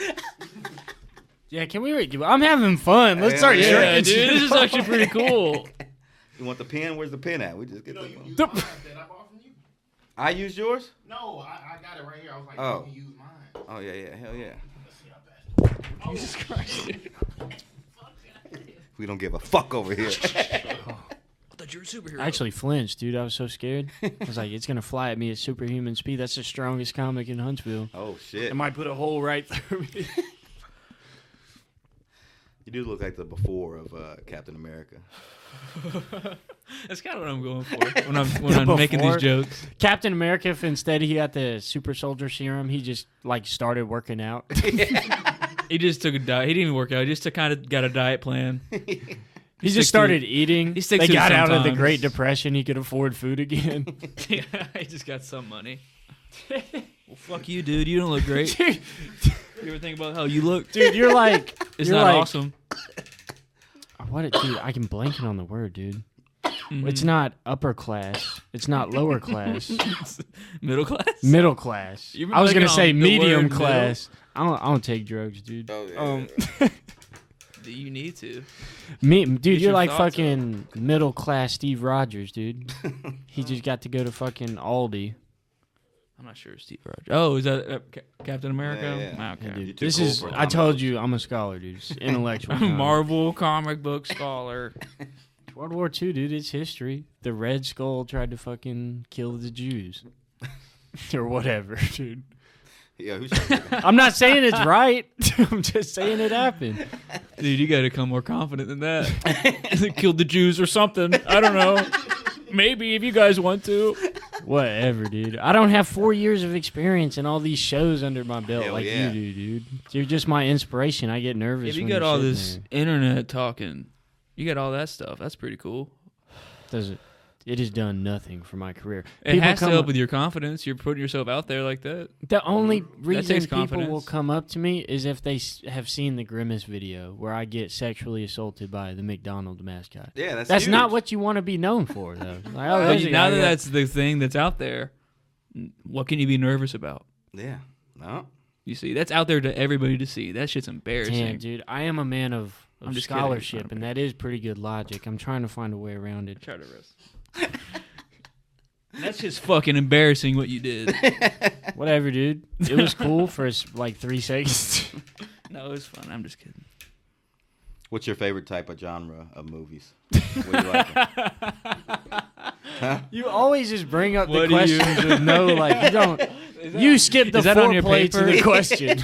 S1: Yeah, can we? re- I'm having fun. Let's
S3: Yeah,
S1: start
S3: yeah,
S1: jerking.
S2: dude, this is
S1: *laughs*
S2: actually pretty cool.
S3: You want the pen? Where's the pen at? We just get
S4: No,
S3: the
S4: you
S3: phone.
S4: used mine that I bought from you.
S3: I use yours.
S4: No, I, I got it right here. I was like,
S3: Oh.
S4: you can use mine.
S3: Oh yeah, yeah, hell
S2: *laughs*
S3: yeah.
S4: Let's see how bad.
S3: We don't give a fuck over
S2: *laughs*
S3: here.
S2: I thought you were a superhero.
S1: I actually flinched, dude. I was so scared. I was like, it's gonna fly at me at superhuman speed. That's the strongest comic in Huntsville.
S3: oh shit.
S1: It might put a hole right through me.
S3: You do look like the before of uh, Captain America.
S2: That's kind of what I'm going for
S1: *laughs*
S2: when I'm when I'm making these
S1: Before-
S2: jokes.
S1: *laughs* Captain America, if instead he got the super soldier serum, he just like started working
S2: *laughs*
S1: out.
S2: He just took a diet. He didn't even work out. He just took, kind of got a diet plan.
S1: He
S2: sticks
S1: just
S2: to
S1: started
S2: it.
S1: eating.
S2: He sticks
S1: they
S2: to it
S1: got out of the
S2: sometimes.
S1: Great Depression. He could afford food
S2: *laughs*
S1: again.
S2: yeah, he just got some money. well, fuck you, dude. You don't look great. you ever think about how you look?
S1: dude, you're like,
S2: it's
S1: you're
S2: not
S1: like, uh,
S2: awesome.
S1: What it, dude? I can blanking on the word, dude.
S2: Mm-hmm.
S1: It's not upper class. It's not lower
S2: *laughs*
S1: class.
S2: Middle class.
S1: middle class.
S2: You've been
S1: I was gonna
S2: blanking
S1: say
S2: on the word
S1: medium
S2: middle.
S1: class. I don't. I don't take drugs, dude.
S3: Oh, yeah.
S1: Um,
S2: you need to.
S1: Me, dude, you're
S2: your
S1: like
S2: thoughts
S1: fucking middle class Steve Rogers,
S2: *laughs*
S1: dude. he just got to go to fucking Aldi.
S2: I'm not sure, Steve Rogers. Oh, is that uh, Ca- Captain America?
S3: Yeah, yeah.
S2: Ah, Okay.
S1: Dude,
S3: too
S1: this
S3: cool
S1: is.
S3: for
S1: I
S3: comic
S1: told you, I'm a scholar, dude.
S2: *laughs*
S1: It's intellectual.
S2: I'm a
S1: knowledge.
S2: Marvel comic book scholar.
S1: World War II, dude. It's history. The Red Skull tried to fucking kill the
S2: *laughs*
S1: Jews, or whatever, dude.
S3: *laughs* Yeah, who's that?
S1: I'm not saying it's right. *laughs* I'm just saying it happened.
S2: Dude, you got to come more confident than that. *laughs* They Killed the Jews or something. I don't know. Maybe if you guys want to.
S1: Whatever, dude. I don't have four years of experience and all these shows under my belt
S3: Hell
S1: like
S3: yeah.
S1: you do, dude. You're just my inspiration. I get nervous.
S2: If you
S1: when
S2: got
S1: you're
S2: all
S1: sitting
S2: this
S1: there.
S2: internet talking, you got all that stuff. That's pretty cool.
S1: does it it has done nothing for my career.
S2: It has to
S1: come
S2: help
S1: up-
S2: with your confidence. You're putting yourself out there like that.
S1: the only reason
S2: takes
S1: people will
S2: confidence.
S1: come up to me is if they s- have seen the grimace video where I get sexually assaulted by the McDonald's mascot.
S3: Yeah, that's
S1: That's not
S3: huge.
S1: what you want to be known for, though.
S3: *laughs*
S1: Like, oh,
S2: But
S1: there's
S2: you-
S1: a
S2: now
S1: guy
S2: that
S1: who-
S2: that's the thing that's out there, n- what can you be nervous about?
S3: Yeah. No.
S2: You see, that's out there to everybody to see. That shit's embarrassing.
S1: damn, dude, I am a man of of
S2: I'm just kidding.
S1: scholarship,
S2: I'm-
S1: and that is pretty good logic. I'm trying to find a way around it.
S2: Try to rest. *laughs* That's just fucking embarrassing what
S1: *laughs*
S2: you did.
S1: Whatever, dude. It
S2: *laughs*
S1: was cool for s- like three seconds.
S2: no, it's fun. I'm just kidding.
S3: What's your favorite type of genre of
S1: *laughs*
S3: movies? What do you like?
S1: You always just bring up
S2: What
S1: the
S2: do you-
S1: questions with
S2: *laughs*
S1: no like. You don't. you skip the
S2: is that on your
S1: foreplay to the
S2: paper? *laughs*
S1: question.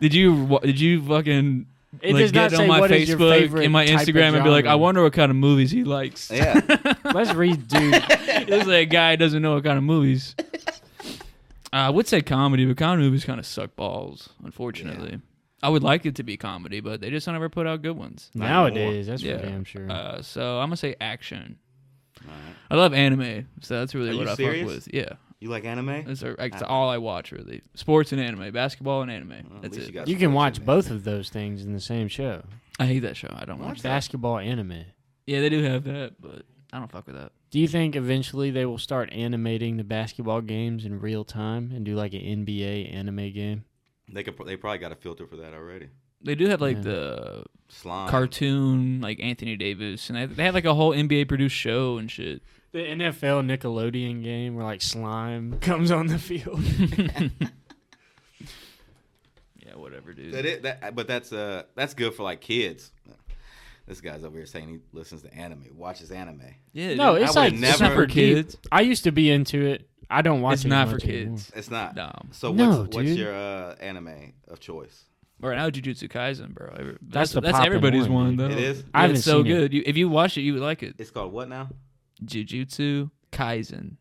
S2: Did you wa- did you fucking
S1: It
S2: like,
S1: does not
S2: get
S1: say
S2: on my
S1: what is your
S2: Facebook
S1: favorite
S2: and my
S1: type of
S2: Instagram and be like, I
S1: genre."
S2: wonder what kind of movies he likes.
S3: yeah.
S1: Let's
S2: *laughs*
S1: redo.
S2: this is a guy who doesn't know what kind of movies. Uh, I would say comedy, but comedy movies kind of suck balls, unfortunately. I would like it to be comedy, but they just don't ever put out good ones.
S1: Nowadays, that's
S2: Yeah.
S1: for damn sure.
S2: Uh, so I'm gonna say action. I love anime, so that's really
S3: Are
S2: what
S3: you
S2: I
S3: serious?
S2: fuck with. Yeah,
S3: You like anime?
S2: that's, our- that's all I watch really. Sports and anime, basketball and anime.
S3: Well, at
S2: that's
S3: least
S2: it.
S3: got
S1: you can
S3: sports
S1: watch
S3: in there.
S1: both of those things in the same show.
S2: I hate that show. I don't watch that.
S1: Basketball anime.
S2: Yeah, they do have that, but I don't fuck with that.
S1: Do you think eventually they will start animating the basketball games in real time and do like an NBA anime game?
S3: They could. They probably got a filter for that already.
S2: They do have like
S1: Yeah.
S2: the
S3: Slime.
S2: cartoon, like Anthony Davis, and they, they had like a whole NBA produced show and shit.
S1: The NFL Nickelodeon game where like slime comes on the field.
S2: *laughs* Yeah, whatever, dude.
S3: That it. That, but that's uh that's good for like kids. This guy's over here saying he listens to anime, watches anime.
S2: Yeah,
S1: no,
S2: dude.
S1: it's
S3: I would
S1: like
S2: it's not
S3: never-
S2: for kids.
S1: I used to be into it. I don't watch
S2: It's
S1: it
S2: not
S1: as
S2: for
S1: much anymore.
S2: kids.
S3: It's not.
S2: No.
S3: So what's,
S1: No,
S3: what's
S1: dude.
S3: your uh, anime of choice?
S2: Right now, Jujutsu Kaisen, bro. Every-
S1: That's
S2: That's
S1: the
S2: that's
S1: poppin'
S2: everybody's
S1: one,
S2: one, though.
S3: It is?
S2: Yeah,
S1: I haven't
S2: it's so
S1: seen it.
S2: good. You, if you watch it, you would like it.
S3: It's called what now?
S2: Jujutsu Kaisen.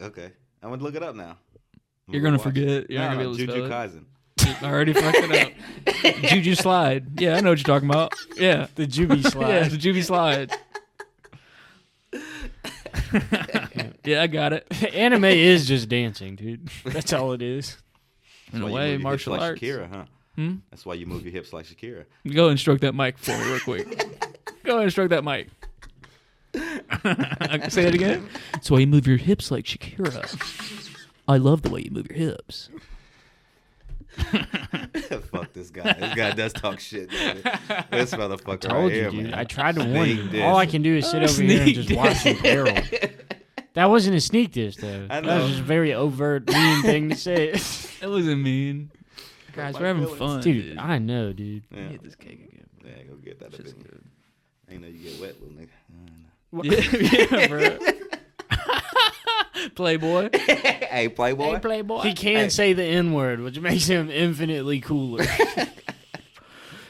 S3: Okay, I'm gonna look it up now. I'm
S2: You're gonna
S3: watch it.
S2: forget. You're
S3: no,
S2: not gonna
S3: no,
S2: be able to
S3: Jujutsu
S2: spell
S3: Kaisen.
S2: I already fucked it
S3: *laughs*
S2: up. Juju slide. Yeah, I know what you're talking about. Yeah.
S1: The
S2: *laughs*
S1: Juby slide.
S2: Yeah, the
S3: *laughs*
S2: Juvie slide. *laughs* yeah, I got it.
S1: anime is just dancing,
S2: *laughs*
S1: dude. That's all it is.
S2: In
S3: That's why
S2: a
S3: you
S2: way,
S3: move your hips
S2: martial
S3: like
S2: arts. Hmm?
S3: Shakira, huh? That's why you move your hips like Shakira. *laughs*
S2: Go and stroke that mic for me real quick. Go and stroke that mic. *laughs* Say it again. That's why you move your hips like Shakira. I love the way you move your hips.
S3: Fuck this guy. This guy does talk shit. Dude.
S2: *laughs*
S3: This motherfucker
S1: Told
S3: right
S1: you,
S3: here,
S1: dude.
S3: man.
S1: I tried to warn you.
S3: Sneak dish.
S1: All I can do is sit over here and
S2: Sneak
S1: just
S2: dish.
S1: watch you peril.
S2: *laughs*
S1: That wasn't a sneak dish, though.
S3: I
S1: That
S3: know.
S1: was just a very overt, mean thing to
S3: *laughs*
S1: say.
S2: That wasn't mean. Guys, we're having fun, dude.
S1: dude, I know, dude.
S3: yeah.
S2: Get this cake again.
S3: yeah, go get that. Up
S2: Shit's
S3: in here. I know you get wet, little nigga.
S2: good. yeah, *laughs* bro. Playboy.
S3: Hey, Playboy.
S2: Playboy.
S1: He can say the N word, which makes him infinitely cooler.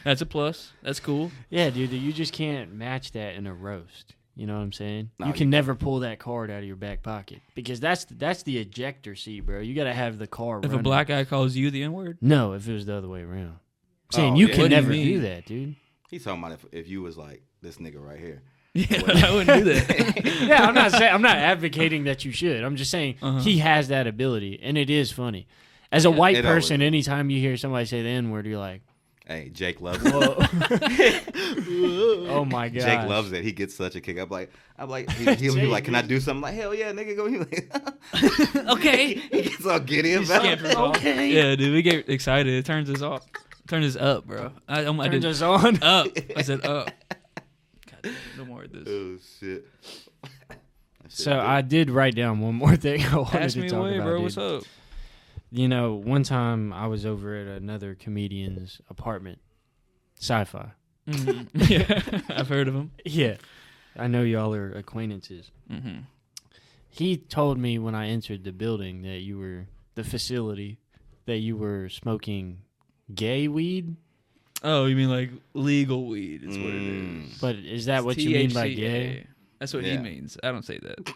S2: That's a plus. That's cool.
S1: *laughs* yeah, dude, you just can't match that in a roast. You know what I'm saying?
S3: No,
S1: you
S3: you
S1: can never pull that card out of your back pocket because that's that's the ejector seat, bro. You got to have the car.
S2: If a
S1: running.
S2: black guy calls you the N word,
S1: No, if it was the other way around. I'm saying
S3: Oh,
S1: you
S3: yeah.
S1: can
S2: What do you
S1: never
S2: mean?
S1: do that, dude.
S3: He's talking about if, if you was like this nigga right here.
S2: yeah, *laughs* I wouldn't do that.
S1: yeah, I'm not saying I'm not advocating that you should. I'm just saying
S2: Uh-huh.
S1: he has that ability, and it is funny. As a white
S3: It always
S1: person, anytime you hear somebody say the N word, you're like,
S3: Hey, Jake loves it.
S1: oh, oh my god,
S3: *laughs* Jake loves it. He gets such a kick. I'm like, I'm like,
S2: *laughs*
S3: he, he'll be
S1: Jake,
S3: like, "Can I do something?" like, hell yeah, nigga, go. *laughs* He like,
S2: *laughs* okay.
S3: he gets all giddy about
S2: Scared
S3: it. *laughs*
S2: for all. Yeah, dude, we get excited. It turns us off. Turns us up, bro. I, um, I
S1: Turns
S2: did
S1: us on.
S3: *laughs*
S2: up. I said up. God damn, no more of this.
S3: Oh shit.
S1: So I did write down one more thing I wanted
S2: Pass
S1: to
S2: me
S1: talk
S2: away,
S1: about.
S2: bro.
S1: dude.
S2: What's
S1: *laughs*
S2: up?
S1: You know, one time I was over at another comedian's apartment, sci-fi.
S2: Mhm. *laughs* yeah, I've heard of him.
S1: Yeah. I know y'all are acquaintances.
S2: Mhm.
S1: He told me when I entered the building that you were, the facility, that you were smoking gay weed.
S2: Oh, you mean like legal weed is what it
S3: Mm.
S2: is.
S1: But is that what you mean by gay?
S2: THCA. That's what he
S3: Yeah.
S2: means. I don't say that.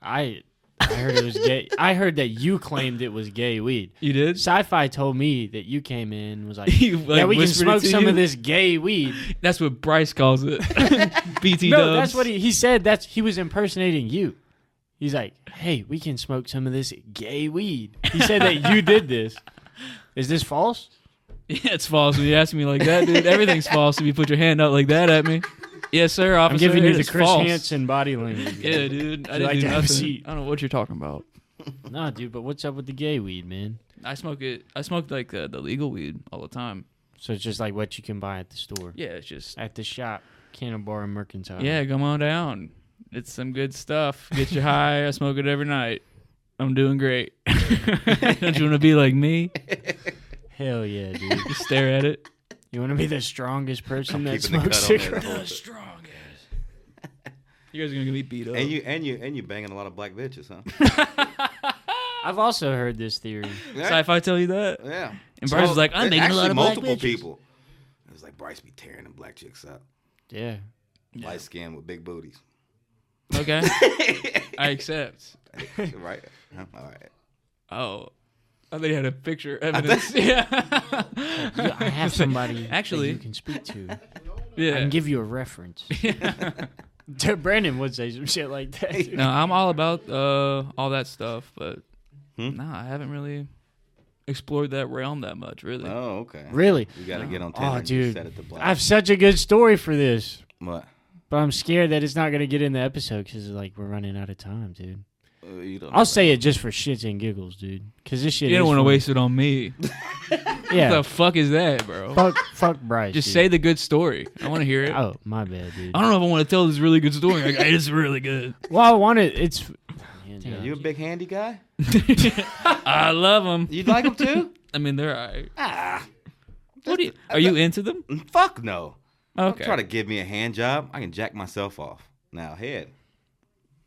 S1: I. I heard it was gay. I heard that you claimed it was gay weed.
S2: You did?
S1: Sci-fi told me that you came in and was like,
S2: *laughs* You, like,
S1: "Yeah, we can
S2: whispered it
S1: smoke
S2: to
S1: some
S2: you?
S1: of this gay weed."
S2: That's what Bryce
S1: *laughs*
S2: calls it. *laughs* BT
S1: no,
S2: dubs.
S1: that's what he, he said. That's he was impersonating you. He's like, "Hey, we can smoke some of this gay weed." He said that you did this. Is this false?
S2: Yeah, it's false when you ask me like that, dude. Everything's false if you put your hand out like that at me. Yes, sir,
S1: I'm
S2: officer.
S1: giving
S2: it
S1: you the
S2: is
S1: Chris
S2: false.
S1: Hansen body language.
S2: Yeah, dude. I
S1: You
S2: didn't
S1: like
S2: do
S1: to have a
S2: nothing.
S1: seat.
S2: I don't know what you're talking about.
S1: No, dude, but what's up with the gay weed, man?
S2: I smoke it. I smoke like the, the legal weed all the time.
S1: So it's just like what you can buy at the store.
S2: Yeah, it's just
S1: At the shop, Cannon Bar and Mercantile.
S2: yeah, come on down. It's some good stuff. Get you high. I smoke it every night. I'm doing great. *laughs* Don't you want to be like me?
S1: Hell yeah, dude.
S2: Just stare at it.
S1: You want to be the strongest person that
S3: Keeping the
S1: smokes
S3: cut on there.
S1: cigarettes?
S2: strongest. You guys are gonna be beat up.
S3: And you and you and you banging a lot of black bitches,
S2: *laughs*
S3: huh?
S1: I've also heard this theory.
S2: Sci-fi tell you that.
S3: Yeah.
S2: And Bryce was like, I'm
S3: There's
S2: making a lot
S3: actually
S2: of black
S3: multiple
S2: bitches.
S3: people. It was like Bryce be tearing them black chicks up,
S1: Yeah.
S3: light skin with big
S2: *laughs*
S3: booties,
S2: Okay, I accept.
S3: right? Huh? All right.
S2: Oh, I think you had a picture evidence. *laughs* yeah,
S1: Yeah, I have somebody
S2: Actually-
S1: that you can speak to. I
S2: yeah.
S1: can give you a
S2: *laughs*
S1: reference. *laughs* Brandon would say some shit like that. dude.
S2: No, I'm all about uh, all that stuff, but no, I haven't really explored that realm that much. Really,
S3: Oh, okay.
S1: Really?
S3: You got to get on Tinder.
S1: Oh,
S3: and you
S1: dude.
S3: Set it to black.
S1: I have such a good story for this,
S3: What?
S1: but I'm scared that it's not going to get in the episode because, like, we're running out of time, dude.
S3: Uh, you don't
S1: I'll say it just for shits and giggles, dude. Because this shit
S2: you don't
S1: want
S2: want to waste it on *laughs* me.
S1: Yeah.
S2: What the fuck is that,
S1: *laughs*
S2: bro?
S1: fuck, fuck Bryce.
S2: Just
S1: dude.
S2: say the good story. I want to hear it. I
S1: Oh, my bad, dude.
S2: don't know if I want to tell this really good story. Like, hey, this is really good.
S1: Well, I want it. It's.
S3: Are you a big handy guy?
S2: I love them.
S3: You'd like him too?
S2: *laughs* I mean, they're all right.
S3: ah,
S2: What do you, are you into them?
S3: Mm, fuck no.
S2: Okay.
S3: Try to give me a hand job. I can jack myself off. Now, head.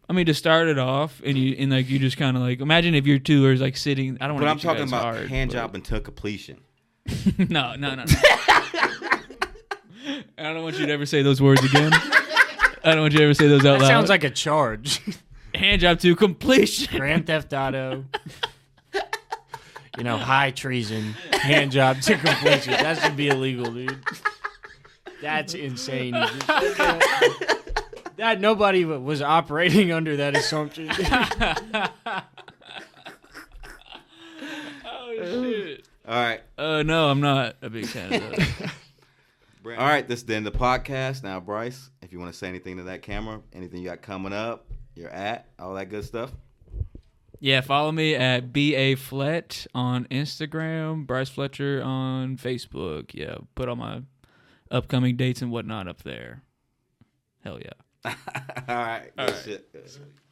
S2: I mean, to start it off, and you and like you just kind of like imagine if your two are like sitting. I don't.
S3: But
S2: want
S3: I'm
S2: to
S3: talking about
S2: hard,
S3: hand
S2: but-
S3: job until completion.
S2: *laughs* No, no, no. no. I don't want you to ever say those words again. I don't want you to ever say those out
S1: That
S2: loud.
S1: sounds like a charge. *laughs*
S2: hand job to completion.
S1: Grand Theft Auto. you know, high treason, hand job to completion. That should be illegal, dude. That's insane. That nobody wa- was operating under that assumption.
S3: All right.
S2: Uh, no, I'm not a big fan of those.
S3: All right, this is the end of the podcast. Now, Bryce, if you want to say anything to that camera, anything you got coming up, you're at, all that good stuff. *laughs*
S2: Yeah, follow me at BA Flett on Instagram, Bryce Fletcher on Facebook. Yeah, put all my upcoming dates and whatnot up there. Hell yeah.
S3: all right. Good shit. Good shit.